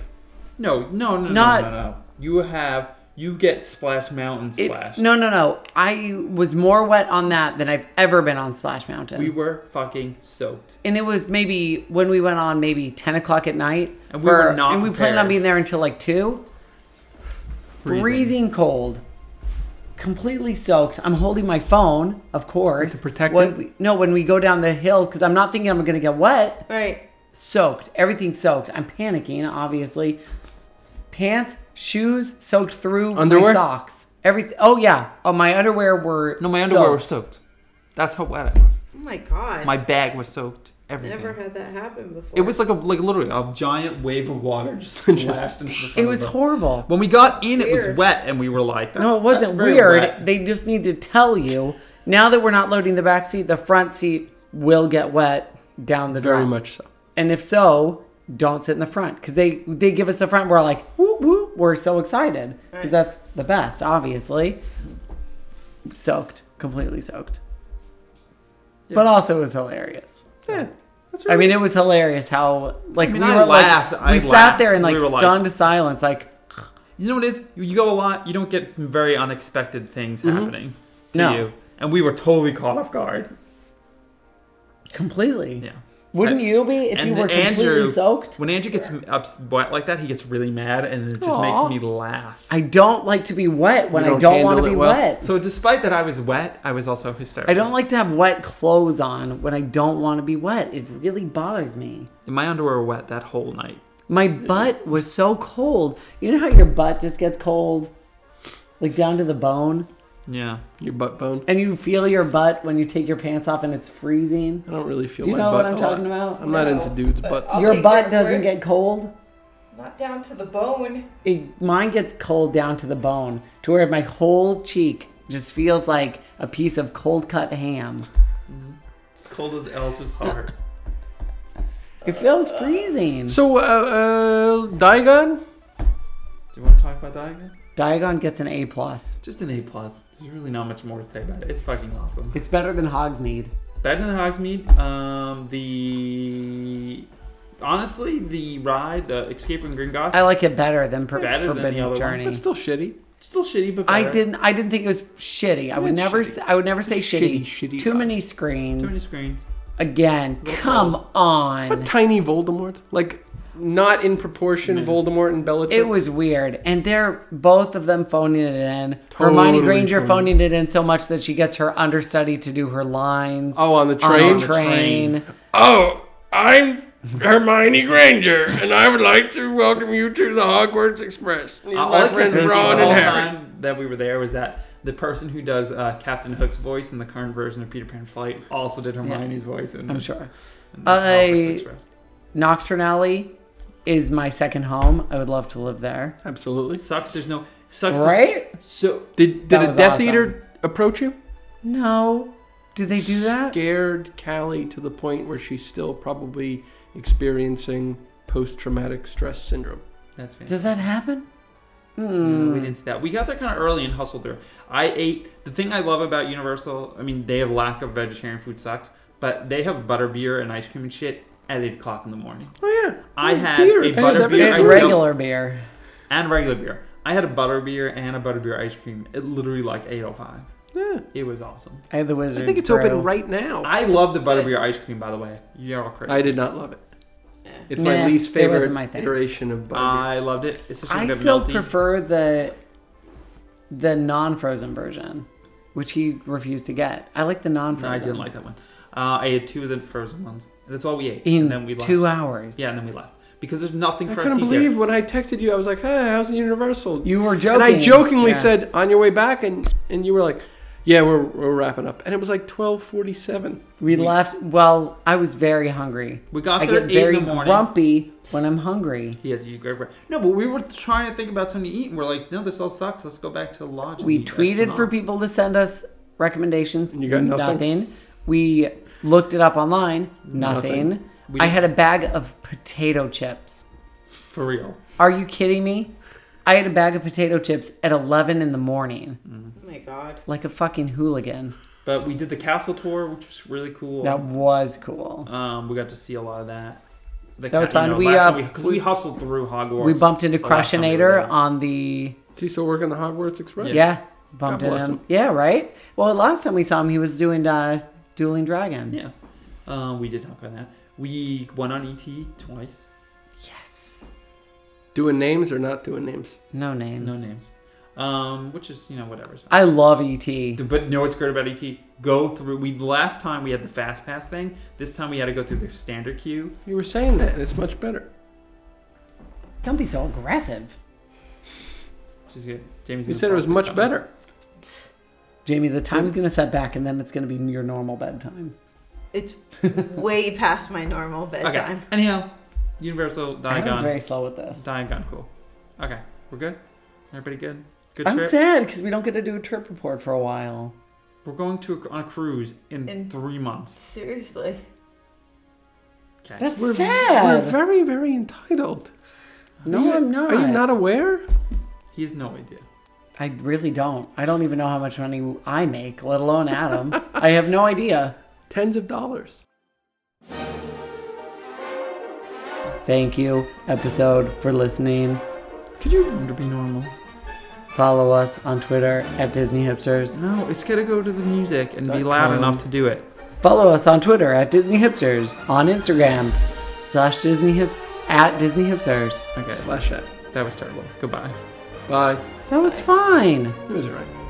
No, no, no,
Not-
no, no, no. You have you get splash mountain
it-
splash.
no, no, no. I was more wet on that than I've ever been on Splash Mountain.
we were fucking soaked.
and it was maybe when we went on maybe 10 o'clock at night
And we were not
and we planned
prepared.
on being there until like 2 freezing.
Freezing.
cold completely soaked i'm holding my phone of course
To protect
when
it?
we, no when we go down the hill because i'm not thinking i'm gonna get wet
Right.
soaked everything soaked i'm panicking obviously pants shoes soaked through my
Underwear?
socks everything oh yeah oh my underwear were
No, my underwear was
soaked.
soaked. That's how wet it was.
Oh my god.
My bag was soaked. Everything.
Never had that happen before.
It was like a like literally a
A giant wave of water just splashed into the front
it
of
was
the-
horrible
When we got in, it was
Weird.
wet, and we were like,
No, it
that's-
wasn't
that's very
weird.
wet.
They just need to tell you now that we're not loading the back seat, the front seat will get wet down the
Very
drop.
much so.
And if so, don't sit in the front because they they give us the front. We're like, woo woo, we're so excited because
Right.
that's the best, obviously. Soaked, completely soaked. But also, it was hilarious.
Yeah.
I mean, it was hilarious how like
mean,
we
I
were
laughed.
like
I
we sat
laughed
there in
'cause
like
we were like-
stunned silence, like
You know what it is? You- You go a lot, you don't get very unexpected things happening to
No.
you. And we were totally caught off guard.
completely.
Yeah.
Wouldn't
I-
you be if
and
you were
then
completely soaked?
When Andrew gets ups, wet like that, he gets really mad and it just
Aw.
makes me laugh.
I don't like to be wet when
You
I
don't
don't want to
handle
be
it well.
wet.
So, despite that I was wet, I was also hysterical.
I don't like to have wet clothes on when I don't want to be wet. It really bothers me.
My underwear were wet that whole night.
My butt was so cold. You know how your butt just gets cold? Like down to the bone?
Yeah.
Your butt bone.
And you feel your butt when you take your pants off and it's freezing?
I don't really feel
Do you
my
know what
butt
I'm
a
talking
lot.
about?
I'm not
No,
into dudes'
but
butts.
I'll-
your
take
butt
your
doesn't
word.
get cold?
not down to the bone.
It, mine gets cold down to the bone to where my whole cheek just feels like a piece of cold cut ham.
It's cold as Elsa's heart.
It feels freezing.
So, uh, uh, Diagon?
Do you want to talk about Diagon?
Diagon gets an A plus.
Just an A plus. There's really not much more to say about it. It's fucking awesome.
It's better than Hogsmeade.
Baden and Hogsmeade. Um, the honestly, the ride, the Escape from Gringotts,
I like it better than Per-
Better than the
Forbidden
other one.
Journey.
It's still shitty.
still shitty, but
I
better.
didn't. I didn't think it was shitty. I would
it's
never.
shitty.
s- I would never say shitty.
Shitty, shitty
Too many
Too
vibe.
many
screens.
screens.
Again, come on.
But tiny Voldemort? Like, not in proportion, Voldemort and Bellatrix?
it was weird, and they're both of them phoning it in. Hermione
Totally
Granger
phoning-
phoning it in so much that she gets her understudy to do her lines.
Oh, on the
on
train?
the train.
Oh, I'm Hermione Granger, and I would like to welcome you to the Hogwarts Express. Meet
Uh, all I
my
kept
friends
thinking
Ron
the whole
and Harry.
time that we were there was that the person who does uh, Captain Hook's voice in the current version of Peter Pan Flight also did Hermione's voice. In
I'm
the-
sure.
in the Hogwarts
I
Express.
Nocturne Alley is my second home. I would love to live there.
Absolutely.
Sucks. There's no sucks. there's-
Right?
So
That
Did did a
was
Death
awesome.
Eater approach you?
No. Do they do that?
Scared Callie to the point where she's still probably experiencing post-traumatic stress syndrome.
that's fantastic.
Does that happen? Hmm.
We didn't see that. We got there kind of early and hustled through. I ate the thing I love about Universal. I mean, they have lack of vegetarian food sucks, but they have butterbeer and ice cream and shit at eight o'clock in the morning.
Oh yeah,
I
Oh,
had
beer.
a
It's
butterbeer
seven
and
And
o'clock.
grape-
regular beer.
and regular beer. I had a butterbeer and a butterbeer ice cream at literally like eight oh five.
Yeah.
It was awesome.
I had the wizard.
I think it's open right now. I,
I love the butterbeer ice cream, by the way. You're all crazy.
did not love it.
Yeah.
It's
Nah,
my least
it wasn't
favorite
my thing.
iteration of butterbeer.
I loved it. It's just a
I
bit
still
melty.
prefer the the non frozen version, which he refused to get. I like the non
No, I
frozen.
didn't like that one. Uh, I had two of the frozen ones. That's all we ate.
in
and then we left.
two hours.
Yeah, and then we left because there's nothing
I
for us to
couldn't
eat there.
believe when I texted you. I was like, "Hey, how's the Universal?"
You were joking.
and I jokingly
Yeah.
said, "On your way back," and and you were like, "Yeah, we're we're wrapping up." And it was like twelve forty-seven.
we left. Well, I was very hungry.
We got
I
there
get
at eight
very
in the morning.
grumpy when I'm hungry.
He has a great bread. No, but we were trying to think about something to eat, and we're like, no, this all sucks. Let's go back to the lodge. and
We
eat X
tweeted
and
for
all.
people to send us recommendations.
You got nothing?
We looked it up online. Nothing.
Nothing.
We
I
didn't-
had a bag of potato chips.
for real.
Are you kidding me? I had a bag of potato chips at 11 in the morning,
Oh my god.
like a fucking hooligan.
But we did the castle tour, which was really cool.
That was cool.
um, we got to see a lot of that. The
That was
ca- you
fun.
know,
We,
last time
uh,
we because we,
we-
hustled through Hogwarts.
we bumped into
the last time we were
Crushinator
there.
on the.
Is he still working the Hogwarts Express?
Yeah.
Yeah.
bumped
God
into
bless
him.
him.
Yeah, right? Well, last time we saw him, he was doing uh, Dueling Dragons.
Yeah, um, we did talk on that. We went on ET twice.
Yes.
Doing names or not doing names?
No names.
No names. Um, which is you know whatever. It's fine.
I love E E.T.
But know what's great about ET? Go through. We last time we had the fast pass thing. This time we had to go through the standard queue.
You were saying that, and it's much better.
Don't be so aggressive.
Which is good. Jamie's
You
gonna
said it was
fall
much
asleep on us.
better.
Jamie, the time's going to set back and then it's going to be your normal bedtime.
It's way past my normal bedtime.
Okay. Anyhow, Universal
I was
Diagon.
very slow with this.
Diagon, cool. Okay, we're good. Everybody good? Good
I'm
trip.
sad because we don't get to do a trip report for a while.
We're going to on a cruise in,
In-
three months.
Seriously.
Okay.
That's
We're,
sad.
we're very, very entitled.
no, I'm not.
Are you not aware?
he has no idea.
I really don't. I don't even know how much money I make, let alone Adam. I have no idea.
Tens of dollars.
Thank you, episode, for listening.
Could you remember to be normal?
Follow us on Twitter at Disney Hipsters.
No, it's gotta go to the music and be
Dot
loud
com.
enough to do it.
Follow us on Twitter at Disney Hipsters. On Instagram slash Disney Hips at Disney Hipsters.
Okay,
Slash that.
that was terrible. Goodbye.
Bye.
That was fine.
It was all right.